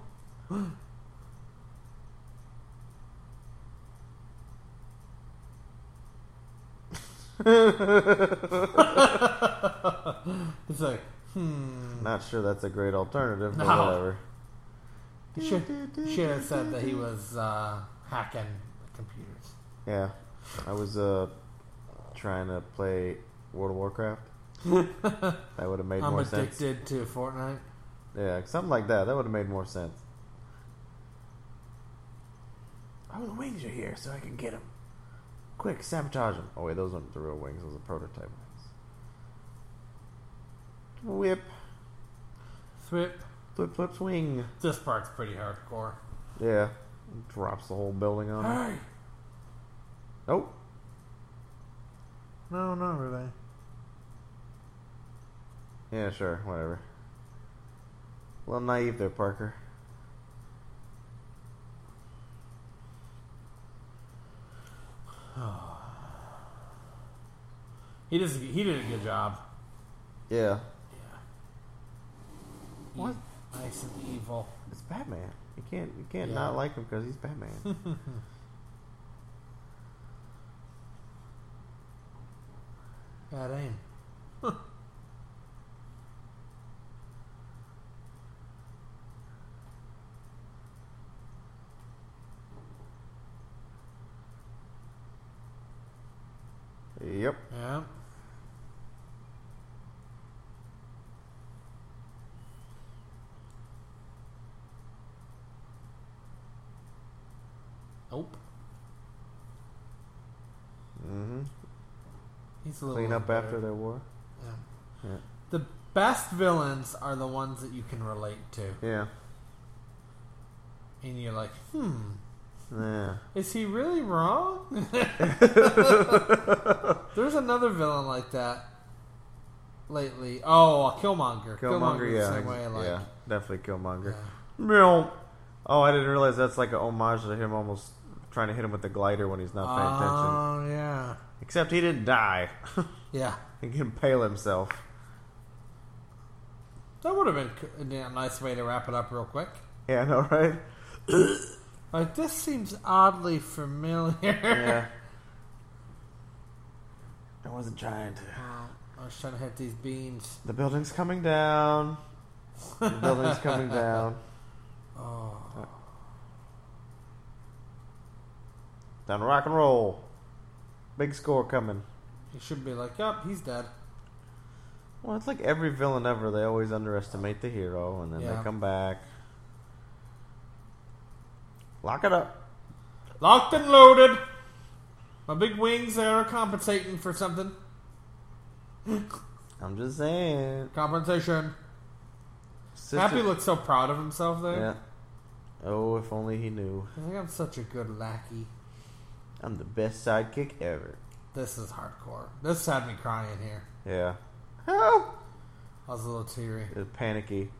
D: Uh,
C: It's like, hmm.
D: not sure that's a great alternative, but
C: No.
D: whatever.
C: you should, you should have said that he was uh, hacking computers.
D: Yeah, I was uh trying to play World of Warcraft. that would have made
C: I'm
D: more sense.
C: addicted to Fortnite.
D: Yeah, something like that. That would have made more sense. Oh, the wings are here, so I can get them. Quick, sabotage them. Oh wait, those aren't the real wings. Those are prototype wings. Whip,
C: Thwip.
D: flip, flip, swing.
C: This part's pretty hardcore.
D: Yeah, drops the whole building on him.
C: Hey!
D: Nope.
C: No, not really.
D: Yeah, sure, whatever. A little naive there, Parker.
C: He does. He did a good job.
D: Yeah,
C: He-
D: What?
C: E- Nice and evil.
D: It's Batman. You can't you can't
C: Yeah.
D: not like him because he's Batman.
C: Bad aim.
D: yep.
C: Yeah. Nope.
D: Mm-hmm.
C: He's a little
D: Clean up
C: unfair.
D: after their war.
C: Yeah.
D: Yeah.
C: The best villains are the ones that you can relate to,
D: Yeah.
C: and you're like, hmm,
D: Yeah.
C: is he really wrong? There's another villain like that lately. Oh, Killmonger.
D: Killmonger,
C: Killmonger's
D: yeah,
C: the same
D: ex-
C: way, like, uh,
D: yeah, definitely Killmonger.
C: Yeah.
D: Meow. Oh, I didn't realize that's like a homage to him almost trying to hit him with the glider when he's not paying
C: Oh
D: attention.
C: yeah,
D: Except he didn't die.
C: yeah.
D: he can impale himself.
C: That would have been c- a damn nice way to wrap it up real quick.
D: Yeah, I know, right?
C: Like this seems oddly familiar.
D: Yeah. I wasn't trying to.
C: I was trying to hit these beams.
D: The building's coming down. The building's coming down. Oh. Down to rock and roll. Big score coming.
C: He should be like, "Yup, he's dead."
D: Well, it's like every villain ever. They always underestimate the hero, and then
C: Yeah.
D: they come back. Lock it up.
C: Locked and loaded. My big wings there are compensating for something.
D: I'm just saying.
C: Compensation.
D: Sister-
C: Happy looks so proud of himself there.
D: Yeah. Oh, if only he knew.
C: I think I'm such a good lackey.
D: I'm the best sidekick ever.
C: This is hardcore. This had me crying here.
D: Yeah. Help!
C: I was a little teary.
D: It was panicky.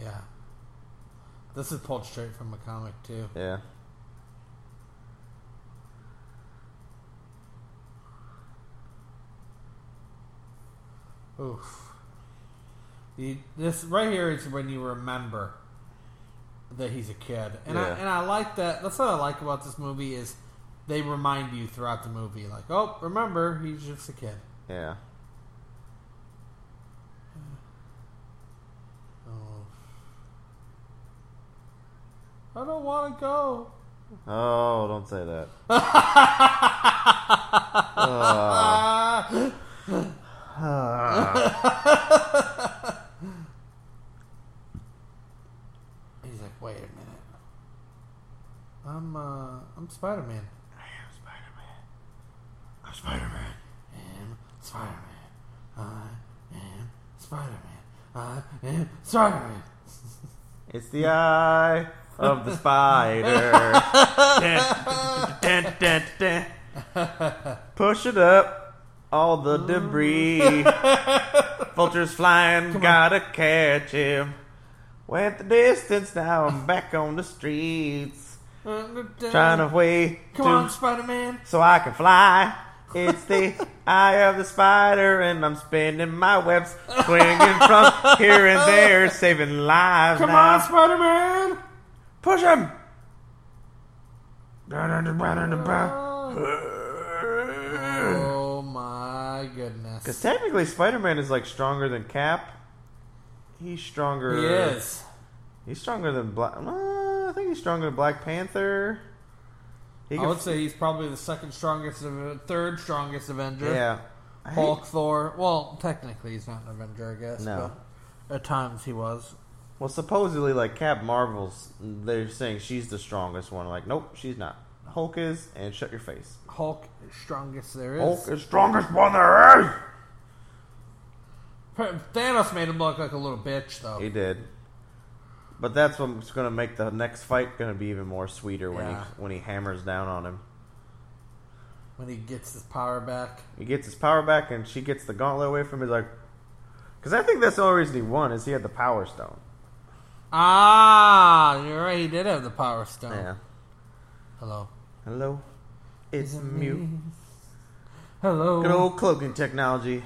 C: Yeah. This is pulled straight from a comic too.
D: Yeah.
C: Oof. You, this right here is when you remember that he's a kid, and I
D: Yeah.
C: and I like that. That's what I like about this movie is they remind you throughout the movie, like, oh, remember he's just a kid.
D: Yeah.
C: Oh, I don't want to go.
D: Oh, don't say that. Ah.
C: Ah,
D: Ah.
C: he's like, wait a minute. I'm uh, I'm Spider Man.
D: I'm Spider-Man.
C: am Spider Man. I am Spider Man. I am Spider Man.
D: It's the eye of the spider. Dun, dun, dun, dun, dun. Push it up, all the debris. Vultures flying, gotta catch him. Went the distance, now I'm back on the streets. Trying to wait
C: Come
D: to-
C: on, Spider Man.
D: so I can fly. It's the eye of the spider, and I'm spinning my webs, swinging from here and there, saving lives.
C: Come
D: now.
C: on, Spider Man.
D: Push him!
C: Oh my
D: Because
C: goodness.
D: technically, Spider Man is like stronger than Cap. He's
C: He
D: stronger.
C: is.
D: He's stronger than Black. I think he's stronger than Black Panther. He
C: I would say he's probably the second strongest, of, third strongest Avenger.
D: Yeah. I hate-
C: Hulk, Thor. Well, technically he's not an Avenger, I guess.
D: No.
C: But at times he was.
D: Well, supposedly, like Cap Marvel's, they're saying she's the strongest one. Like, nope, she's not. Hulk is, and shut your face.
C: Hulk is strongest there is.
D: Hulk is strongest one there is.
C: Thanos made him look like a little bitch, though.
D: He did. But that's what's going to make the next fight going to be even more sweeter when
C: Yeah.
D: he when he hammers down on him.
C: when he gets his power back.
D: He gets his power back, and she gets the gauntlet away from him. He's like, because I think that's the only reason he won is he had the power stone.
C: Ah, you're right. He did have the power stone.
D: Yeah.
C: Hello.
D: Hello, it's
C: Is it
D: mute.
C: me? Hello.
D: Good old cloaking technology.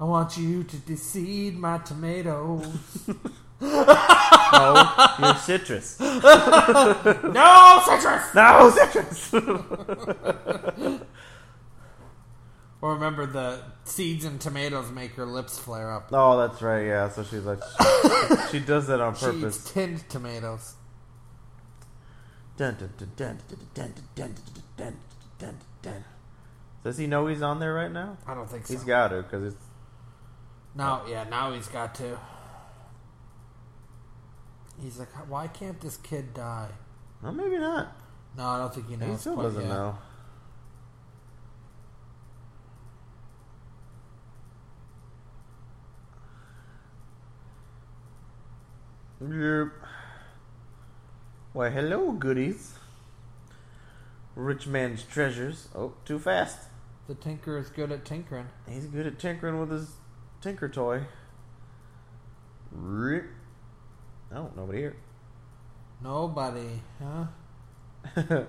C: I want you to deseed my tomatoes.
D: No, your citrus.
C: no citrus.
D: No citrus.
C: Or remember the seeds and tomatoes make her lips flare up.
D: oh, that's right. Yeah. So she's like, she, she does that on
C: She eats
D: purpose.
C: tinned tomatoes.
D: Dun, dun, dun, dun, dun, dun, dun, dun, dun, dun. Does he know he's on there right now?
C: I don't think so.
D: He's got to because it's
C: now, yeah, now he's got to. He's like, why can't this kid die?
D: well, maybe not.
C: No, I don't think he knows.
D: he still
C: quite
D: doesn't
C: yet.
D: know. Yep. Why, hello, goodies. Rich man's treasures. Oh, too fast.
C: The tinker is good at tinkering.
D: He's good at tinkering with his tinker toy. Rip. Oh, nobody here.
C: Nobody, huh?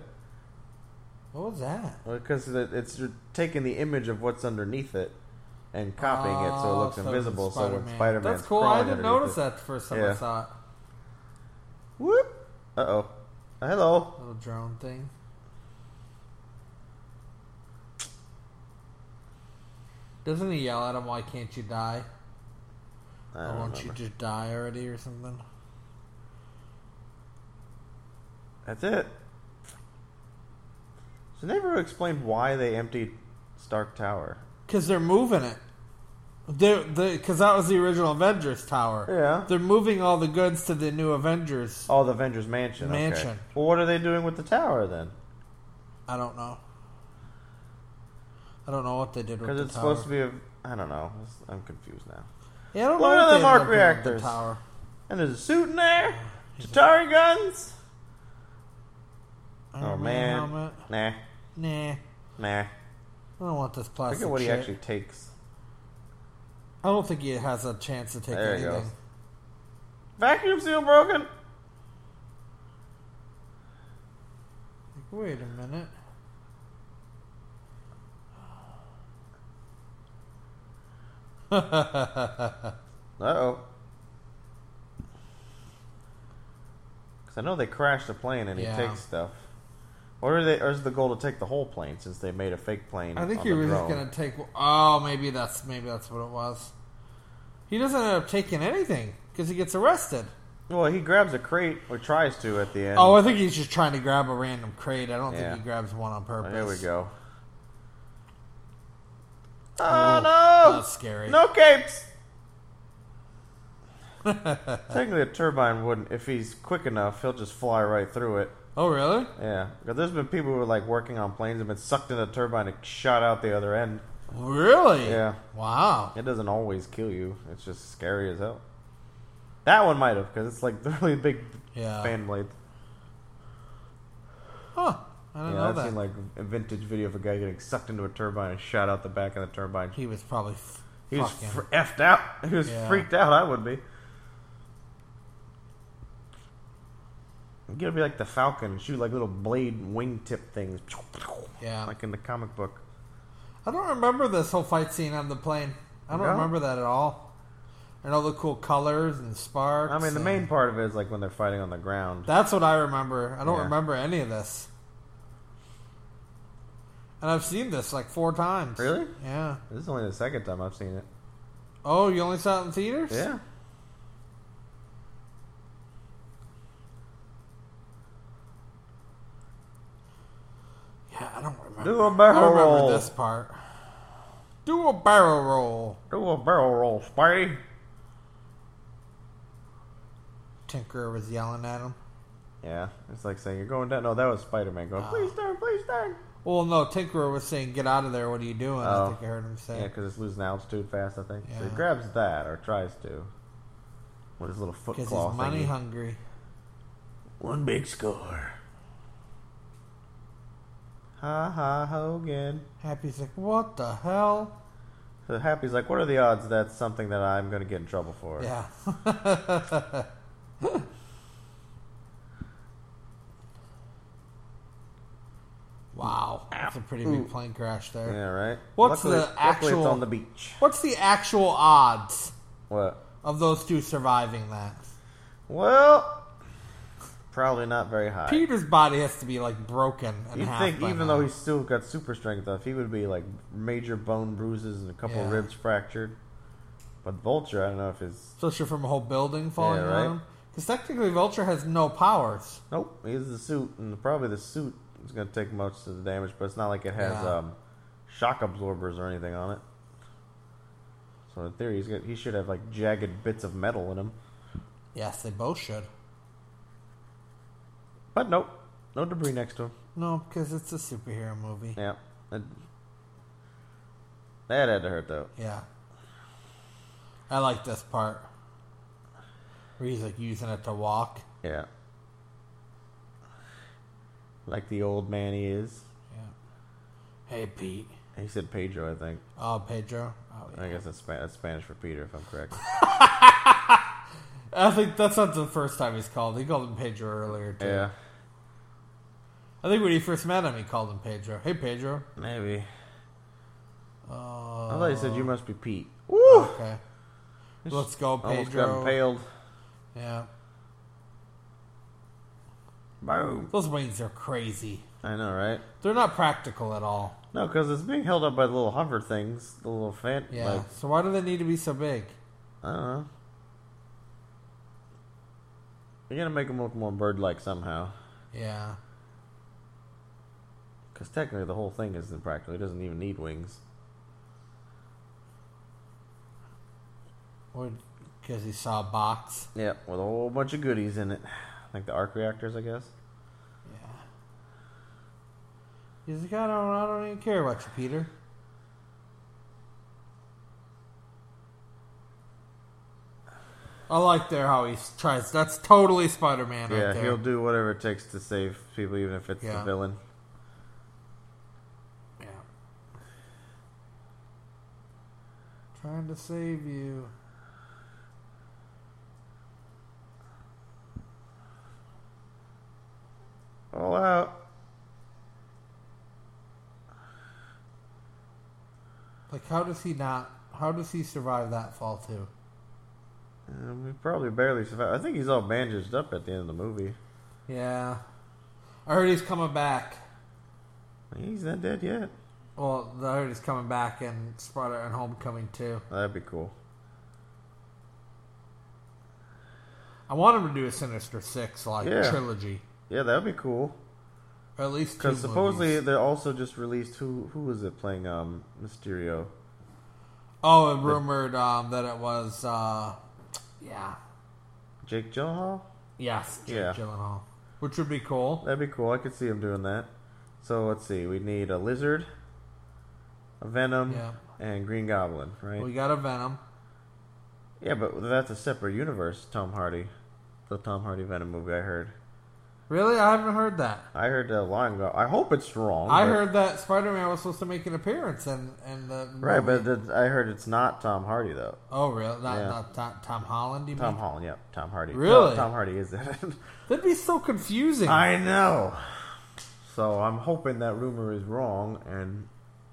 C: What was that?
D: Because it's you're taking the image of what's underneath it and copying it so it
C: Oh,
D: looks
C: so
D: invisible.
C: it's
D: So when Spider Man,
C: That's cool. I didn't notice that the first time I
D: Yeah.
C: saw it.
D: Whoop! Uh oh. Hello.
C: Little drone thing. Doesn't he yell at him? Why can't you die?
D: I
C: Or
D: don't
C: won't you
D: remember.
C: just die already or something?
D: That's it. So they never explained why they emptied Stark Tower.
C: Because they're moving it. They're because that was the original Avengers Tower.
D: Yeah.
C: they're moving all the goods to the new Avengers.
D: Oh, the Avengers Mansion. okay.
C: Mansion.
D: Well, what are they doing with the tower then?
C: I don't know. I don't know what they did with
D: Because
C: the
D: it's
C: tower.
D: supposed to be a. I don't know. It's- I'm confused now.
C: Yeah, I don't
D: Look
C: know
D: at
C: what
D: the
C: they
D: Mark
C: ended up doing with
D: reactors.
C: The tower.
D: And there's a suit in there. Atari guns. Oh
C: Iron
D: man.
C: helmet.
D: Nah.
C: Nah, I
D: Nah.
C: don't want this
D: I
C: plastic.
D: forget what he
C: shit.
D: actually takes.
C: I don't think he has a chance to take
D: There he
C: anything.
D: goes. Vacuum seal broken.
C: Wait a minute.
D: Uh oh. Because I know they crashed a plane and
C: Yeah.
D: he takes stuff. Or are they? Or is the goal to take the whole plane since they made a fake plane?
C: I think
D: on
C: he
D: the
C: was just
D: drone.
C: gonna take. Oh, maybe that's maybe that's what it was. He doesn't end up taking anything because he gets arrested.
D: Well, he grabs a crate or tries to at the end.
C: Oh, I think he's just trying to grab a random crate. I don't
D: Yeah.
C: think he grabs one on purpose.
D: there we go.
C: Oh,
D: Oh
C: That's scary.
D: no! No capes. Technically, a turbine wouldn't. If he's quick enough, he'll just fly right through it.
C: Oh, really?
D: Yeah, 'Cause there's been people who are like working on planes and been sucked in a turbine and shot out the other end.
C: Really?
D: Yeah.
C: Wow.
D: It doesn't always kill you. It's just scary as hell. That one might have because it's like the really big
C: Yeah.
D: fan blade.
C: Huh. I don't
D: Yeah,
C: know
D: I've
C: that.
D: seen like a vintage video of a guy getting sucked into a turbine and shot out the back of the turbine.
C: he was probably. F-
D: He was
C: fucking-
D: fr- effed out. He was
C: Yeah.
D: freaked out. I would be. You gotta be like the Falcon, shoot like little blade wingtip things.
C: Yeah.
D: like in the comic book.
C: I don't remember this whole fight scene on the plane. I don't
D: No?
C: remember that at all. And all the cool colors and sparks.
D: I mean, the
C: and-
D: main part of it is like when they're fighting on the ground.
C: That's what I remember. I don't
D: Yeah.
C: remember any of this. And I've seen this like four times.
D: Really?
C: Yeah.
D: This is only the second time I've seen it.
C: Oh, you only saw it in theaters?
D: Yeah.
C: Yeah, I don't remember.
D: Do a barrel
C: I remember
D: roll.
C: this part. Do a barrel roll,
D: Do a barrel roll, Spidey.
C: Tinker was yelling at him.
D: Yeah, it's like saying you're going down. No, that was Spider Man going.
C: Oh.
D: Please turn, please turn.
C: Well, no, Tinkerer was saying, "Get out of there! What are you doing?" I
D: Oh.
C: think I heard him
D: Yeah,
C: say.
D: because it's losing altitude fast. I think so. He
C: Yeah.
D: grabs that or tries to with his little foot
C: Because
D: claw
C: he's money
D: thingy.
C: hungry.
D: One big score. Ha ha Hogan.
C: Happy's like, "What the hell?"
D: So Happy's like, what are the odds that's something that I'm going to get in trouble for?
C: Yeah. wow, that's a pretty big plane crash there.
D: Yeah, right.
C: What's
D: Luckily-
C: the
D: Luckily,
C: actual-
D: it's on the beach.
C: What's the actual odds
D: What?
C: of those two surviving that?
D: Well, probably not very high.
C: Peter's body has to be like broken in
D: You'd
C: half.
D: think
C: by
D: even
C: now.
D: though he's still got super strength up, he would be like major bone bruises and a couple
C: Yeah.
D: ribs fractured. But Vulture, I don't know if his
C: especially from a whole building falling
D: Yeah, right.
C: around. Because technically, Vulture has no powers.
D: nope, he's the suit, and probably the suit is going to take most of the damage. But it's not like it has
C: Yeah.
D: um, shock absorbers or anything on it. So in theory, he's got, he should have like jagged bits of metal in him.
C: Yes, they both should.
D: But nope, no debris next to him.
C: No, because it's a superhero movie.
D: Yeah, that, that had to hurt though.
C: Yeah. I like this part where he's like using it to walk.
D: Yeah, like the old man he is.
C: Yeah. Hey, Pete.
D: He said Pedro, I think.
C: Oh, Pedro. Oh, yeah.
D: I guess that's, Spa- that's Spanish for Peter, if I'm correct.
C: I think that's not the first time he's called. He called him Pedro earlier too.
D: yeah,
C: I think when he first met him, he called him Pedro. Hey, Pedro.
D: maybe.
C: Oh.
D: I thought he said you must be Pete.
C: Okay. Let's go,
D: Almost got
C: Pedro.
D: impaled.
C: Yeah.
D: Boom.
C: Those wings are crazy.
D: I know, right?
C: They're not practical at all.
D: No, because it's being held up by the little hover things, the little fan.
C: Yeah.
D: Like,
C: so why do they need to be so big?
D: I don't know. You're gonna make him look more bird-like somehow,
C: Yeah.
D: because technically the whole thing isn't practical. He doesn't even need wings.
C: Or because he saw a box.
D: Yep, with a whole bunch of goodies in it, like the arc reactors, I guess.
C: Yeah. He's like, I don't, I don't even care about you, Peter. I like there how he s- tries. That's totally Spider-Man
D: yeah,
C: right there.
D: he'll do whatever it takes to save people, even if it's
C: Yeah.
D: the villain.
C: Yeah. Try trying to save you.
D: All out.
C: Like, how does he not? How does he survive that fall too?
D: Um, he probably barely survived. I think he's all bandaged up at the end of the movie.
C: Yeah, I heard he's coming back.
D: He's not dead yet.
C: Well, I heard he's coming back in Sparta and Homecoming too.
D: That'd be cool.
C: I want him to do a Sinister Six like
D: Yeah.
C: trilogy,
D: Yeah, that'd be cool.
C: or at least two
D: Because supposedly
C: movies.
D: they also just released who who was it playing um Mysterio?
C: Oh, and rumored um, that it was, uh, yeah,
D: Jake Gyllenhaal.
C: yes, Jake
D: Yeah.
C: Gyllenhaal, which would be cool.
D: That'd be cool. I could see him doing that. So let's see. We need a lizard, a venom,
C: Yeah.
D: and Green Goblin, right?
C: We got a Venom.
D: yeah, but that's a separate universe. Tom Hardy, the Tom Hardy Venom movie. I heard.
C: Really, I haven't heard that.
D: I heard a line go. I hope it's wrong.
C: I
D: Oh, but-
C: heard that Spider-Man was supposed to make an appearance in, in the
D: Right,
C: movie.
D: but that, I heard it's not Tom Hardy though.
C: oh, really? Not,
D: Yeah.
C: not Tom, Tom Holland? You
D: Tom
C: mean?
D: Holland, yep, Tom Hardy. No,
C: Really?
D: Tom Hardy is in it.
C: That'd be so confusing.
D: I know. So I'm hoping that rumor is wrong, and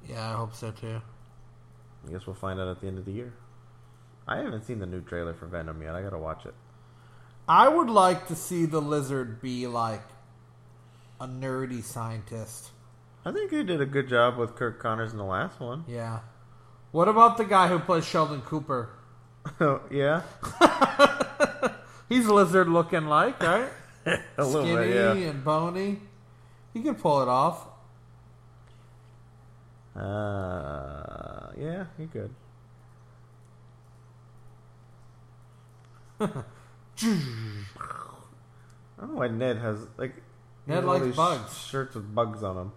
C: yeah, I hope so too.
D: I guess we'll find out at the end of the year. I haven't seen the new trailer for Venom yet. I gotta watch it.
C: I would like to see the lizard be like a nerdy scientist.
D: I think they did a good job with Kirk Connors in the last one.
C: Yeah. What about the guy who plays Sheldon Cooper?
D: yeah,
C: He's lizard looking like, right?
D: a little
C: Skinny
D: bit. Yeah.
C: and bony. He could pull it off.
D: Uh, yeah, you could. I don't know why Ned has like he has
C: Ned
D: all
C: likes
D: these
C: bugs.
D: shirts with bugs on them.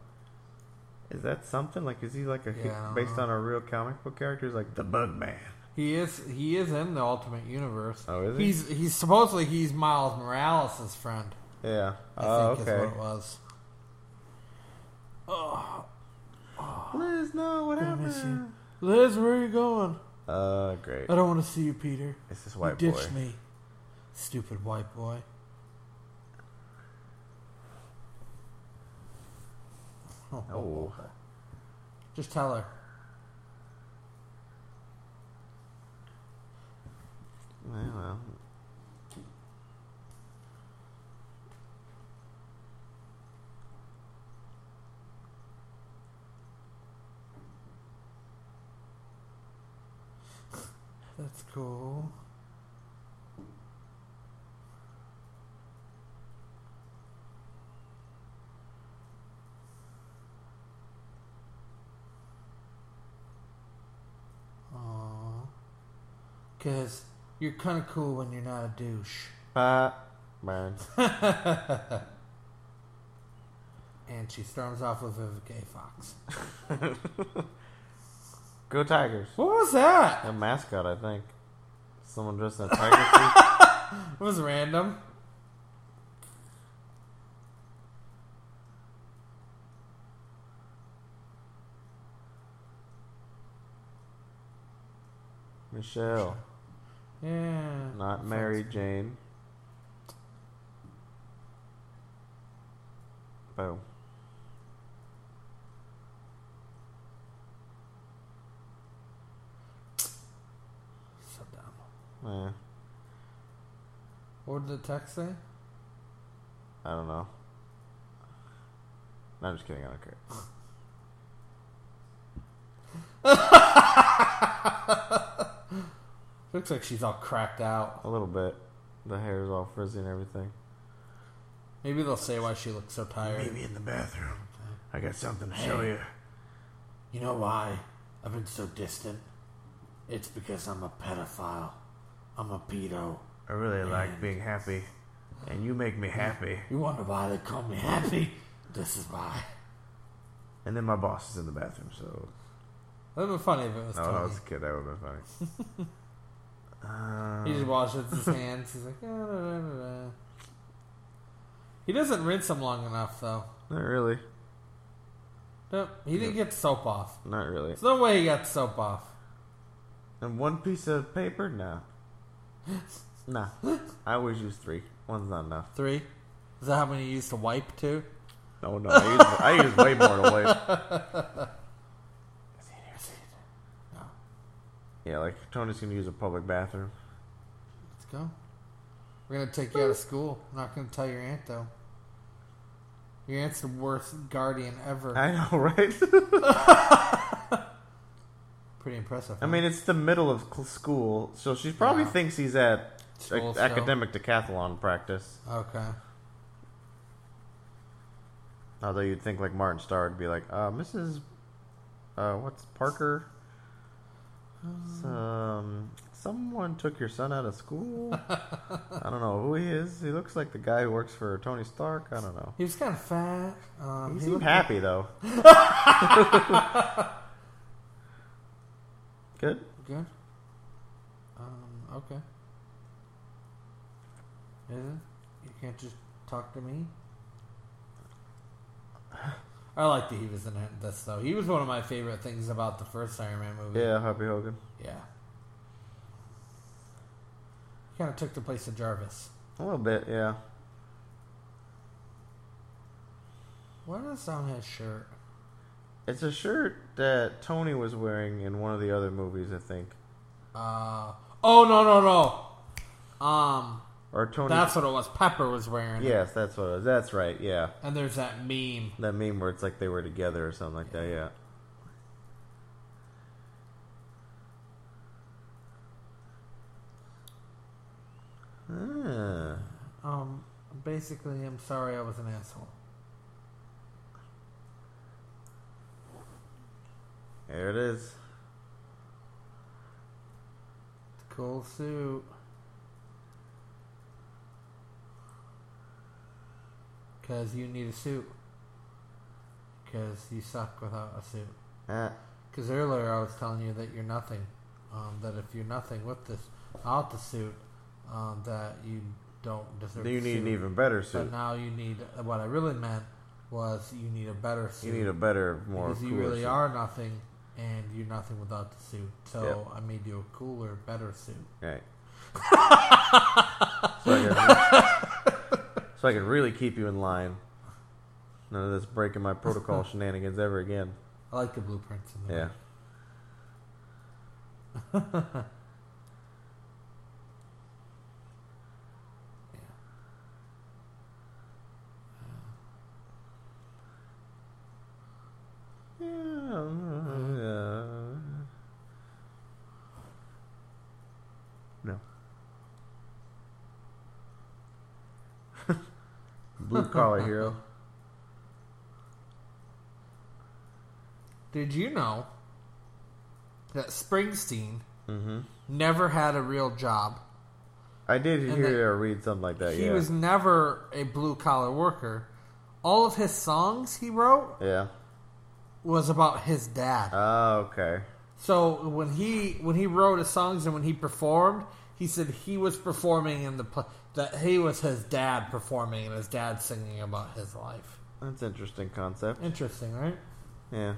D: Is that something? Like, is he like a
C: Yeah, I don't
D: based
C: know.
D: on a real comic book character? He's like the Bug Man.
C: He is he is in the Ultimate Universe.
D: Oh, is he?
C: He's he's supposedly he's Miles Morales' friend.
D: Yeah.
C: I
D: oh,
C: think is what
D: okay.
C: it was.
D: Liz, no, what
C: I miss you.
D: happened?
C: Liz, where are you going?
D: Uh, great.
C: I don't want to see you, Peter.
D: It's this
C: Oh, You
D: white boy.
C: ditched me. Stupid white boy.
D: Oh,
C: Just tell her.
D: Yeah, well.
C: That's cool. Aww. Cause you're kinda cool when you're not a douche.
D: Uh, man.
C: And she storms off with Vivica A. Fox.
D: Go Tigers.
C: What was that?
D: A mascot, I think. Someone dressed in a tiger suit.
C: It was random.
D: Michelle,
C: Yeah.
D: not Mary Jane. Boom.
C: So dumb.
D: Yeah,
C: What did the text say?
D: I don't know. No, I'm just kidding. I don't care.
C: Looks like she's all cracked out.
D: A little bit. The hair's all frizzy and everything.
C: Maybe they'll say why she looks so tired.
D: in the bathroom. I got something to show you.
E: You know why I've been so distant? It's because I'm a pedophile. I'm a pedo.
D: I really like being happy, and you make me happy.
E: You wonder why they call me happy? This is why.
D: And then my boss is in the bathroom, so
C: That'd been funny if it was
D: no, when I
C: Tony.
D: was a kid, that would have been funny.
C: He just washes his hands. He's like, "Ah, da, da, da, da." he doesn't rinse them long enough though.
D: Not really.
C: Nope, he didn't get soap off.
D: Not really.
C: There's no way he got soap off.
D: And one piece of paper? Nah. Nah. I always use three. One's not enough.
C: Three. Is that how many you used to wipe too?
D: No, no. I use, I use way more to wipe. Yeah, like Tony's gonna use a public bathroom.
C: Let's go. We're gonna take you out of school. I'm not gonna tell your aunt though. Your aunt's the worst guardian ever.
D: I know, right?
C: Pretty impressive.
D: I
C: huh?
D: mean, it's the middle of cl- school, so she probably
C: Yeah.
D: thinks he's at
C: School
D: ac-
C: still.
D: academic decathlon practice.
C: okay.
D: Although you'd think like Martin Starr would be like, uh, Mrs. Uh, what's Parker? Um, someone took your son out of school. I don't know who he is. He looks like the guy who works for Tony Stark. I don't know.
C: He was kind of fat. Um,
D: He
C: he
D: seemed
C: looked-
D: happy though. Good.
C: Good. Um, okay. Is it? You can't just talk to me? I like that he was in it- this, though. He was one of my favorite things about the first Iron Man movie.
D: Yeah, Happy Hogan.
C: Yeah. He kind of took the place of Jarvis.
D: A little bit, yeah.
C: What is on his shirt?
D: It's a shirt that Tony was wearing in one of the other movies, I think.
C: Uh, oh, no, no, no. Um,
D: Or Tony.
C: that's what it was. Pepper was wearing it.
D: yes, that's what it was. That's right, yeah.
C: And there's that meme.
D: That meme where it's like they were together or something like that, yeah. Ah.
C: Um, basically, I'm sorry I was an asshole.
D: There it is.
C: Cool suit. Because you need a suit. Because you suck without a suit.
D: Ah.
C: Because earlier I was telling you that you're nothing. Um, that if you're nothing with this, without the suit, um, that you don't deserve
D: You
C: the
D: need an
C: suit.
D: even better
C: But
D: suit.
C: now you need, what I really meant was you need a better suit.
D: You need a better, more
C: because you
D: cooler
C: really
D: suit.
C: are nothing, and you're nothing without the suit. So
D: Yep.
C: I made you a cooler, better suit.
D: Right. so, I can, so I can really keep you in line. None of this breaking my protocol shenanigans ever again.
C: I like the blueprints in there.
D: Yeah. Yeah. No. Blue collar hero.
C: Did you know that Springsteen
D: Mm-hmm.
C: never had a real job?
D: I did hear
C: they-
D: or read something like that.
C: He
D: yeah.
C: was never a blue collar worker. All of his songs he wrote
D: yeah.
C: was about his dad.
D: Oh, okay.
C: So when he when he wrote his songs and when he performed, he said he was performing in the pl- that he was his dad performing and his dad singing about his life.
D: That's an interesting concept.
C: Interesting, right?
D: Yeah.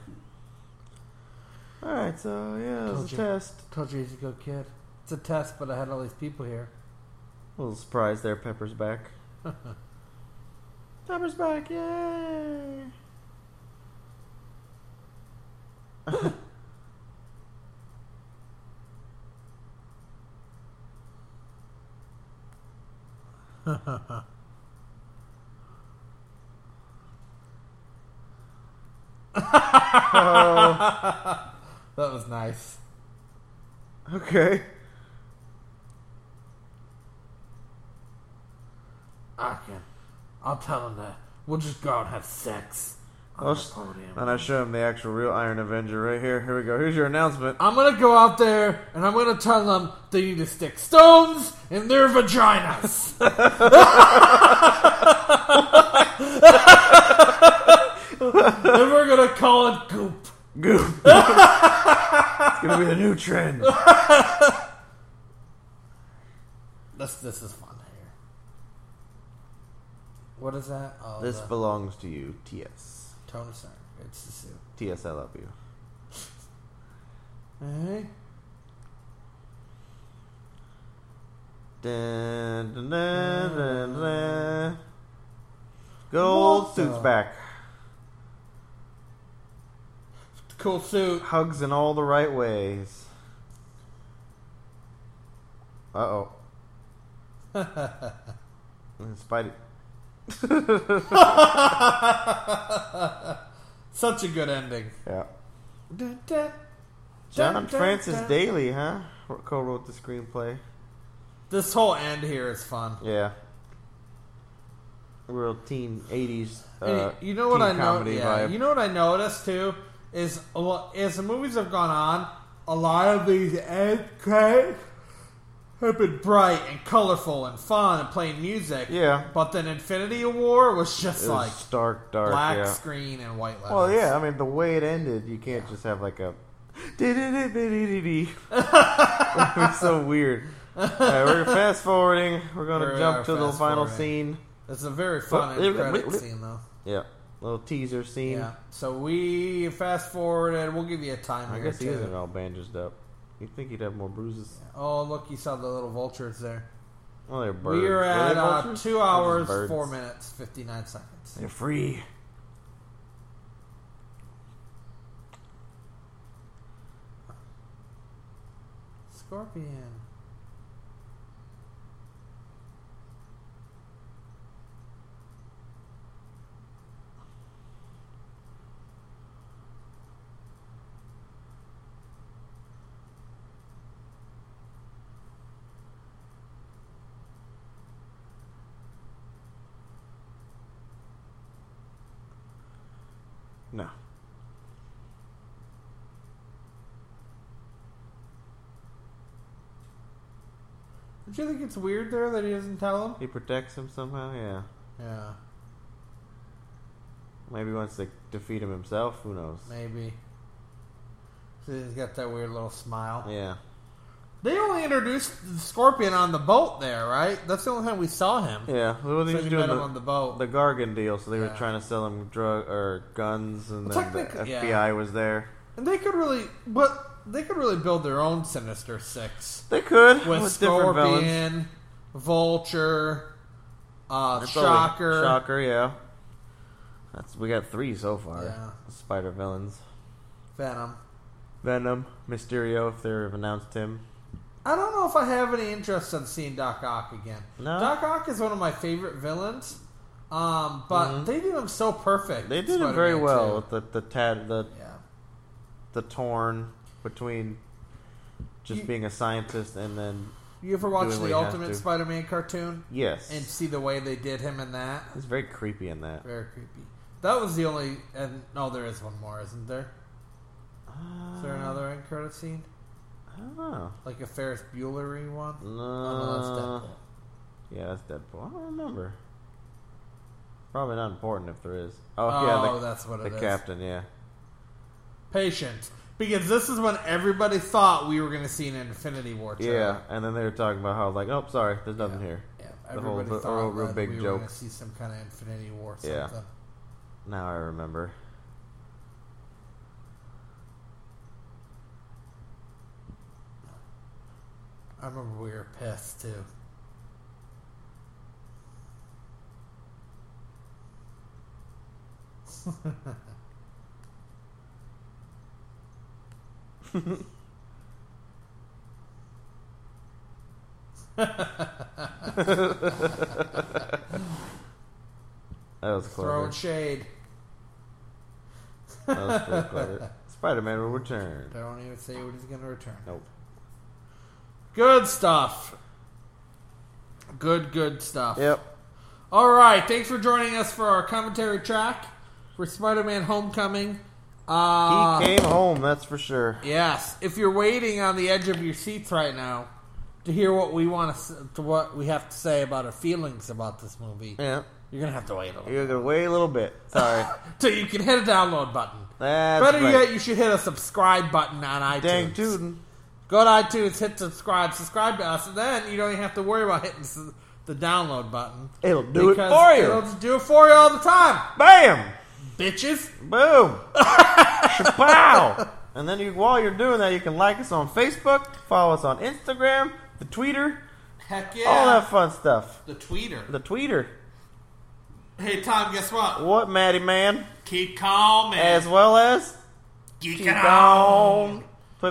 D: All right, so yeah, it
C: Told
D: was a
C: you.
D: test.
C: Told you he's a good kid. It's a test, but I had all these people here.
D: A little surprise there. Pepper's back. Pepper's back! Yay! Oh,
C: That was nice.
D: Okay.
C: Okay. I'll tell him that. We'll just go out and have sex.
D: I'll s-
C: Oh,
D: and I show him the actual real Iron Avenger right here. Here we go. Here's your announcement.
C: I'm gonna go out there and I'm gonna tell them they need to stick stones in their vaginas. and we're gonna call it goop.
D: Goop. it's gonna be the new trend.
C: This this is fun here. What is that? Oh,
D: This
C: the
D: belongs to you, TS.
C: Tonisar. It's the suit.
D: TS, I love you.
C: Alright.
D: Dun, dun, dun, dun, dun. Good old
C: What
D: suits
C: the-
D: back.
C: Cool suit.
D: Hugs in all the right ways. Uh oh. Spidey.
C: Such a good ending.
D: Yeah.
C: Dun, dun.
D: John
C: Dun, dun,
D: Francis
C: dun.
D: Daly, huh? Co wrote the screenplay.
C: This whole end here is fun.
D: Yeah. Real teen 80s. Uh,
C: Hey, you know what
D: teen
C: I know?
D: comedy
C: Yeah,
D: vibe.
C: you know what I noticed too is a lo- as the movies have gone on, a lot of these end credits have been bright and colorful and fun and playing music.
D: Yeah.
C: but then Infinity War was just
D: it was
C: like
D: stark, dark.
C: black
D: yeah.
C: screen and white letters.
D: Well, yeah, I mean, the way it ended, you can't just have like a. It was so weird. All right, we're fast forwarding. We're going
C: We
D: to
C: are
D: jump to the
C: uh, fast
D: final
C: forwarding.
D: scene.
C: it's a very fun
D: Well,
C: end
D: it-
C: credit
D: it- it-
C: scene though.
D: Yeah. Little teaser scene.
C: Yeah, so we fast forward and we'll give you a time
D: I
C: here
D: guess he
C: too.
D: isn't all bandaged up. You'd think he'd have more bruises.
C: Oh, look, you saw the little vultures there.
D: Oh, they're birds.
C: We are
D: Were they
C: at uh,
D: vultures?
C: two
D: They're just
C: hours,
D: birds.
C: four minutes, 59 seconds.
D: They're free.
C: Scorpion.
D: No.
C: Don't you think it's weird there that he doesn't tell him?
D: He protects him somehow? Yeah.
C: Yeah,
D: Maybe he wants to defeat him himself. Who knows?
C: maybe. See, he's got that weird little smile.
D: Yeah.
C: They only introduced the scorpion on the boat there, right? That's the only time we saw him.
D: Yeah. Well, he
C: So
D: was
C: you
D: doing
C: met him
D: the-
C: on the boat.
D: the Gargan deal, so they were
C: Yeah.
D: trying to sell him drug or guns, and
C: Well,
D: then the
C: technically-
D: FBI
C: yeah.
D: was there.
C: and they could really, but they could really build their own Sinister Six
D: They could
C: with,
D: with, different villains.
C: Scorpion, Vulture, uh,
D: That's always-
C: Shocker.
D: Shocker, yeah. That's we got three so far.
C: Yeah.
D: Spider villains,
C: Venom.
D: Venom, Mysterio, if they've announced him.
C: I don't know if I have any interest in seeing Doc Ock again.
D: No?
C: Doc Ock is one of my favorite villains, um, but they did him so perfect.
D: Mm-hmm. They
C: in
D: did it very
C: Spider-Man
D: well
C: 2.
D: with the the tad the
C: Yeah,
D: the torn between just
C: You-
D: being a scientist and then
C: you ever watch
D: Doing what
C: the
D: you have
C: Ultimate
D: to.
C: Spider-Man cartoon
D: yes,
C: and see the way they did him in that?
D: it's very creepy in that.
C: Very creepy. That was the only, and no, there is one more, isn't there? Is
D: Uh,
C: there another end credit scene,
D: I don't know.
C: like a Ferris Buellery one?
D: No,
C: oh, no, that's Deadpool.
D: Uh, Yeah, that's Deadpool. I don't remember. Probably not important if there is. Oh,
C: Oh,
D: yeah, the,
C: that's what
D: the
C: it is.
D: captain. Yeah,
C: Patient, because this is when everybody thought we were going to see an Infinity War. Trailer.
D: yeah. And then they were talking about how like, oh, sorry, there's nothing
C: Yeah.
D: here.
C: Yeah,
D: The whole-
C: everybody
D: the-
C: thought
D: oh, real
C: that
D: big
C: we were
D: joke.
C: going to see some kind of Infinity War. Something.
D: Yeah. Now I remember.
C: I remember we were pissed too.
D: That was
C: Throwing
D: clever.
C: shade.
D: that was pretty clever. Spider-Man will return.
C: Don't even say what he's going to return.
D: Nope.
C: Good stuff. Good, good stuff.
D: Yep.
C: All right. Thanks for joining us for our commentary track for Spider-Man: Homecoming.
D: He
C: Uh,
D: came home. That's for sure.
C: Yes, if you're waiting on the edge of your seats right now to hear what we want to, to what we have to say about our feelings about this movie,
D: Yeah.
C: you're gonna have to wait a little
D: You're gonna wait a little bit. Sorry.
C: till you can hit a download button.
D: That's
C: Better
D: right.
C: yet, you should hit a subscribe button on iTunes.
D: Dang tootin'.
C: Go to iTunes, hit subscribe, subscribe to us, and then you don't even have to worry about hitting s- the download button.
D: It'll do it
C: because
D: for
C: It'll
D: you.
C: just do it for you all the time,
D: Bam.
C: bitches.
D: Boom! Shapow! And then you, while you're doing that, you can like us on Facebook, follow us on Instagram, the Twitter,
C: Heck yeah.
D: All that fun stuff.
C: the tweeter.
D: The tweeter.
C: hey, Tom, guess what?
D: What, Matty Man?
C: Keep calm and
D: As well as
C: geek
D: keep
C: it on.
D: on.